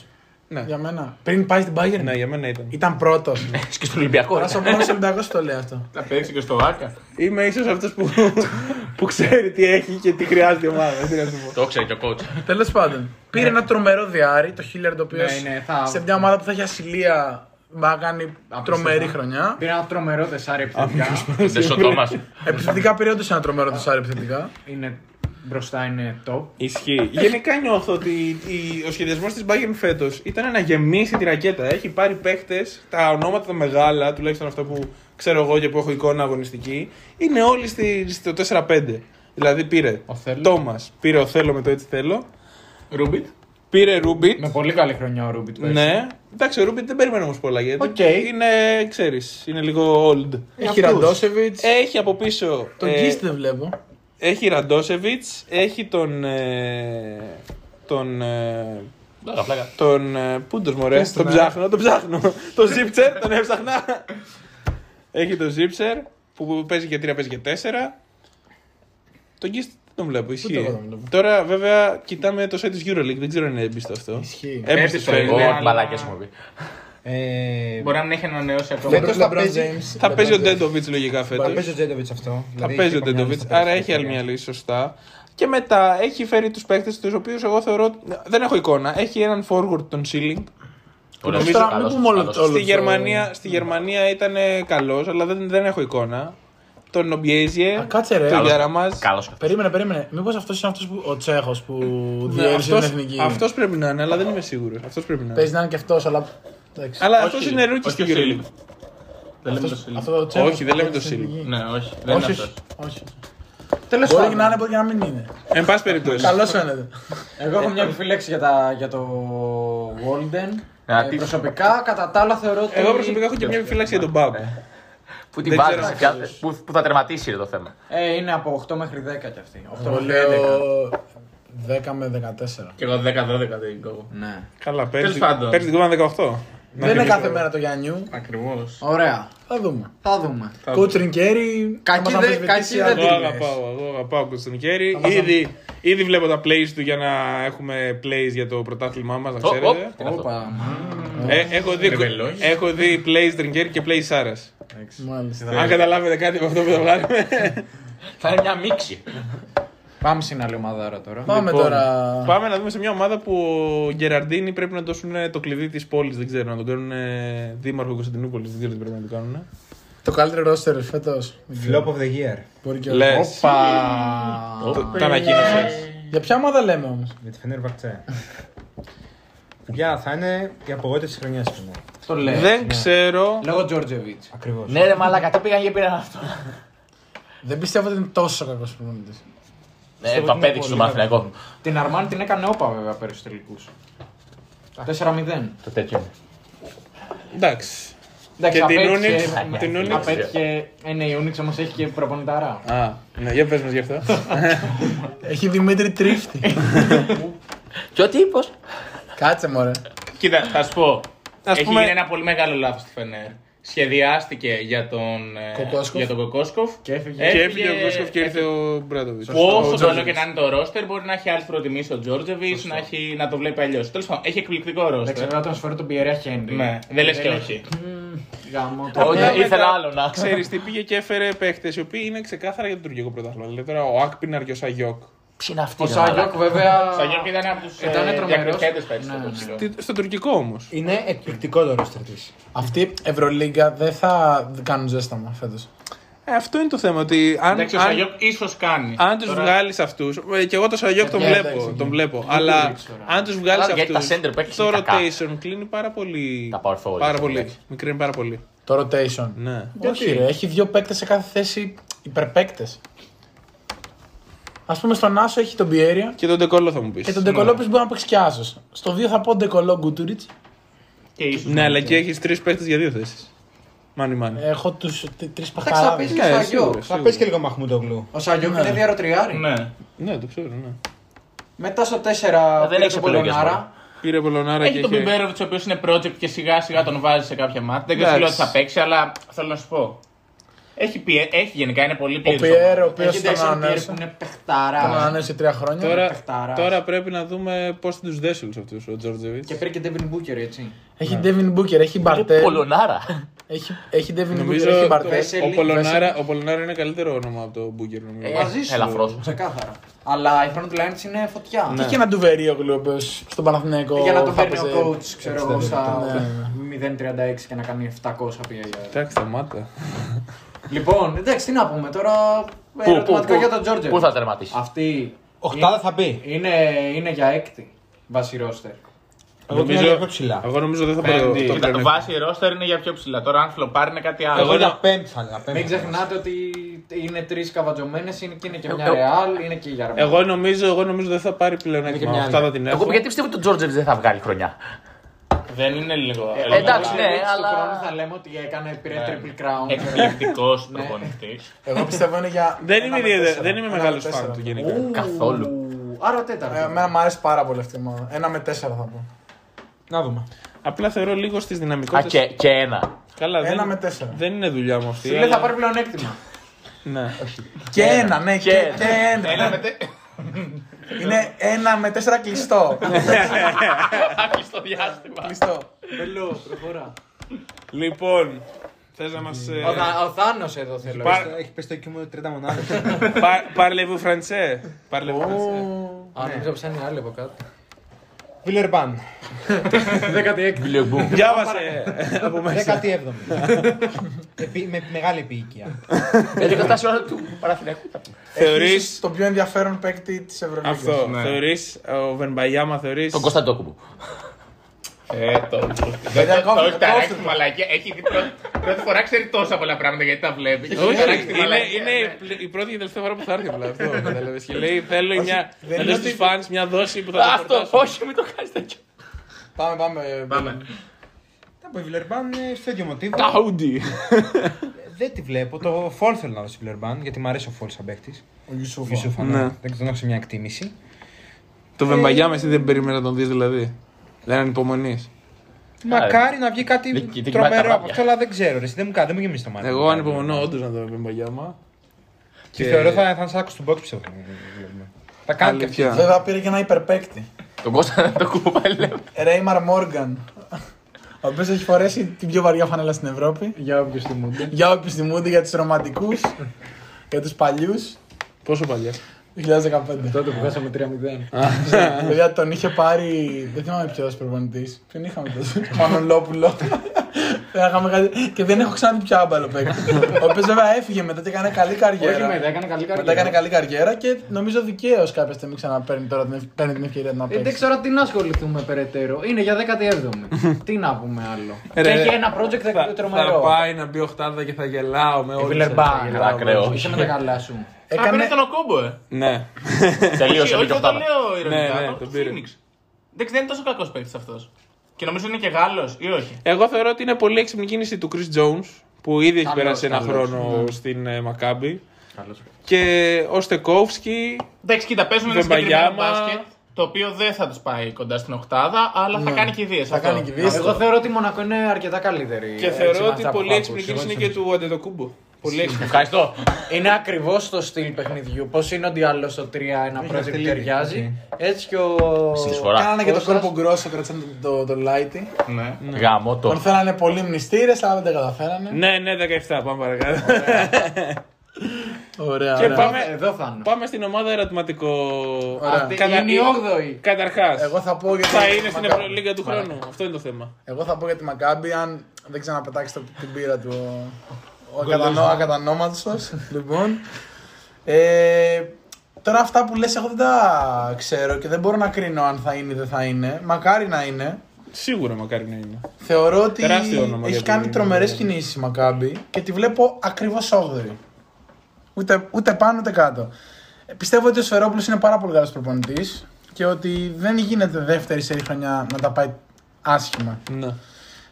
S3: Ναι.
S4: Για μένα. Πριν πάει στην Bayern.
S3: Ναι, για μένα ήταν.
S4: Ήταν πρώτος.
S2: Και στον Ολυμπιακό.
S4: Τώρα στο μόνο Ολυμπιακός το λέει αυτό.
S5: Θα παίξει και στο Άκα.
S3: Είμαι ίσως αυτός που, που ξέρει τι έχει και τι χρειάζεται η ομάδα. Τι να σου πω.
S2: Το ήξερε και ο coach.
S4: Τέλος πάντων, πήρε ένα τρομερό διάρρη, το Χίλιαρντ, το οποίος
S7: Ναι, ναι, θα-
S4: σε μια ομάδα που θα έχει ασυλία θα κάνει τρομερή χρονιά.
S7: Πήρα ένα τρομερό τεσάρι επιθετικά.
S2: Δεν σωτό μα.
S4: Επιθετικά πήρε όντως ένα τρομερό τεσσάρι επιθετικά.
S7: είναι, μπροστά είναι top.
S3: Ισχύει. Γενικά νιώθω ότι η- ο σχεδιασμός της Bayern φέτος ήταν να γεμίσει τη ρακέτα. Έχει πάρει παίχτες, τα ονόματα τα μεγάλα, τουλάχιστον αυτά που ξέρω εγώ και που έχω εικόνα αγωνιστική, είναι όλοι στη, στο 4-5. Δηλαδή πήρε Τόμας, πήρε ο Θέλω με το έτσι θέλω,
S5: Ρούμπιτ.
S3: πήρε Ρούμπιτ.
S7: Με πολύ καλή χρονιά ο Ρούμπιτ. πέρσι.
S3: Ναι. Εντάξει, ο Ρούμπιτ δεν περιμένω όμως πολλά γιατί
S7: Οκ.
S3: είναι, ξέρεις, είναι λίγο old.
S4: Έχει Ραντόσεβιτ.
S3: Έχει από πίσω.
S4: Ε, Τον
S3: ε,
S4: Γκίστ δεν βλέπω.
S3: Έχει Ραντόσεβιτ, έχει τον. ε, τον. ε, τον. ε, Πούντος μωρέ,
S4: Πες το,
S3: τον
S4: ναι.
S3: ψάχνω, τον ψάχνω. τον Ζίψερ, τον έψαχνα. έχει τον Ζίψερ που παίζει και 3, παίζει και 4. Τον Γκίστ δεν τον βλέπω,
S4: εγώ
S3: ισχύει.
S4: τον βλέπω.
S3: Τώρα βέβαια κοιτάμε το site της Euroleague, δεν ξέρω αν είναι έμπιστο αυτό.
S4: Ισχύει.
S3: Έμπιστο.
S5: Έμπιστο,
S3: φαίνεται.
S5: ναι.
S2: Ω, μαλάκια μου πει.
S1: Ε,
S5: Μπορεί να μην έχει ανανεώσει ακόμα.
S1: Φέτος θα παίζει.
S3: Θα παίζει ο Ντέντοβιτ λογικά φέτο.
S1: Θα παίζει ο Τζέντοβιτ αυτό.
S3: Θα
S1: Δηλαδή,
S3: παίζει ο
S1: είχε καμιά
S3: Ντέντοβιτ,
S1: λίστα
S3: άρα
S1: πέρυσι,
S3: έχει άλλη μια
S1: παιδιά.
S3: λύση, σωστά. Και μετά έχει φέρει τους παίκτες, τους οποίους εγώ θεωρώ. Δεν έχω εικόνα. Έχει έναν forward τον Σίλινγκ.
S2: Ωραίος,
S4: Νομίζω τώρα
S2: καλός,
S4: μην πούμε όλο-
S2: καλός.
S4: όλο.
S3: Στη
S4: το-
S3: Γερμανία, στη Γερμανία ήταν καλός, αλλά δεν, δεν έχω εικόνα. Τον Ομπιέζιε,
S4: Α, κάτσε ρε.
S3: τον
S4: Καλός.
S3: Γιαραμάζ.
S2: Καλός.
S4: Περίμενε, περίμενε. Μήπως αυτός είναι αυτός που. Ο Τσέχος που
S3: Ναι,
S4: διέλυσε την
S3: αυτός,
S4: εθνική.
S3: αυτός πρέπει να είναι, αλλά δεν είμαι σίγουρος. Αυτός πρέπει να
S4: Παίζει
S3: είναι.
S4: να είναι και αυτός, αλλά. εντάξει.
S3: Αλλά αυτός είναι ρούκι
S5: Όχι
S3: στη
S5: ο Σίλιγκ.
S3: Euroleague.
S5: Δεν λέμε το
S4: Αυτός-
S5: Σίλιγκ.
S4: Αυτό ο Τσέχος
S3: Όχι, δεν
S4: που
S3: λέμε
S4: παίζει
S3: το
S4: στην
S3: Σίλιν.
S4: εθνική.
S5: Ναι, όχι. Δεν είναι
S4: Όχι,
S5: αυτό.
S4: όχι. Τέλο πάντων. Μπορεί και να είναι, μπορεί και να μην είναι.
S3: Εν πάση περιπτώσει.
S4: Καλό φαίνεται.
S7: Εγώ
S3: Ε,
S7: έχω μια επιφύλαξη για, τα, για το Walden.
S2: Α,
S7: Ε,
S2: τι-
S7: προσωπικά, κατά τα άλλα, θεωρώ ότι.
S3: Εγώ προσωπικά έχω και μια επιφύλαξη για τον Μπαμπ.
S2: Πού την
S3: Δεν ξέρω
S2: βάζει,
S3: αν
S2: πού που θα τερματίσει ρε, το θέμα.
S7: Ε, είναι από 8 μέχρι 10 κι αυτή. 8
S4: Εγώ
S7: μέχρι
S4: λέω 10 με 14.
S5: Και εγώ 10-12 δεν εικόνα.
S7: 11. Ναι.
S3: Καλά,
S5: Τέλος πάντων.
S3: παίρνει την κόμμα 18.
S4: Δεν είναι κάθε μέρα το Γιάννιου.
S5: Ακριβώς.
S7: Ωραία.
S4: Θα δούμε.
S7: Θα δούμε.
S4: Κούτριν Κέρι.
S7: Κακή
S4: άμα θα
S7: δεν-
S4: αμφισβητήσει
S7: κακή δεν
S4: άλλος.
S3: Εγώ αγαπάω, εγώ αγαπάω Κωνσταντινικέρη.
S4: μας
S3: Ήδη, ήδη βλέπω τα plays του για να έχουμε plays για το πρωτάθλημά μας, να
S2: Ω, ω,
S3: ξέρετε.
S2: τι είναι αυτό.
S7: Όπα.
S3: Ε, έχω, δει,
S5: Ρεβελός.
S3: έχω δει plays Τριγκέρη και plays Σάρας.
S4: Μάλιστα.
S7: Ναι.
S3: Αν καταλάβετε κάτι από αυτό που θα βγάλουμε.
S2: Θα είναι μια μίξη.
S7: Πάμε στην άλλη ομαδάρα τώρα.
S4: Πάμε
S3: Λοιπόν,
S4: τώρα.
S3: Πάμε να δούμε σε μια ομάδα που ο Γκεραρντίνη πρέπει να δώσουν το κλειδί της πόλης. Δεν ξέρω, να τον κάνουν ε, δήμαρχο Κωνσταντινούπολης. Δεν ξέρω τι πρέπει να τον κάνουν.
S4: Το καλύτερο ρόστερ φέτος.
S1: Flop of the year.
S4: Μπορεί και
S3: Λες.
S7: Όπα.
S3: Τα ανακοίνωσες.
S4: Για ποια ομάδα λέμε όμως.
S1: Με τη Φενέρ Βαχτσέ. Παιδιά, θα είναι η απογοήτευση της χρονιάς μου.
S7: Το λέω.
S3: Δεν ξέρω.
S7: Λόγω Τζόρτζεβιτ.
S1: Ακριβώς.
S2: Ναι, ρε μαλάκα, τι πήγαν και πήραν αυτό.
S4: Δεν πιστεύω ότι είναι τόσο κακός προπονητής.
S2: Ε, Το απέδειξε του Μαθηνακό.
S7: Την Αρμάνη την έκανε όπα βέβαια πέρυσι τελικούς. 4-0.
S2: Το τέτοιο.
S3: Εντάξει.
S7: Εντάξει,
S3: Και την
S7: απέτυχε- Ναι,
S3: Unix. Την Unix.
S7: Απέτυχε. Ε, ναι, η Unix όμως έχει και προπονηταρά.
S3: Α, ναι, για πες μας γι' αυτό.
S4: Έχει Δημήτρη Τρίφτη.
S2: Και ο τύπο.
S4: Κάτσε μωρέ.
S5: Κοίτα, θα σου πω.
S3: Ας
S5: Έχει
S3: πούμε-
S5: γίνει ένα πολύ μεγάλο λάθος στη Φενέρ. Σχεδιάστηκε για τον, ε,
S4: Κοκόσκοφ.
S5: για τον Κοκόσκοφ.
S7: Και έφυγε.
S3: και έφυγε ο Κόσκοφ και ήρθε ο Μπράντοβιτ.
S5: που Όσο καλό και να είναι το ρόστερ, μπορεί να έχει άλλες προτιμήσεις ο Τζόρτζεβιτ, να, έχει- να το βλέπει αλλιώς. Τέλος πάντων, έχει εκπληκτικό
S7: Εντάξει,
S5: ρόστερ.
S7: βέβαια τον σφαίρο τον Πιερέα Χένρι.
S5: Ναι, δεν λες και όχι.
S7: Γαμό το.
S2: Όχι, ήθελα άλλο να ξέρεις.
S3: Ξέρει τι πήγε και έφερε παίχτε οι οποίοι είναι ξεκάθαρα για το τουρκικό πρωτάθλημα. Δηλαδή τώρα ο Ακπίναρ και ο Σαγιόκ.
S2: Ποιοι είναι αυτοί.
S7: Ο
S2: ρε, μαλάκα.
S7: Σαγιόκ βέβαια.
S5: Σαγιόκ ήταν από ε, του
S7: Ε, Ήταν τρομερός.
S5: διακριθέντε πέρσι.
S7: Ναι,
S5: το
S7: ναι.
S5: ψηλό.
S3: Τι- Στο τουρκικό όμως.
S1: Είναι εκπληκτικό το ρόστερ της.
S4: Αυτή η Ευρωλίγκα δεν θα κάνουν ζέσταμα φέτος.
S3: Ε, αυτό είναι το θέμα. Ότι αν,
S5: Εντάξει, ο
S3: αν,
S5: Σαγιόκ ίσως κάνει.
S3: αν τους βγάλεις αυτούς. Και εγώ το Σαγιόκ τον
S4: Ε,
S3: βλέπω.
S4: εντάξει.
S2: ναι.
S3: Τον βλέπω αλλά αν τους βγάλεις
S2: Καλά, γιατί
S3: αυτού.
S2: τα center back
S3: Το
S2: είναι κακά.
S3: rotation κλείνει πάρα πολύ.
S2: Τα power forward,
S3: Πάρα
S2: εντάξει.
S3: πολύ. Μικραίνει πάρα πολύ.
S4: Το rotation.
S3: Ναι.
S4: Ε, Όχι, ρε, έχει δύο παίκτες σε κάθε θέση υπερπαίκτες. Ας πούμε στον Άσο έχει τον Πιέρια
S3: Και τον Ντεκόλο θα μου πεις.
S4: και τον Ντεκολόπη μπορεί να παίξει και Άσος. Στο 2 θα πω Ντεκολό Γκούτουριτ.
S5: Και ίσως.
S3: Ναι, αλλά και έχεις τρεις παίχτε για δύο θέσεις. Μάνι μάνι.
S4: Έχω τους τρει
S7: Εντάξει, θα
S4: παχταράδε.
S7: παίζει και
S3: Ναι,
S7: ο Σαγιόκ.
S3: σίγουρα.
S1: Θα πες και λίγο Μαχμουντογλου.
S7: Ο Σαγιόκ είναι διαρροτριάρι.
S5: Ναι.
S3: Ναι, το ξέρω, ναι.
S7: Μετά στο 4
S2: Δεν
S7: πήρε
S2: έχεις
S7: τον
S2: επιλογές,
S7: Πολωνάρα.
S2: μωρέ.
S3: Πήρε Πολωνάρα
S5: Έχει
S3: Ναι, και
S5: τον
S3: είχε-
S5: Πιμπέροβιτ, ο οποίος είναι project και σιγά σιγά τον βάζει σε κάποια μάτια. Δεν
S3: Εντάξει.
S5: ξέρω ότι θα παίξει, αλλά θέλω να σου πω. Έχει, πιε... έχει γενικά, είναι πολύ
S4: Ο
S5: πλήρης.
S4: Πιέρ, ο οποίος
S7: Έχει Ναι.
S4: τον
S7: Ντέξον Πιέρ
S4: ανανέωσε.
S7: που είναι
S4: Τον
S7: παιχταρά.
S4: ανανέωσε τρία χρόνια.
S3: Τώρα,
S7: παιχταράς.
S3: τώρα πρέπει να δούμε πώς θα τους δέσει όλους αυτούς ο Τζόρτζεβιτ.
S7: Και πήρε και Ντέβιν Μπούκερ, έτσι.
S4: Έχει Ντέβιν Μπούκερ, έχει Μπαρτέλ.
S2: Πολωνάρα.
S4: Έχει, έχει Ντέβιν Μπούκερ,
S3: Νομίζω
S4: έχει
S3: το-
S4: Μπαρτέλ.
S7: Βέσελη,
S3: ο Πολωνάρα, ο Πολωνάρα είναι καλύτερο όνομα από το Μπούκερ, νομίζω.
S2: Ε,
S7: Μαζί σου.
S2: ελαφρώς.
S7: Ξεκάθαρα. Αλλά η χρόνο του Λάιντ είναι φωτιά.
S4: Και είχε έναν Ντουβερίογλου, ο οποίος στον Παναθηναϊκό.
S7: Ναι. Ε, Για να τον
S4: θα
S7: παίρνει ο
S4: έπαιζε
S7: coach, ξέρω εγώ,
S4: 60
S7: στα
S4: λεπτά. Ναι.
S7: 0.36 και να κάνει 700 PIR.
S3: Εντάξει, σταμάτα.
S7: Λοιπόν, εντάξει, τι να πούμε τώρα. ε, Ερωτηματικό για τον Τζόρτζε.
S2: Πού θα τερματίσει.
S7: Αυτή
S1: Οχτάδα θα μπει.
S7: είναι, είναι για έκτη βάση ρόστερ.
S1: Εγώ την έλεγα πιο ψηλά.
S3: εγώ νομίζω δεν θα πάρω
S5: Το-
S3: το
S5: Το
S3: πλέον.
S5: Ναι. βάση ρόστερ είναι για πιο ψηλά. Τώρα, αν φλοπάρει είναι κάτι άλλο.
S1: Εγώ
S5: Εγώ
S1: για πέμπτη θα έλεγα.
S7: Μην
S1: πέμπτη.
S7: ξεχνάτε ότι είναι τρεις καβατζωμένες, είναι και είναι και μια
S2: Εγώ-
S7: ρεάλ, είναι και η Γιαρμά.
S3: Εγώ νομίζω, εγώ νομίζω δεν θα πάρει πλέον
S1: μια
S3: έκμα.
S1: άλλη.
S3: Αυτά θα την έχω.
S2: Εγώ γιατί πιστεύω ότι ο Τζόρτζεβιτ δεν θα βγάλει χρονιά.
S5: δεν είναι λίγο.
S2: ε, εντάξει, ναι, αλλά-
S7: Του χρόνου θα λέμε ότι έκανε, πήρε triple crown.
S5: Εκπληκτικό προπονητής.
S4: Εγώ πιστεύω είναι για.
S3: Δεν
S4: ένα
S3: είμαι,
S4: με
S3: ιδιαίτερα-
S4: τέσσερα.
S3: δεν είμαι
S4: Ένα
S3: μεγάλο
S4: με τέσσερα.
S3: φαν του γενικά.
S2: Ε, Καθόλου.
S7: Άρα
S4: Ε,
S7: τέταρτο.
S4: Εμένα μου αρέσει πάρα πολύ αυτή η ομάδα. Ένα με τέσσερα θα πω.
S1: Να δούμε.
S3: Απλά θεωρώ λίγο στις
S2: Α,
S3: δυναμικότητες.
S2: και, και ένα.
S3: Καλά,
S4: Ένα
S3: δεν,
S4: με τέσσερα.
S3: δεν είναι δουλειά μου αυτή.
S7: Σου λέει
S3: αλλά-
S7: θα πάρει πλεονέκτημα.
S3: Ναι.
S4: Και ένα, ναι, και,
S2: ένα.
S4: και ένα. Είναι ένα με τέσσερα κλειστό.
S2: Στο διάστημα.
S4: κλειστό.
S7: Μπελό, προχωρά.
S3: Λοιπόν, θες να ε, μα.
S7: Ο, Θα- ο Θάνος εδώ θέλω.
S3: Πάρ-
S1: Έχει πέσει το κείμενο 30 μονάδες.
S3: Parlez-vous français? Parlez-vous français?
S7: Αν νόμιζα πως θα είναι άλλη από κάτω.
S1: Βιλερμπάν.
S7: 16.
S3: Διάβασε από μέσα.
S1: 17η. Επί- Με μεγάλη επίοικια.
S2: Γιατί κατά ώρα του Παραθυνακού.
S3: Θεωρείς-
S4: Έχεις τον πιο ενδιαφέρον παίκτη της Ευρωλίγας.
S3: Αυτό. Θεωρείς ο Βενμπαγιάμα, θεωρείς.
S2: Τον Κωνσταντόκουμπου.
S5: Ε, το. Δεν
S4: Παιδιά,
S5: το
S4: κόφτε,
S5: όχι, ταράξει
S4: κόφτε.
S5: τη μαλακία. Έχει δει πρώτη- πρώτη φορά ξέρει τόσα πολλά πράγματα γιατί τα βλέπει. Έχει ταράξει τη
S3: Είναι,
S5: μαλακία,
S3: είναι
S5: ναι.
S3: η πλη- η πρώτη και τελευταία φορά που θα έρθει απλά αυτό. κατάλαβες. Και λέει: Θέλω μια.
S4: δεν
S3: Να
S4: είναι
S3: δώσει στου φans μια δόση που θα το
S2: Αυτό,
S3: φορτάσω.
S2: όχι, μην το κάνεις τέτοιο.
S4: Πάμε, πάμε.
S5: Πάμε.
S1: Τα πω, η Βιλερμπάν ε, στο ίδιο μοτίβο.
S3: Ταούντι.
S1: Δεν τη βλέπω. Το Φόλ θέλω να δω στην Βιλερμπάν γιατί μου αρέσει ο Φόλ σαν παίκτης.
S4: Ο Γιουσούφα.
S1: Γιουσούφα,
S3: Ναι.
S1: ναι. Δεν τον έχω σε μια εκτίμηση.
S3: Το Βενμπαγιάμα, εσύ δεν περίμενα να τον δεις δηλαδή. Δεν ανυπομονεί.
S1: Μακάρι να βγει κάτι
S2: δεν- δεν κοιμάται τα
S1: τρομερό από
S2: μάτια.
S1: αυτό, αλλά δεν ξέρω. ρε, Εσύ δεν μου κάνεις, δεν μου γεμίζει το μάτι.
S3: Εγώ ανυπομονώ όντως να δω Βενμπαγιάμα.
S1: Και θεωρώ θα θα είναι σαν άκουστο του box πιστεύω. Θα κάνει και αυτή.
S3: Αλήθεια.
S4: Βέβαια πήρε και ένα υπερπαίκτη.
S2: Τον Κωνσταντόκουμπου πάλι λέμε.
S4: Ρέιμαρ Μόργαν. Ο οποίος έχει φορέσει την πιο βαριά φανέλα στην Ευρώπη.
S7: Για όποιους θυμούνται.
S4: Για όποιου θυμούνται, για τους ρομαντικούς, για τους παλιούς.
S3: Πόσο παλιά.
S4: 2015.
S7: Τότε που χάσαμε 3-0.
S4: Βέβαια τον είχε πάρει. Δεν θυμάμαι ποιος προπονητή. Ποιον είχαμε τότε. Μανολόπουλο. Ε, είχαμε κάτι- Και δεν έχω ξαναδεί πια άμπαλο παίκτη. Ο οποίος βέβαια έφυγε μετά και έκανε καλή
S7: Όχι
S4: καριέρα.
S7: μετά, έκανε καλή καριέρα.
S4: Μετά έκανε καλή καριέρα και νομίζω δικαίως κάποια στιγμή ξαναπαίρνει τώρα την, ευ- παίρνει την ευκαιρία να
S7: Ε, Δεν
S4: παίξει.
S7: ξέρω τι να ασχοληθούμε περαιτέρω. Είναι για 17η. Τι να πούμε άλλο.
S3: Ε,
S7: Και
S3: ρε,
S7: έχει
S3: ρε.
S7: ένα project
S3: Θα,
S7: εκ-
S3: θα
S7: τρομερό.
S3: πάει να μπει οχτάδα και θα γελάω
S7: Ε,
S3: με όλους.
S7: Βιλερμπάν.
S2: Ακραίο.
S7: Είσαι με τα καλά σου.
S5: Α, πήρε
S4: Έκανε,
S5: τον Οκόμπο, ε.
S3: Ναι.
S2: Τελείωσε
S5: Όχι,
S2: με
S5: όχι,
S2: την
S5: δεν το
S2: οκτάδα.
S5: λέω
S3: Ναι, ναι,
S5: ηρωνικά.
S3: τον
S5: Το
S3: πήρε.
S5: Phoenix. Εντάξει, δεν είναι τόσο κακός παίκτης αυτός. Και νομίζω είναι και Γάλλος ή όχι.
S3: Εγώ θεωρώ ότι είναι πολύ έξυπνη κίνηση του Chris Jones που ήδη έχει
S7: Καλός,
S3: περάσει ένα
S7: καλός,
S3: χρόνο
S4: Ναι.
S3: στην ε, Μακάμπη. Και ο Στεκόφσκι.
S5: Εντάξει, κοίτα, παίζουν ένα
S3: Βεμπαγιάμα.
S5: συγκεκριμένο μπάσκετ το οποίο δεν θα τους πάει κοντά στην οκτάδα, αλλά θα κάνει κηδείε.
S4: θα κάνει και βίαιες.
S7: Εγώ θεωρώ ότι η Μονακό είναι αρκετά
S4: Ε,
S7: καλύτερη.
S3: Και
S7: έτσι,
S3: θεωρώ
S7: με
S3: ότι
S7: αυτά που
S3: πολύ
S7: άκουσα.
S3: έξυπνη κίνηση είναι και του Αντετοκούμπο. Πολύ έξυπνη.
S2: Ευχαριστώ.
S7: Είναι ακριβώς το στυλ παιχνιδιού. Πώς είναι ο Ντιάλο στο 3, ένα project που
S1: στυλ,
S7: ταιριάζει. Έτσι και ο.
S2: Συνεισφορά.
S4: κάνανε και το
S7: Κώστας.
S4: κόρπο γκρόσο, κρατήσαν τον το, το Λάιτι.
S5: Ναι.
S2: Γάμο
S4: Τον
S2: το.
S4: θέλανε πολύ μνηστήρες, αλλά δεν τα καταφέρανε.
S3: Ναι, ναι, 17. Πάμε παρακάτω.
S4: Ωραία.
S3: Και
S4: ωραία.
S3: πάμε-
S7: Ε, Εδώ θα είναι.
S3: Πάμε στην ομάδα ερωτηματικό.
S4: Ωραία.
S7: Αυτή
S3: Κατα-
S7: Είναι η 8η.
S3: Καταρχάς,
S4: Εγώ θα πω για
S3: θα
S4: τη
S3: είναι στην
S4: Μακάμπη.
S3: Ευρωλίγκα του χρόνου. Αυτό είναι το θέμα.
S4: Εγώ θα πω για τη Μακάμπη, αν δεν ξαναπετάξει το- την πύρα του ο- ο ακατανό- ακατανόματος. λοιπόν. Ε, τώρα αυτά που λες εγώ δεν τα ξέρω και δεν μπορώ να κρίνω αν θα είναι ή δεν θα είναι. Μακάρι να είναι.
S3: Σίγουρα μακάρι να είναι.
S4: Θεωρώ ότι
S3: Τεράστιο όνομα
S4: έχει
S3: για δηλαδή.
S4: κάνει
S3: την-
S4: τρομερές κινήσεις η Μακάμπη και τη βλέπω ακριβώς 8η. Ούτε, ούτε πάνω ούτε κάτω. Ε, Πιστεύω ότι ο Σφερόπουλος είναι πάρα πολύ καλός προπονητής και ότι δεν γίνεται δεύτερη σε χρονιά να τα πάει άσχημα.
S3: Ναι.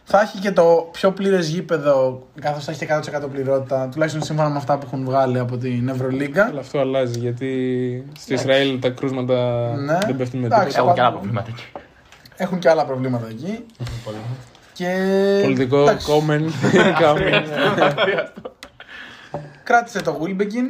S4: Θα έχει και το πιο πλήρες γήπεδο, καθώς θα έχει και 100% πληρότητα, τουλάχιστον σύμφωνα με αυτά που έχουν βγάλει από την Ευρωλίγκα.
S3: Αλλά αυτό αλλάζει γιατί στο Ισραήλ τα κρούσματα
S4: Ναι.
S3: δεν πέφτουν με
S4: Εντάξει.
S3: τίποτα.
S2: Έχω και άλλα προβλήματα εκεί.
S4: Έχουν και άλλα προβλήματα εκεί. και...
S3: Πολιτικό
S4: εντάξει,
S3: comment. comment.
S4: Κράτησε το Γουίλμπεκιν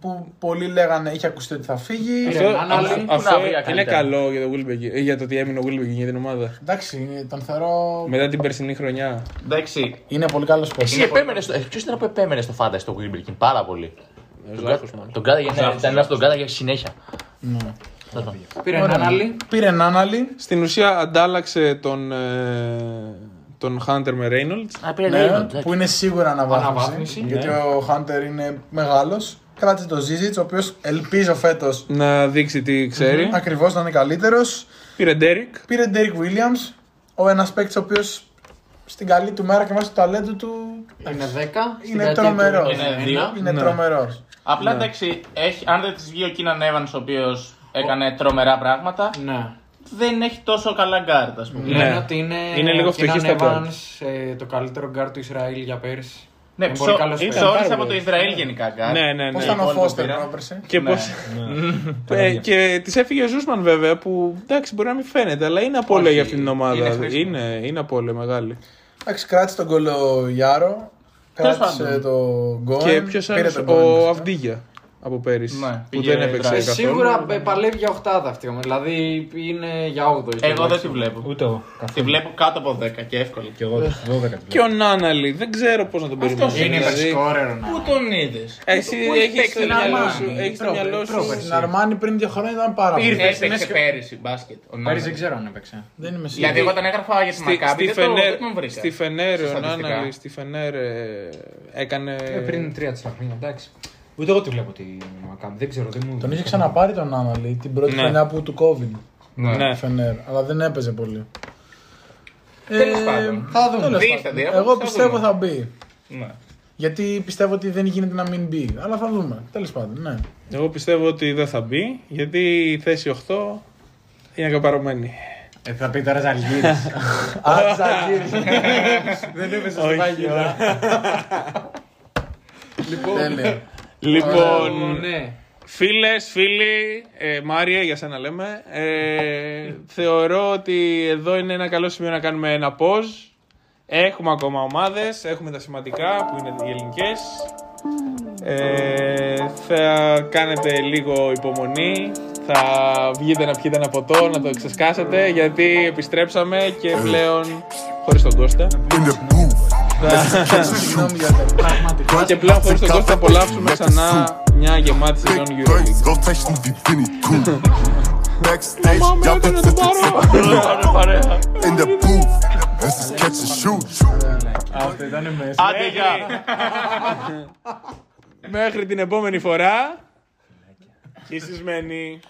S4: που πολλοί λέγανε είχε ακουστεί ότι θα φύγει. Ε,
S3: Αυτό-
S7: έναν άλλη
S3: αυτό-
S7: που
S2: να
S3: Αυτό
S2: βρει
S3: είναι
S2: καλύτερα.
S3: καλό για το, Wilbeck, ε, για το ότι έμεινε ο Wilbeck για την ομάδα.
S4: Εντάξει, τον θεωρώ.
S3: Μετά την περσινή χρονιά.
S5: Εντάξει,
S4: Είναι πολύ καλός παίκτη.
S2: Εσύ επέμενες στο. Ποιος ήταν που επέμενες στο φάντα στο Wimbledon πάρα πολύ.
S3: Ο Ζάχος μάλλον.
S2: Τον κάταγε ναι, ήταν ένας που τον κάταγε συνέχεια. Ναι.
S7: Πήρε έναν άλλη.
S4: Πήρε έναν άλλη.
S3: Στην ουσία αντάλλαξε τον, ε, τον Hunter με Reynolds.
S2: Α, πήρε
S4: Ναι,
S2: Reynolds,
S4: που είναι σίγουρα αναβάθμιση.
S7: Αναβάθμιση,
S4: γιατί ο Χάντερ είναι μεγάλος. Κράτησε τον Ζίζιτ, ο οποίος ελπίζω φέτος
S3: Να δείξει τι ξέρει.
S4: ακριβώς να είναι καλύτερος.
S3: Πήρε Derek.
S4: Πήρε Ντέρικ Βίλιαμ, ο ένας παίκτης ο οποίος στην καλή του μέρα και βάσει του ταλέντου του
S7: Είναι 10. στην
S4: είναι
S7: δεκαετία
S4: τρομερό.
S7: του
S5: Είναι δύο.
S4: Είναι τρομερός.
S5: απλά εντάξει, έχει, αν δεν τη βγει ο Κίναν Εύαν, ο οποίος έκανε τρομερά πράγματα,
S7: 90. Ναι.
S5: δεν έχει τόσο καλά γκάρτ, ας πούμε.
S3: Ναι.
S7: Λένε ότι είναι,
S3: Είναι λίγο
S7: ο Keenan
S3: φτωχής στα guard.
S7: Evans, ε, το καλύτερο γκάρ του Ισραήλ για πέρσι.
S5: Ναι,
S7: Είναι
S5: ψω-
S7: πολύ καλός
S5: ψώρισε
S3: πάρα
S5: από
S3: πολύ.
S5: το Ισραήλ γενικά γκάρτ.
S3: Ναι, ναι,
S4: Πώς
S3: ναι.
S4: ήταν ο
S5: υπόλοιπο
S4: Φώστερ
S5: πήρα.
S4: πρόπερση.
S3: Και, πώς... ε, και της έφυγε ο Ζούσμαν βέβαια που εντάξει μπορεί να μην φαίνεται αλλά είναι απώλεια για αυτή την ομάδα. Είναι, είναι, απώλεια μεγάλη.
S4: Εντάξει, κράτησε τον Κολοιάρο.
S5: Τέλος
S4: Κράτησε
S5: πάντων.
S4: τον Γκόεν.
S3: και ποιος
S4: πήρε
S3: άλλος,
S4: τον
S3: ο
S4: Γκόεν,
S3: Αυδίγια από πέρυσι
S5: Ναι,
S3: που
S5: πήγε
S3: δεν έπαιξε
S5: δράση.
S7: Ε,
S3: καθόλου.
S7: σίγουρα ε, παλεύει για 8 αυτή όμως, δηλαδή είναι για 8.
S5: Εγώ δεν τη βλέπω.
S1: Ούτε εγώ.
S5: Τη βλέπω κάτω από 10 και εύκολα.
S1: Κι εγώ 12.
S3: Και ο Νάναλι, δεν ξέρω πώς να τον περιμένω.
S7: Είναι
S3: Δηλαδή-
S7: υπερσκόρερο να.
S5: Πού τον είδες.
S3: Ε, Εσύ έχει
S5: παίξει
S3: στο
S5: την
S3: μυαλό
S5: Αρμάνι,
S3: σου. Έχεις στο
S4: πρόπερση.
S3: μυαλό
S4: Πρόπερση.
S3: σου.
S4: Στην Αρμάνι πριν δύο χρόνια ήταν πάρα πολύ.
S5: Ήρθε έπαιξε πέρυσι μπάσκετ. ο Νάνας.
S7: Πέρυσι δεν ξέρω αν έπαιξε.
S4: Δεν είμαι
S5: Δηλαδή, εγώ
S4: σίγουρος.
S5: όταν έγραφα για τη
S3: Στη,
S5: Μακάμπη,
S3: στη,
S5: δεν το- δεν
S3: Φενέρ,
S5: τον βρήκα.
S3: στη Φενέρ, ο
S5: Στατιστικά.
S3: Νάναλη, στη Φενέρ ε, έκανε.
S6: Ε, πριν 3-4 χρόνια, εντάξει. Ούτε εγώ τη βλέπω τη Μακάμπη, δεν ξέρω, δεν μου.
S4: Τον είχε ξαναπάρει τον Άναλη την πρώτη
S3: Ναι.
S4: χρονιά που του COVID.
S3: Ναι.
S4: Φενέρ, αλλά δεν έπαιζε πολύ. Ε,
S5: Τέλος πάντων.
S4: Θα δούμε. Τέλος
S5: Δείχτε,
S4: πάντων.
S5: διάφορα,
S4: Εγώ
S5: θα
S4: πιστεύω
S5: δούμε.
S4: θα μπει.
S5: Ναι.
S4: Γιατί πιστεύω ότι δεν γίνεται να μην μπει. Αλλά θα δούμε. Τέλος πάντων, ναι.
S3: Εγώ πιστεύω ότι δεν θα μπει γιατί η θέση 8 είναι καπαρωμένη.
S7: Ε, θα πει τώρα Ζαλγίρι. Δεν έπαιζε στο Βάγγελα.
S4: Τέλεια.
S3: Λοιπόν,
S7: Ναι.
S3: φίλες, φίλοι, ε, Μάρια, για σένα λέμε. Ε, θεωρώ ότι εδώ είναι ένα καλό σημείο να κάνουμε ένα pause. Έχουμε ακόμα ομάδες, έχουμε τα σημαντικά που είναι οι ελληνικές. Ε, θα κάνετε λίγο υπομονή. Θα βγείτε να πιείτε ένα ποτό, να το ξεσκάσετε, γιατί επιστρέψαμε και πλέον χωρίς τον Κώστα.
S9: in the booth.
S4: Συγγνώμη για τα
S9: But
S3: Και πλέον χωρίς τον Κώστα
S9: Kaffee
S3: απολαύσουμε
S9: like a soup.
S3: ξανά μια γεμάτη σεζόν
S9: Big
S3: Euroleague.
S9: Brains, Rotation wie Vinny Coon. Backstage, ja,
S3: έκανε
S9: bitte
S3: τον παρέα.
S9: in the booth. Es ist Catch and Shoot.
S4: Αυτό ήταν μέσα.
S3: Άντε γεια. Μέχρι την επόμενη φορά. Κισισμένοι.